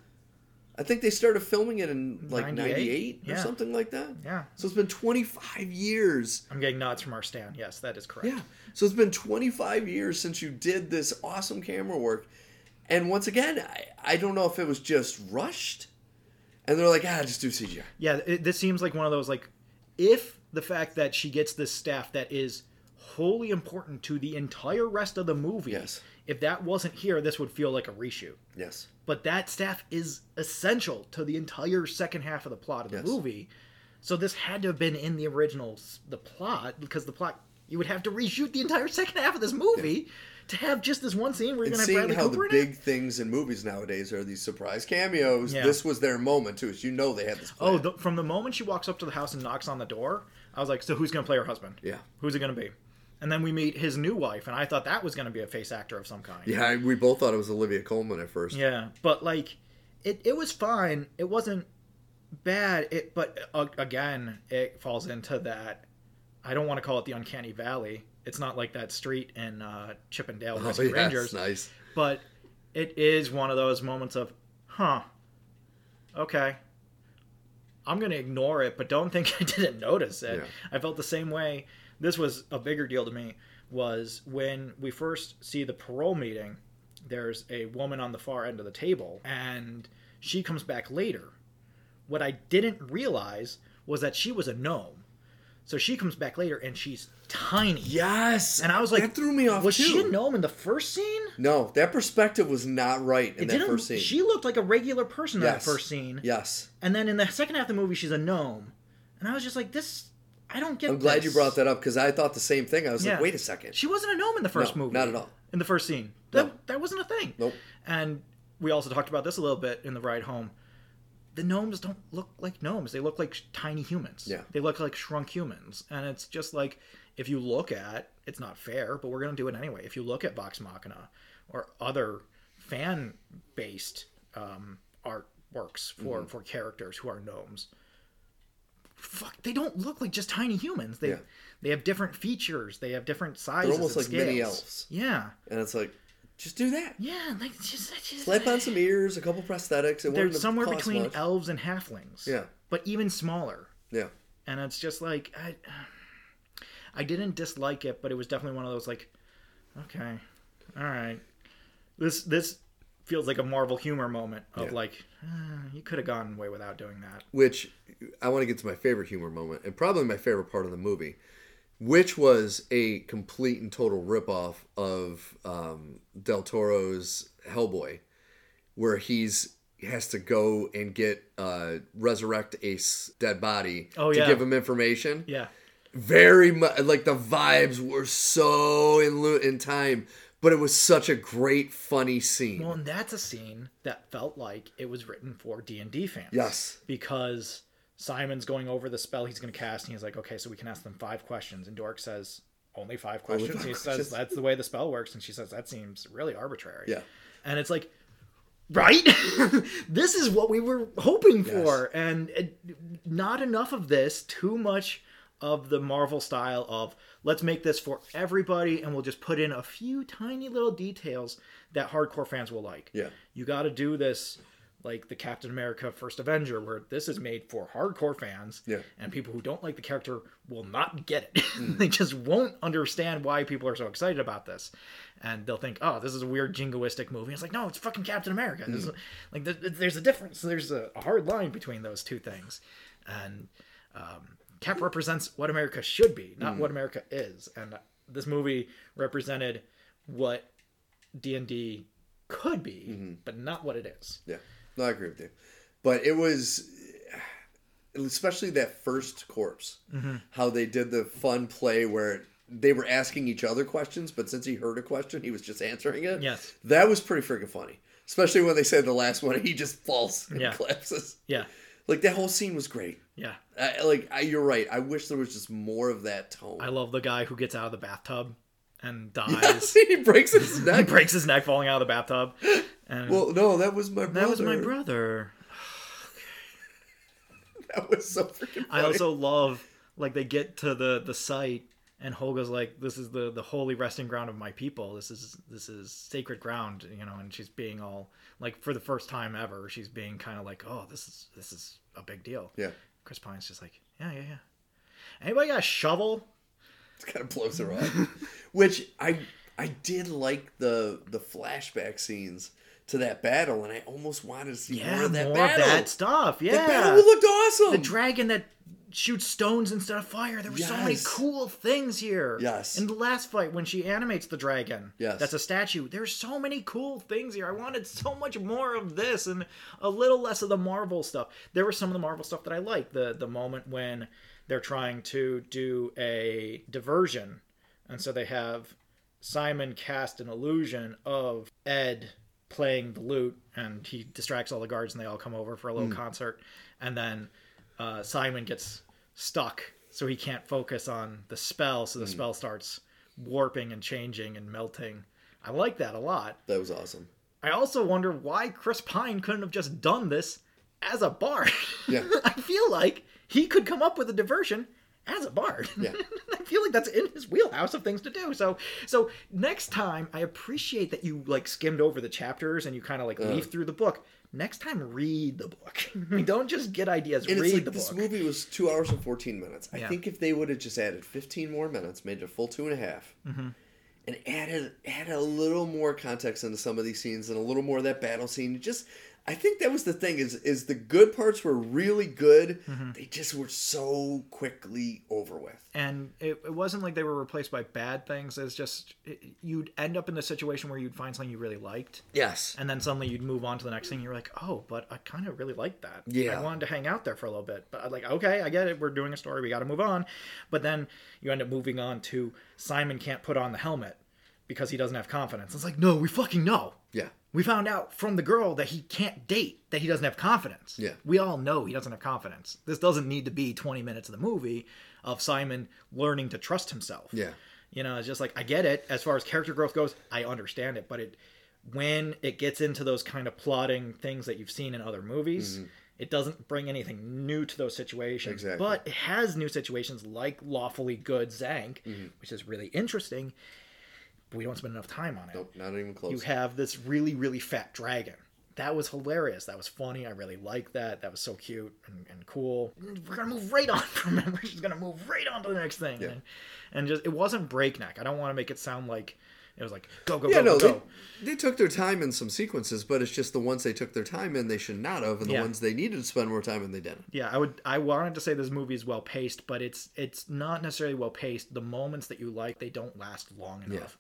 Speaker 1: I think they started filming it in like
Speaker 2: 98?
Speaker 1: 98 or
Speaker 2: Yeah.
Speaker 1: something like that.
Speaker 2: Yeah.
Speaker 1: So it's been 25 years.
Speaker 2: I'm getting nods from our stand. Yes, that is correct.
Speaker 1: Yeah. So it's been 25 years since you did this awesome camera work. And once again, I, I don't know if it was just rushed. And they're like, ah, just do CGI.
Speaker 2: Yeah, it, this seems like one of those like if the fact that she gets this staff that is wholly important to the entire rest of the movie.
Speaker 1: Yes.
Speaker 2: If that wasn't here, this would feel like a reshoot.
Speaker 1: Yes.
Speaker 2: But that staff is essential to the entire second half of the plot of the
Speaker 1: Yes.
Speaker 2: movie. So this had to have been in the original s- the plot because the plot you would have to reshoot the entire second half of this movie to have just this one scene where you're
Speaker 1: And
Speaker 2: going to
Speaker 1: seeing
Speaker 2: have Bradley
Speaker 1: how
Speaker 2: Cooper
Speaker 1: the
Speaker 2: in it.
Speaker 1: big things in movies nowadays are these surprise cameos,
Speaker 2: Yeah.
Speaker 1: this was their moment too. So you know they had this.
Speaker 2: Oh,
Speaker 1: planned.
Speaker 2: the, from the moment she walks up to the house and knocks on the door, I was like, so who's going to play her husband?
Speaker 1: Yeah.
Speaker 2: Who's it going to be? And then we meet his new wife, and I thought that was going to be a face actor of some kind.
Speaker 1: yeah. I- We both thought it was Olivia Coleman at first.
Speaker 2: Yeah, but like, it, it was fine. It wasn't bad. It but uh, again, it falls into that. I don't want to call it the uncanny valley. It's not like that street in uh, Chippendale
Speaker 1: Oh,
Speaker 2: Rescue
Speaker 1: yeah,
Speaker 2: Rangers,
Speaker 1: it's nice.
Speaker 2: but it is one of those moments of, huh, okay, I'm gonna ignore it, but don't think <laughs> I didn't notice it.
Speaker 1: Yeah.
Speaker 2: I felt the same way. This was a bigger deal to me. Was when we first see the parole meeting. There's a woman on the far end of the table, and she comes back later. What I didn't realize was that she was a gnome, so she comes back later and she's tiny.
Speaker 1: Yes,
Speaker 2: And I was like,
Speaker 1: that threw me off
Speaker 2: Was
Speaker 1: too.
Speaker 2: she a gnome in the first scene?
Speaker 1: no, that perspective was not right in
Speaker 2: It
Speaker 1: that
Speaker 2: didn't.
Speaker 1: first scene.
Speaker 2: She looked like a regular person in that
Speaker 1: Yes.
Speaker 2: first scene,
Speaker 1: yes,
Speaker 2: and then in the second half of the movie, she's a gnome, and I was just like, "This, I don't get."
Speaker 1: I'm glad you
Speaker 2: this.
Speaker 1: brought that up because I thought the same thing. I was
Speaker 2: Yeah.
Speaker 1: like, wait a second.
Speaker 2: She wasn't a gnome in the first
Speaker 1: No,
Speaker 2: movie.
Speaker 1: not at all.
Speaker 2: In the first scene,
Speaker 1: No.
Speaker 2: that that wasn't a thing.
Speaker 1: Nope.
Speaker 2: And we also talked about this a little bit in the ride home. The gnomes don't look like gnomes. They look like sh- tiny humans.
Speaker 1: Yeah.
Speaker 2: They look like shrunk humans, and it's just like if you look at it's not fair, but we're gonna do it anyway. If you look at Vox Machina or other fan based um, artworks for
Speaker 1: Mm-hmm.
Speaker 2: for characters who are gnomes, fuck, they don't look like just tiny humans. They
Speaker 1: Yeah.
Speaker 2: they have different features. They have different sizes.
Speaker 1: almost
Speaker 2: and
Speaker 1: like mini
Speaker 2: scales.
Speaker 1: elves.
Speaker 2: Yeah,
Speaker 1: And it's like, just do that.
Speaker 2: yeah, like it's just, it's just
Speaker 1: Slap on some ears, a couple prosthetics. It
Speaker 2: they're
Speaker 1: wouldn't have
Speaker 2: somewhere
Speaker 1: cost
Speaker 2: between
Speaker 1: much.
Speaker 2: elves and halflings.
Speaker 1: Yeah.
Speaker 2: but even smaller.
Speaker 1: yeah,
Speaker 2: And it's just like I, I didn't dislike it, but it was definitely one of those like, okay, all right, this this feels like a Marvel humor moment of
Speaker 1: Yeah.
Speaker 2: like uh, you could have gone away without doing that.
Speaker 1: which I want to get to my favorite humor moment and probably my favorite part of the movie, which was a complete and total ripoff of um, Del Toro's Hellboy, where he's has to go and get uh, resurrect a s- dead body
Speaker 2: Oh,
Speaker 1: to
Speaker 2: yeah.
Speaker 1: give him information.
Speaker 2: Yeah.
Speaker 1: Very much like the vibes were so in lo- in time, but it was such a great funny scene.
Speaker 2: Well, and that's a scene that felt like it was written for D and D fans.
Speaker 1: Yes.
Speaker 2: because Simon's going over the spell he's going to cast, and he's like, "Okay, so we can ask them five questions." And Dork says, "Only five questions."
Speaker 1: five
Speaker 2: he
Speaker 1: questions.
Speaker 2: says, "That's the way the spell works," and she says, "That seems really arbitrary."
Speaker 1: Yeah.
Speaker 2: and it's like. Right? <laughs> this is what we were hoping for. And it, not enough of this, too much of the Marvel style of let's make this for everybody and we'll just put in a few tiny little details that hardcore fans will like
Speaker 1: Yeah.
Speaker 2: you got to do this like the Captain America First Avenger, where this is made for hardcore fans
Speaker 1: Yeah.
Speaker 2: and people who don't like the character will not get it. <laughs> they just won't understand why people are so excited about this, and they'll think, "Oh, this is a weird jingoistic movie." It's like, no, it's fucking Captain America. This is, like, there- there's a difference. There's a a hard line between those two things, and um, Cap represents what America should be, not what America is. And this movie represented what D and D could be, but not what it is.
Speaker 1: Yeah, no, I agree with you. But it was, especially that first corpse,
Speaker 2: Mm-hmm.
Speaker 1: how they did the fun play where they were asking each other questions, but since he heard a question, he was just answering it.
Speaker 2: Yes.
Speaker 1: That was pretty freaking funny. Especially when they said the last one, he just falls and
Speaker 2: Yeah.
Speaker 1: collapses.
Speaker 2: Yeah,
Speaker 1: Like that whole scene was great.
Speaker 2: yeah.
Speaker 1: I, like I, you're right. I wish there was just more of that tone. <laughs>
Speaker 2: I love the guy who gets out of the bathtub and dies.
Speaker 1: he breaks his
Speaker 2: <laughs> He
Speaker 1: neck.
Speaker 2: breaks his neck falling out of the
Speaker 1: <laughs>
Speaker 2: bathtub. And
Speaker 1: Well, no, that was my brother.
Speaker 2: that was my brother.
Speaker 1: That was so freaking. Funny.
Speaker 2: I also love like they get to the the site and Holga's like, "This is the the holy resting ground of my people. This is this is sacred ground," you know. And she's being all like, for the first time ever, she's being kind of like, "Oh, this is this is a big deal."
Speaker 1: yeah,
Speaker 2: Chris Pine's just like, "Yeah, yeah, yeah." Anybody got a shovel?
Speaker 1: It <laughs> kind of blows her off.
Speaker 2: <laughs>
Speaker 1: Which I I did like the the flashback scenes to that battle, and I almost wanted to see
Speaker 2: Yeah,
Speaker 1: more of that
Speaker 2: more
Speaker 1: battle.
Speaker 2: of that stuff. Yeah,
Speaker 1: That battle looked awesome.
Speaker 2: the dragon that shoots stones instead of fire. There were so many
Speaker 1: Yes.
Speaker 2: cool things here.
Speaker 1: Yes.
Speaker 2: In the last fight, when she animates the dragon,
Speaker 1: Yes.
Speaker 2: that's a statue. There's so many cool things here. I wanted so much more of this and a little less of the Marvel stuff. There was some of the Marvel stuff that I liked. The the moment when they're trying to do a diversion, and so they have Simon cast an illusion of Ed playing the lute, and he distracts all the guards, and they all come over for a
Speaker 1: Hmm.
Speaker 2: little concert. And then uh, Simon gets stuck, so he can't focus on the spell, so the
Speaker 1: Hmm.
Speaker 2: spell starts warping and changing and melting. I like that a lot.
Speaker 1: that was awesome.
Speaker 2: I also wonder why Chris Pine couldn't have just done this as a bard. <laughs>
Speaker 1: Yeah.
Speaker 2: I feel like he could come up with a diversion as a bard.
Speaker 1: Yeah.
Speaker 2: <laughs> I feel like that's in his wheelhouse of things to do. So so next time I appreciate that you like skimmed over the chapters and you kind of like
Speaker 1: Uh.
Speaker 2: leaf through the book. Next time read the book. <laughs> I mean, don't just get ideas,
Speaker 1: And
Speaker 2: read
Speaker 1: it's like
Speaker 2: the
Speaker 1: this
Speaker 2: book.
Speaker 1: movie was two hours and fourteen minutes. I
Speaker 2: Yeah.
Speaker 1: think if they would have just added fifteen more minutes, made it a full two and a half,
Speaker 2: Mm-hmm.
Speaker 1: and added added a little more context into some of these scenes and a little more of that battle scene, just I think that was the thing is is the good parts were really good.
Speaker 2: Mm-hmm.
Speaker 1: They just were so quickly over with.
Speaker 2: and it, it wasn't like they were replaced by bad things. It's just it, you'd end up in the situation where you'd find something you really liked,
Speaker 1: Yes.
Speaker 2: and then suddenly you'd move on to the next thing. And you're like, oh, but I kind of really liked that.
Speaker 1: Yeah.
Speaker 2: I wanted to hang out there for a little bit, but I'm like, okay, I get it. We're doing a story. We got to move on. But then you end up moving on to Simon can't put on the helmet because he doesn't have confidence. It's like, no, we fucking know.
Speaker 1: Yeah.
Speaker 2: We found out from the girl that he can't date, that he doesn't have confidence.
Speaker 1: Yeah.
Speaker 2: We all know he doesn't have confidence. This doesn't need to be 20 minutes of the movie of Simon learning to trust himself.
Speaker 1: Yeah.
Speaker 2: You know, it's just like I get it as far as character growth goes, I understand it, but it when it gets into those kind of plotting things that you've seen in other movies, it doesn't bring anything new to those situations.
Speaker 1: Mm-hmm. Exactly.
Speaker 2: But it has new situations like lawfully good Zank,
Speaker 1: Mm-hmm.
Speaker 2: which is really interesting. But we don't spend enough time on it
Speaker 1: Nope. Not even close.
Speaker 2: you have this really really fat dragon that was hilarious that was funny i really liked that that was so cute and, and cool we're gonna move right on <laughs> from it we're just gonna move right on to the next thing and, and just it wasn't breakneck i don't want to make it sound like it was like go go
Speaker 1: yeah,
Speaker 2: go
Speaker 1: no,
Speaker 2: go
Speaker 1: they, they took their time in some sequences, but it's just the ones they took their time in they should not have, and the
Speaker 2: Yeah.
Speaker 1: ones they needed to spend more time in they didn't.
Speaker 2: yeah i would i wanted to say this movie is well paced but it's it's not necessarily well paced the moments that you like they don't last long enough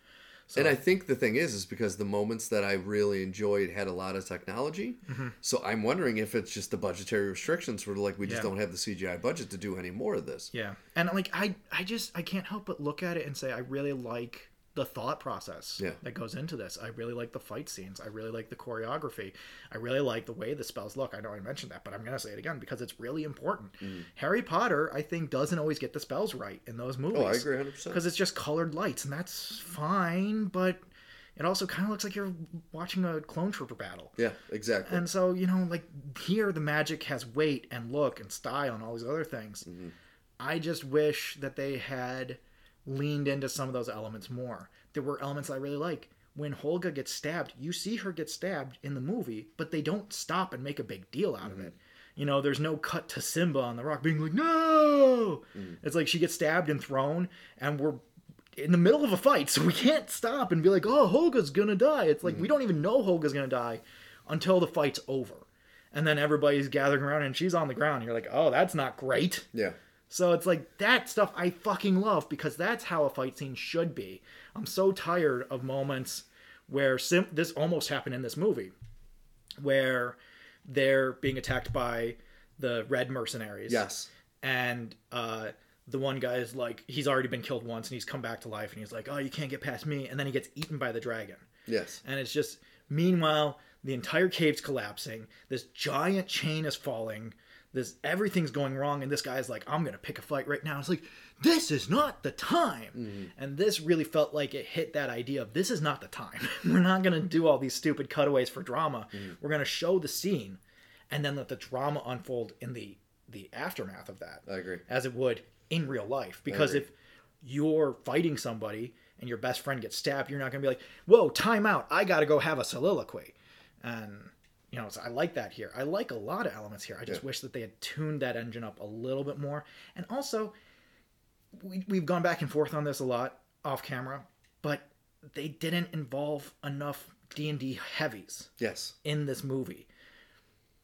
Speaker 2: So,
Speaker 1: And I think the thing is, is because the moments that I really enjoyed had a lot of technology.
Speaker 2: Mm-hmm.
Speaker 1: So I'm wondering if it's just the budgetary restrictions were like we just
Speaker 2: Yeah.
Speaker 1: don't have the CGI budget to do any more of this.
Speaker 2: yeah, and like I, I just I can't help but look at it and say I really like the thought process
Speaker 1: Yeah.
Speaker 2: that goes into this. I really like the fight scenes. I really like the choreography. I really like the way the spells look. I know I mentioned that, but I'm gonna say it again because it's really important.
Speaker 1: Mm-hmm.
Speaker 2: Harry Potter, I think, doesn't always get the spells right in those movies.
Speaker 1: Oh, I agree 100. percent
Speaker 2: because it's just colored lights, and that's fine. But it also kind of looks like you're watching a clone trooper battle.
Speaker 1: Yeah, exactly.
Speaker 2: And so you know, like here, the magic has weight and look and style and all these other things. I just wish that they had leaned into some of those elements more. There were elements I really like. When Holga gets stabbed, you see her get stabbed in the movie, but they don't stop and make a big deal out of it. You know, there's no cut to Simba on the rock being like, no! It's like she gets stabbed and thrown, and we're in the middle of a fight, so we can't stop and be like, oh, Holga's gonna die. It's like we don't even know Holga's gonna die until the fight's over. And then everybody's gathering around and she's on the ground. And you're like, oh, that's not great.
Speaker 1: yeah.
Speaker 2: So it's like that stuff I fucking love because that's how a fight scene should be. I'm so tired of moments where sim- this almost happened in this movie, where they're being attacked by the red mercenaries.
Speaker 1: Yes.
Speaker 2: And uh, the one guy is like, he's already been killed once and he's come back to life and he's like, oh, you can't get past me. And then he gets eaten by the dragon
Speaker 1: Yes.
Speaker 2: and it's just meanwhile the entire cave's collapsing this giant chain is falling this everything's going wrong and this guy's like i'm gonna pick a fight right now it's like this is not the time and this really felt like it hit that idea of this is not the time <laughs> we're not gonna do all these stupid cutaways for drama we're gonna show the scene and then let the drama unfold in the the aftermath of that
Speaker 1: I agree.
Speaker 2: as it would in real life. Because if you're fighting somebody and your best friend gets stabbed, you're not going to be like, "Whoa, time out! I got to go have a soliloquy." And you know, so I like that here. I like a lot of elements here. I just wish that they had tuned that engine up a little bit more. And also, we, we've gone back and forth on this a lot off camera, but they didn't involve enough D and D heavies
Speaker 1: Yes.
Speaker 2: in this movie.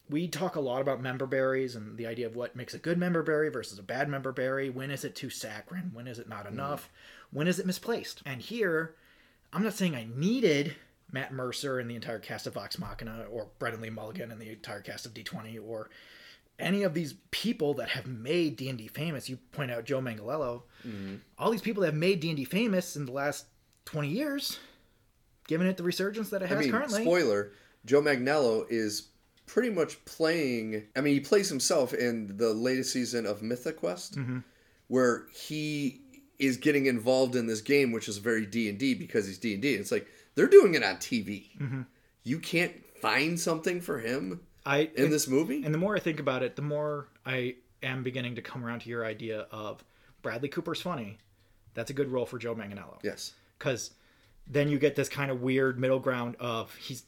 Speaker 2: We talk a lot about member berries and the idea of what makes a good member berry versus a bad member berry. When is it too saccharine? When is it
Speaker 1: Mm.
Speaker 2: not enough? When is it misplaced? And here, I'm not saying I needed Matt Mercer and the entire cast of Vox Machina or Brendan Lee Mulligan and the entire cast of D20 or any of these people that have made D&D famous. You point out Joe Mangalello.
Speaker 1: Mm-hmm.
Speaker 2: All these people that have made D&D famous in the last 20 years, giving it the resurgence that it
Speaker 1: I
Speaker 2: has
Speaker 1: mean,
Speaker 2: currently.
Speaker 1: spoiler: Joe Magnello is pretty much playing. I mean, he plays himself in the latest season of Mythic Quest,
Speaker 2: Mm-hmm.
Speaker 1: where he is getting involved in this game, which is very D and D because he's D and D. It's like they're doing it on TV.
Speaker 2: Mm-hmm.
Speaker 1: You can't find something for him
Speaker 2: I
Speaker 1: in this movie.
Speaker 2: And the more I think about it, the more I am beginning to come around to your idea of Bradley Cooper's funny. That's a good role for Joe Manganiello.
Speaker 1: yes,
Speaker 2: Because then you get this kind of weird middle ground of he's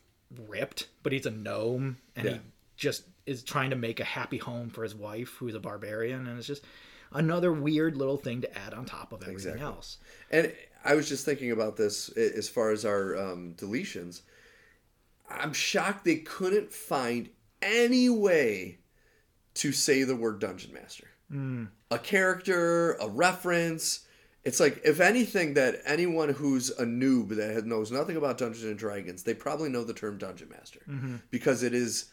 Speaker 2: ripped, but he's a gnome and
Speaker 1: Yeah.
Speaker 2: he just is trying to make a happy home for his wife, who's a barbarian. And it's just another weird little thing to add on top of everything
Speaker 1: Exactly.
Speaker 2: else.
Speaker 1: and I was just thinking about this a- as far as our um, deletions. I'm shocked they couldn't find any way to say the word dungeon master.
Speaker 2: Hmm.
Speaker 1: A character, a reference. It's like if anything that anyone who's a noob that has- knows nothing about Dungeons and Dragons, they probably know the term dungeon master
Speaker 2: Mm-hmm.
Speaker 1: because it is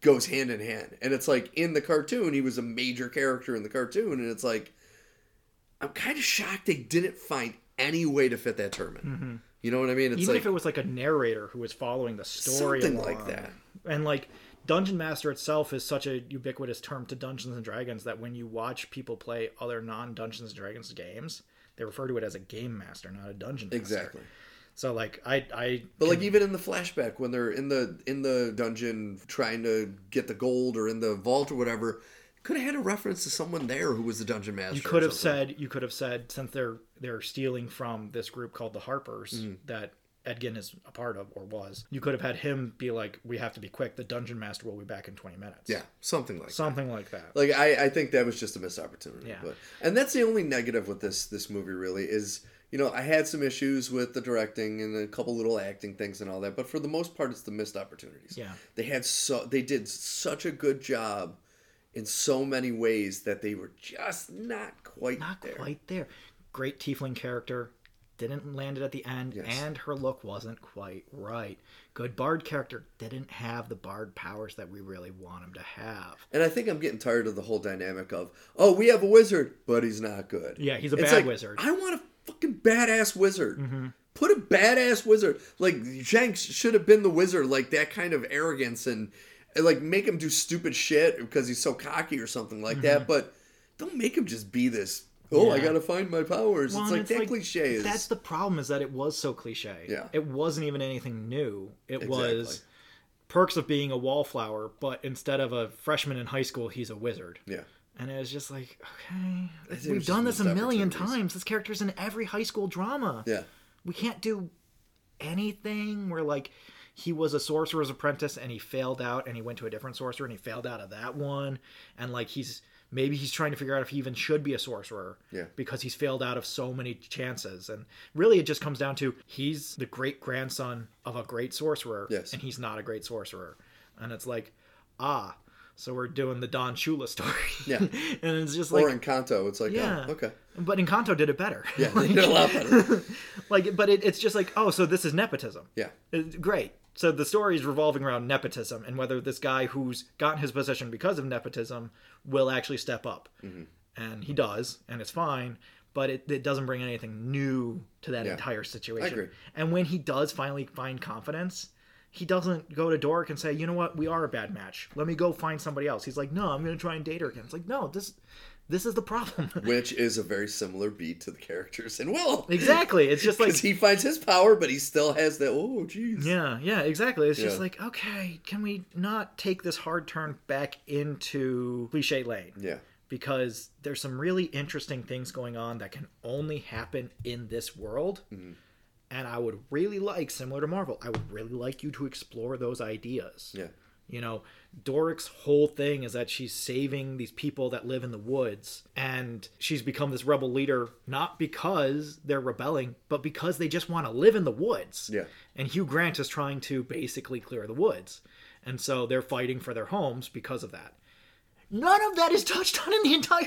Speaker 1: goes hand in hand. And it's like in the cartoon, he was a major character in the cartoon, and it's like I'm kind of shocked they didn't find any way to fit that term in. You know what I mean? It's
Speaker 2: Mm-hmm. even
Speaker 1: like
Speaker 2: if it was like a narrator who was following the story
Speaker 1: Something
Speaker 2: along.
Speaker 1: like that.
Speaker 2: and like dungeon master itself is such a ubiquitous term to dungeons and dragons that when you watch people play other non-dungeons and dragons games they refer to it as a game master not a dungeon master.
Speaker 1: exactly.
Speaker 2: so like i i
Speaker 1: But like even in the flashback when they're in the in the dungeon trying to get the gold or in the vault or whatever, could have had a reference to someone there who was the dungeon master.
Speaker 2: you could have said you could have said since they're they're stealing from this group called the harpers
Speaker 1: Mm-hmm.
Speaker 2: that Edgin is a part of or was. You could have had him be like, "We have to be quick. The dungeon master will be back in twenty minutes."
Speaker 1: yeah, something like that.
Speaker 2: something like that.
Speaker 1: Like I, I think that was just a missed opportunity.
Speaker 2: Yeah.
Speaker 1: But and that's the only negative with this this movie really is you know I had some issues with the directing and a couple little acting things and all that, but for the most part it's the missed opportunities.
Speaker 2: Yeah.
Speaker 1: they had so they did such a good job in so many ways that they were just not quite
Speaker 2: not
Speaker 1: there.
Speaker 2: quite there. Great tiefling character. didn't land it at the end,
Speaker 1: Yes.
Speaker 2: and her look wasn't quite right. Good Bard character didn't have the Bard powers that we really want him to have.
Speaker 1: And I think I'm getting tired of the whole dynamic of, oh, we have a wizard, but he's not good.
Speaker 2: Yeah, he's a
Speaker 1: It's
Speaker 2: bad
Speaker 1: like,
Speaker 2: wizard. Mm-hmm.
Speaker 1: I want a fucking badass wizard. Put a badass wizard. Like, Jenks should have been the wizard, like that kind of arrogance and, and, like, make him do stupid shit because he's so cocky or something like that. But don't make him just be this, oh, I
Speaker 2: Mm-hmm. Yeah.
Speaker 1: gotta find my powers.
Speaker 2: Well,
Speaker 1: it's
Speaker 2: and
Speaker 1: like that cliche is.
Speaker 2: That's the problem is that it was so cliche.
Speaker 1: Yeah.
Speaker 2: It wasn't even anything new. It was
Speaker 1: Exactly.
Speaker 2: perks of being a wallflower, but instead of a freshman in high school, he's a wizard.
Speaker 1: yeah.
Speaker 2: And it was just like, okay,
Speaker 1: think it
Speaker 2: we've
Speaker 1: was
Speaker 2: done
Speaker 1: just
Speaker 2: this a
Speaker 1: missed
Speaker 2: million
Speaker 1: opportunities.
Speaker 2: times. This character's in every high school drama.
Speaker 1: Yeah.
Speaker 2: We can't do anything where like he was a sorcerer's apprentice and he failed out and he went to a different sorcerer and he failed out of that one and like he's maybe he's trying to figure out if he even should be a sorcerer
Speaker 1: Yeah.
Speaker 2: because he's failed out of so many chances and really it just comes down to he's the great grandson of a great sorcerer
Speaker 1: Yes.
Speaker 2: and he's not a great sorcerer and it's like ah so we're doing the Don Shula story
Speaker 1: Yeah.
Speaker 2: <laughs> and it's just
Speaker 1: Or
Speaker 2: like
Speaker 1: in Kanto, it's like,
Speaker 2: Yeah.
Speaker 1: oh,
Speaker 2: <laughs>
Speaker 1: okay.
Speaker 2: but Encanto did it better
Speaker 1: Yeah, <laughs>
Speaker 2: <laughs>
Speaker 1: they did a lot better.
Speaker 2: like but it, it's just like oh so this is nepotism
Speaker 1: Yeah.
Speaker 2: It's Uh, great so the story is revolving around nepotism and whether this guy who's gotten his position because of nepotism will actually step up and he does and it's fine but it, it doesn't bring anything new to that entire situation
Speaker 1: agree.
Speaker 2: and when he does finally find confidence he doesn't go to Dork and say, "You know what? We are a bad match. Let me go find somebody else." He's like, "No, I'm going to try and date her again." It's like, "No, this, this is the problem." <laughs>
Speaker 1: Which is a very similar beat to the characters in Will.
Speaker 2: exactly. It's just like
Speaker 1: Because he finds his power, but he still has that. Oh, jeez.
Speaker 2: Yeah, yeah, exactly. It's just
Speaker 1: Yeah.
Speaker 2: like, okay, can we not take this hard turn back into cliche lane?
Speaker 1: Yeah.
Speaker 2: Because there's some really interesting things going on that can only happen in this world.
Speaker 1: Mm-hmm.
Speaker 2: And I would really like, similar to Marvel, I would really like you to explore those ideas.
Speaker 1: Yeah.
Speaker 2: You know, Doric's whole thing is that she's saving these people that live in the woods, and she's become this rebel leader not because they're rebelling, but because they just want to live in the woods.
Speaker 1: Yeah.
Speaker 2: And Hugh Grant is trying to basically clear the woods. And so they're fighting for their homes because of that. None of that is touched on in the entire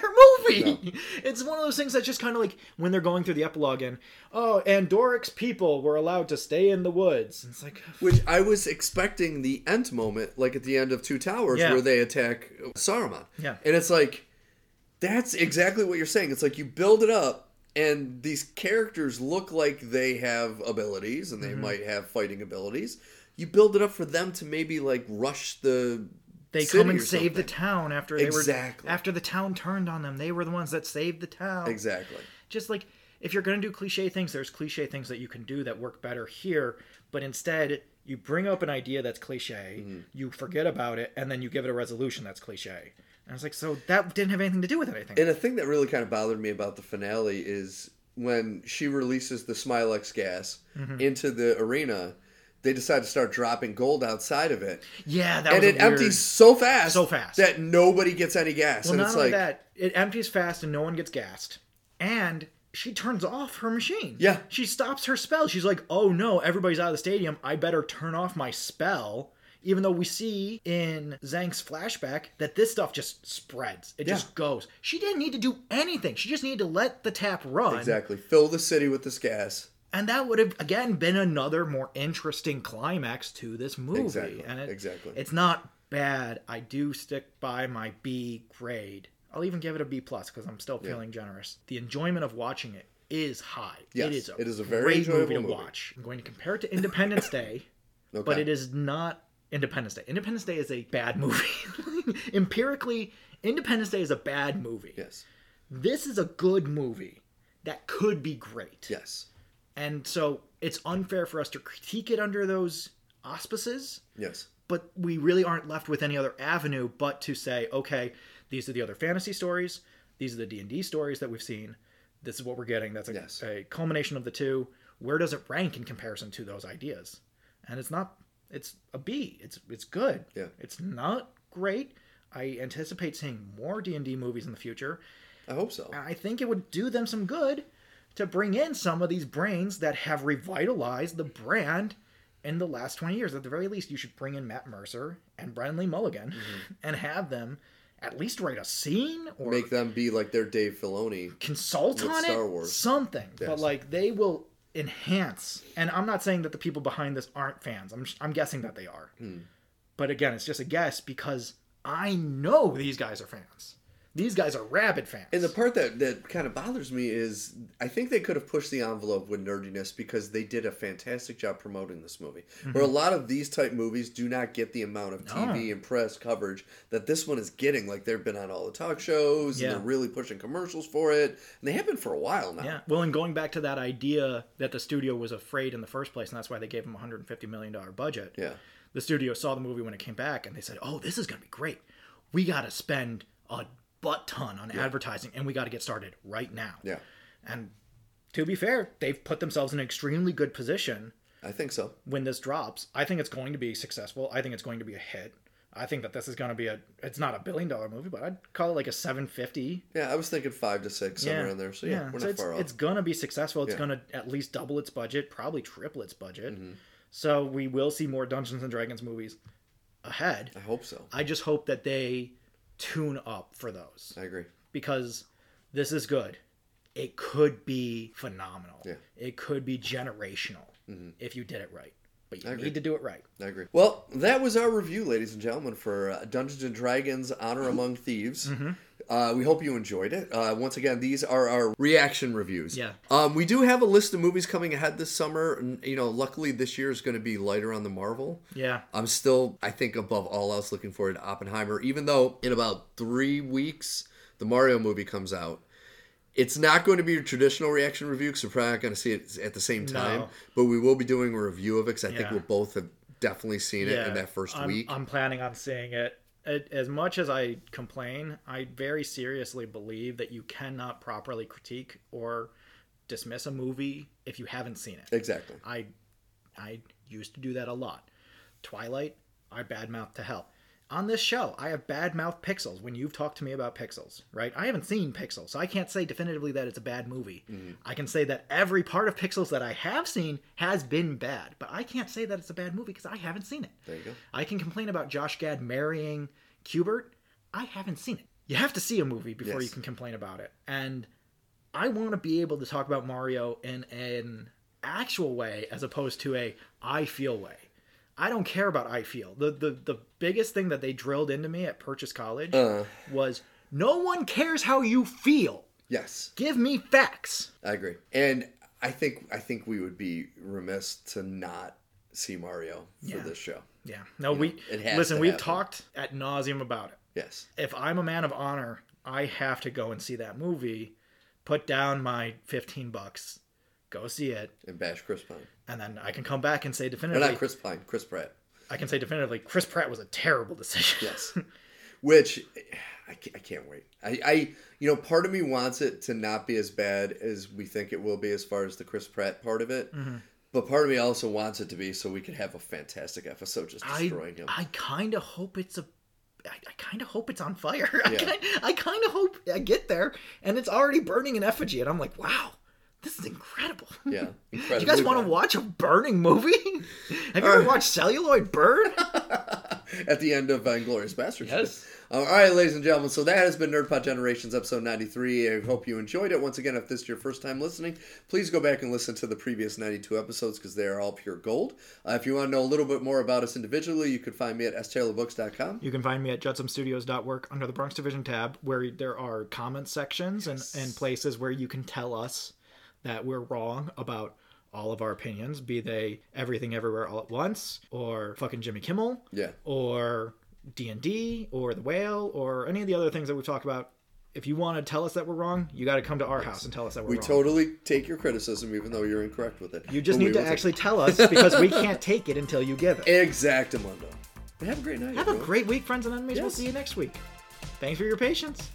Speaker 2: movie. It's one of those things that's just kind of like when they're going through the epilogue and, oh, and Doric's people were allowed to stay in the woods. And it's like,
Speaker 1: Which I was expecting the end moment, like at the end of Two Towers,
Speaker 2: Yeah.
Speaker 1: where they attack Saruman.
Speaker 2: Yeah.
Speaker 1: And it's like, that's exactly what you're saying. It's like you build it up, and these characters look like they have abilities, and they
Speaker 2: Mm-hmm.
Speaker 1: might have fighting abilities. You build it up for them to maybe like rush the.
Speaker 2: they
Speaker 1: city
Speaker 2: come and
Speaker 1: or
Speaker 2: save the
Speaker 1: something.
Speaker 2: town after they
Speaker 1: Exactly.
Speaker 2: were after the town turned on them. They were the ones that saved the town.
Speaker 1: Exactly.
Speaker 2: Just like if you're going to do cliche things, there's cliche things that you can do that work better here, but instead you bring up an idea that's cliche,
Speaker 1: Mm-hmm.
Speaker 2: you forget about it, and then you give it a resolution that's cliche. And it's like, so that didn't have anything to do with anything.
Speaker 1: And a thing that really kind of bothered me about the finale is when she releases the Smilex gas
Speaker 2: Mm-hmm.
Speaker 1: into the arena, they decide to start dropping gold outside of it.
Speaker 2: yeah, that
Speaker 1: And
Speaker 2: was a
Speaker 1: it
Speaker 2: weird...
Speaker 1: empties so fast.
Speaker 2: So fast.
Speaker 1: That nobody gets any gas.
Speaker 2: Well,
Speaker 1: and
Speaker 2: not
Speaker 1: it's
Speaker 2: only
Speaker 1: like,
Speaker 2: that, it empties fast and no one gets gassed. And she turns off her machine.
Speaker 1: Yeah.
Speaker 2: She stops her spell. She's like, oh no, everybody's out of the stadium. I better turn off my spell. Even though we see in Zhang's flashback that this stuff just spreads, it
Speaker 1: Yeah.
Speaker 2: just goes. She didn't need to do anything. She just needed to let the tap run.
Speaker 1: exactly. Fill the city with this gas.
Speaker 2: And that would have again been another more interesting climax to this movie.
Speaker 1: Exactly,
Speaker 2: And
Speaker 1: exactly.
Speaker 2: It's not bad. I do stick by my B grade. I'll even give it a B plus because I'm still feeling generous. The enjoyment of watching it is high.
Speaker 1: Yes,
Speaker 2: it is a,
Speaker 1: it is a very
Speaker 2: great
Speaker 1: enjoyable
Speaker 2: movie to
Speaker 1: movie.
Speaker 2: watch. I'm going to compare it
Speaker 1: <laughs>
Speaker 2: to Independence Day,
Speaker 1: Okay.
Speaker 2: but it is not Independence Day. Independence Day is a bad movie. <laughs> Empirically, Independence Day is a bad movie.
Speaker 1: Yes.
Speaker 2: This is a good movie that could be great.
Speaker 1: Yes.
Speaker 2: And so it's unfair for us to critique it under those auspices,
Speaker 1: Yes.
Speaker 2: but we really aren't left with any other avenue but to say, okay, these are the other fantasy stories, these are the D&D stories that we've seen. This is what we're getting. That's a,
Speaker 1: Yes.
Speaker 2: a culmination of the two. Where does it rank in comparison to those ideas? And it's not it's a B. It's it's good.
Speaker 1: Yeah.
Speaker 2: It's not great. I anticipate seeing more D&D movies in the future.
Speaker 1: I hope so.
Speaker 2: I think it would do them some good to bring in some of these brains that have revitalized the brand in the last 20 years. At the very least, you should bring in Matt Mercer and Brian Lee Mulligan
Speaker 1: Mm-hmm.
Speaker 2: and have them at least write a scene or
Speaker 1: Make them be like their Dave Filoni.
Speaker 2: consult
Speaker 1: with
Speaker 2: on
Speaker 1: Star
Speaker 2: it,
Speaker 1: Wars.
Speaker 2: something. But
Speaker 1: Yes.
Speaker 2: like they will enhance. And I'm not saying that the people behind this aren't fans. I'm I'm guessing that they are.
Speaker 1: Hmm.
Speaker 2: But again, it's just a guess because I know these guys are fans. These guys are rabid fans.
Speaker 1: And the part that, that kind of bothers me is I think they could have pushed the envelope with nerdiness because they did a fantastic job promoting this movie.
Speaker 2: Mm-hmm.
Speaker 1: Where a lot of these type movies do not get the amount of TV and press coverage that this one is getting. Like they've been on all the talk shows
Speaker 2: Yeah.
Speaker 1: and they're really pushing commercials for it. And they have been for a while now.
Speaker 2: yeah. Well, and going back to that idea that the studio was afraid in the first place, and that's why they gave him a hundred and fifty million dollar budget.
Speaker 1: Yeah.
Speaker 2: The studio saw the movie when it came back, and they said, "Oh, this is gonna be great. We gotta spend a butt ton on advertising, and we gotta get started right now."
Speaker 1: Yeah.
Speaker 2: And to be fair, they've put themselves in an extremely good position
Speaker 1: I think so.
Speaker 2: when this drops. I think it's going to be successful. I think it's going to be a hit. I think that this is going to be a. It's not a billion dollar movie, but I'd call it like a seven fifty.
Speaker 1: Yeah, I was thinking five to six somewhere in there. So yeah, we're not
Speaker 2: it's,
Speaker 1: far off.
Speaker 2: it's gonna be successful. It's
Speaker 1: Yeah. Mm-hmm.
Speaker 2: gonna at least double its budget, probably triple its budget. So we will see more Dungeons and Dragons movies ahead.
Speaker 1: I hope so.
Speaker 2: I just hope that they tune up for those
Speaker 1: I agree.
Speaker 2: because this is good. It could be phenomenal.
Speaker 1: Yeah. Mm-hmm.
Speaker 2: It could be generational if you did it right. But you need to do it right.
Speaker 1: I agree. Well, that was our review, ladies and gentlemen, for uh, Dungeons and Dragons: Honor Among
Speaker 2: Mm-hmm.
Speaker 1: Thieves. Uh, we hope you enjoyed it. Uh, once again, these are our reaction reviews.
Speaker 2: Yeah.
Speaker 1: Um, we do have a list of movies coming ahead this summer. And, you know, luckily this year is going to be lighter on the Marvel.
Speaker 2: Yeah.
Speaker 1: I'm still, I think, above all else, looking forward to Oppenheimer. Even though in about three weeks the Mario movie comes out, it's not going to be a traditional reaction review because we're probably not going to see it at the same time.
Speaker 2: No.
Speaker 1: But we will be doing a review of it because I think
Speaker 2: Yeah.
Speaker 1: we'll both have definitely seen it
Speaker 2: yeah.
Speaker 1: in that 1st
Speaker 2: I'm-
Speaker 1: week.
Speaker 2: I'm planning on seeing it. It- As much as I complain, I very seriously believe that you cannot properly critique or dismiss a movie if you haven't seen it.
Speaker 1: exactly.
Speaker 2: I I used to do that a lot. Twilight, I badmouth to hell. On this show, I have badmouth Pixels when you've talked to me about Pixels, right? I haven't seen Pixels, so I can't say definitively that it's a bad movie.
Speaker 1: Mm-hmm.
Speaker 2: I can say that every part of Pixels that I have seen has been bad, but I can't say that it's a bad movie because I haven't seen it.
Speaker 1: There you go.
Speaker 2: I can complain about Josh Gad marrying Cubert. I haven't seen it. You have to see a movie before
Speaker 1: Yes.
Speaker 2: you can complain about it. And I want to be able to talk about Mario in an actual way as opposed to a I feel way. I don't care about I feel. The the, the biggest thing that they drilled into me at Purchase College
Speaker 1: Uh.
Speaker 2: was no one cares how you feel.
Speaker 1: Yes,
Speaker 2: Give me facts.
Speaker 1: I agree. And I think I think we would be remiss to not see Mario for this show.
Speaker 2: Yeah. No, we
Speaker 1: it has
Speaker 2: listen,
Speaker 1: to
Speaker 2: we've
Speaker 1: happen.
Speaker 2: talked at nauseum about it.
Speaker 1: Yes.
Speaker 2: if I'm a man of honor, I have to go and see that movie, put down my 15 bucks, go see it,
Speaker 1: And bash Chris Pine.
Speaker 2: and then I can come back and say
Speaker 1: Or
Speaker 2: definitively
Speaker 1: not Chris Pine, Chris Pratt.
Speaker 2: I can say definitively Chris Pratt was a terrible decision.
Speaker 1: Yes.
Speaker 2: <laughs>
Speaker 1: Which I can't, I can't wait. I, I, you know, part of me wants it to not be as bad as we think it will be as far as the Chris Pratt part of it.
Speaker 2: Mm-hmm.
Speaker 1: But part of me also wants it to be so we could have a fantastic episode just
Speaker 2: I
Speaker 1: destroying him.
Speaker 2: I kind of hope it's a I, I kind of hope it's on fire. <laughs> I
Speaker 1: Yeah.
Speaker 2: kind I kind of hope I get there and it's already burning in effigy and I'm like, "Wow, this is incredible." <laughs>
Speaker 1: yeah.
Speaker 2: You guys
Speaker 1: incredibly
Speaker 2: want
Speaker 1: bad.
Speaker 2: to watch a burning movie? <laughs> Have you ever
Speaker 1: Uh,
Speaker 2: watched Celluloid Bird?
Speaker 1: at the end of Inglorious Bastards.
Speaker 2: Yes.
Speaker 1: Uh, all right, ladies and gentlemen. So that has been Nerdpod Generations episode 93. I hope you enjoyed it. Once again, if this is your first time listening, please go back and listen to the previous 92 episodes because they are all pure gold. Uh, if you want to know a little bit more about us individually, you can find me at staylorbooks.com.
Speaker 2: You can find me at judsumstudios.work under the Bronx Division tab, where there are comment sections and, and places where you can tell us that we're wrong about all of our opinions, be they everything everywhere all at once, or fucking Jimmy Kimmel,
Speaker 1: Yeah.
Speaker 2: or D and D, or the whale, or any of the other things that we've talked about. If you want to tell us that we're wrong, you got to come to our house and tell us that we're
Speaker 1: We
Speaker 2: wrong.
Speaker 1: totally take your criticism, even though you're incorrect with it.
Speaker 2: you just
Speaker 1: But we
Speaker 2: need to
Speaker 1: will take-
Speaker 2: actually
Speaker 1: <laughs>
Speaker 2: tell us because we can't take it until you give it.
Speaker 1: Exactamundo. Have a great night.
Speaker 2: Have a
Speaker 1: everyone.
Speaker 2: great week, friends and enemies. We'll
Speaker 1: Yes.
Speaker 2: see you next week. Thanks for your patience.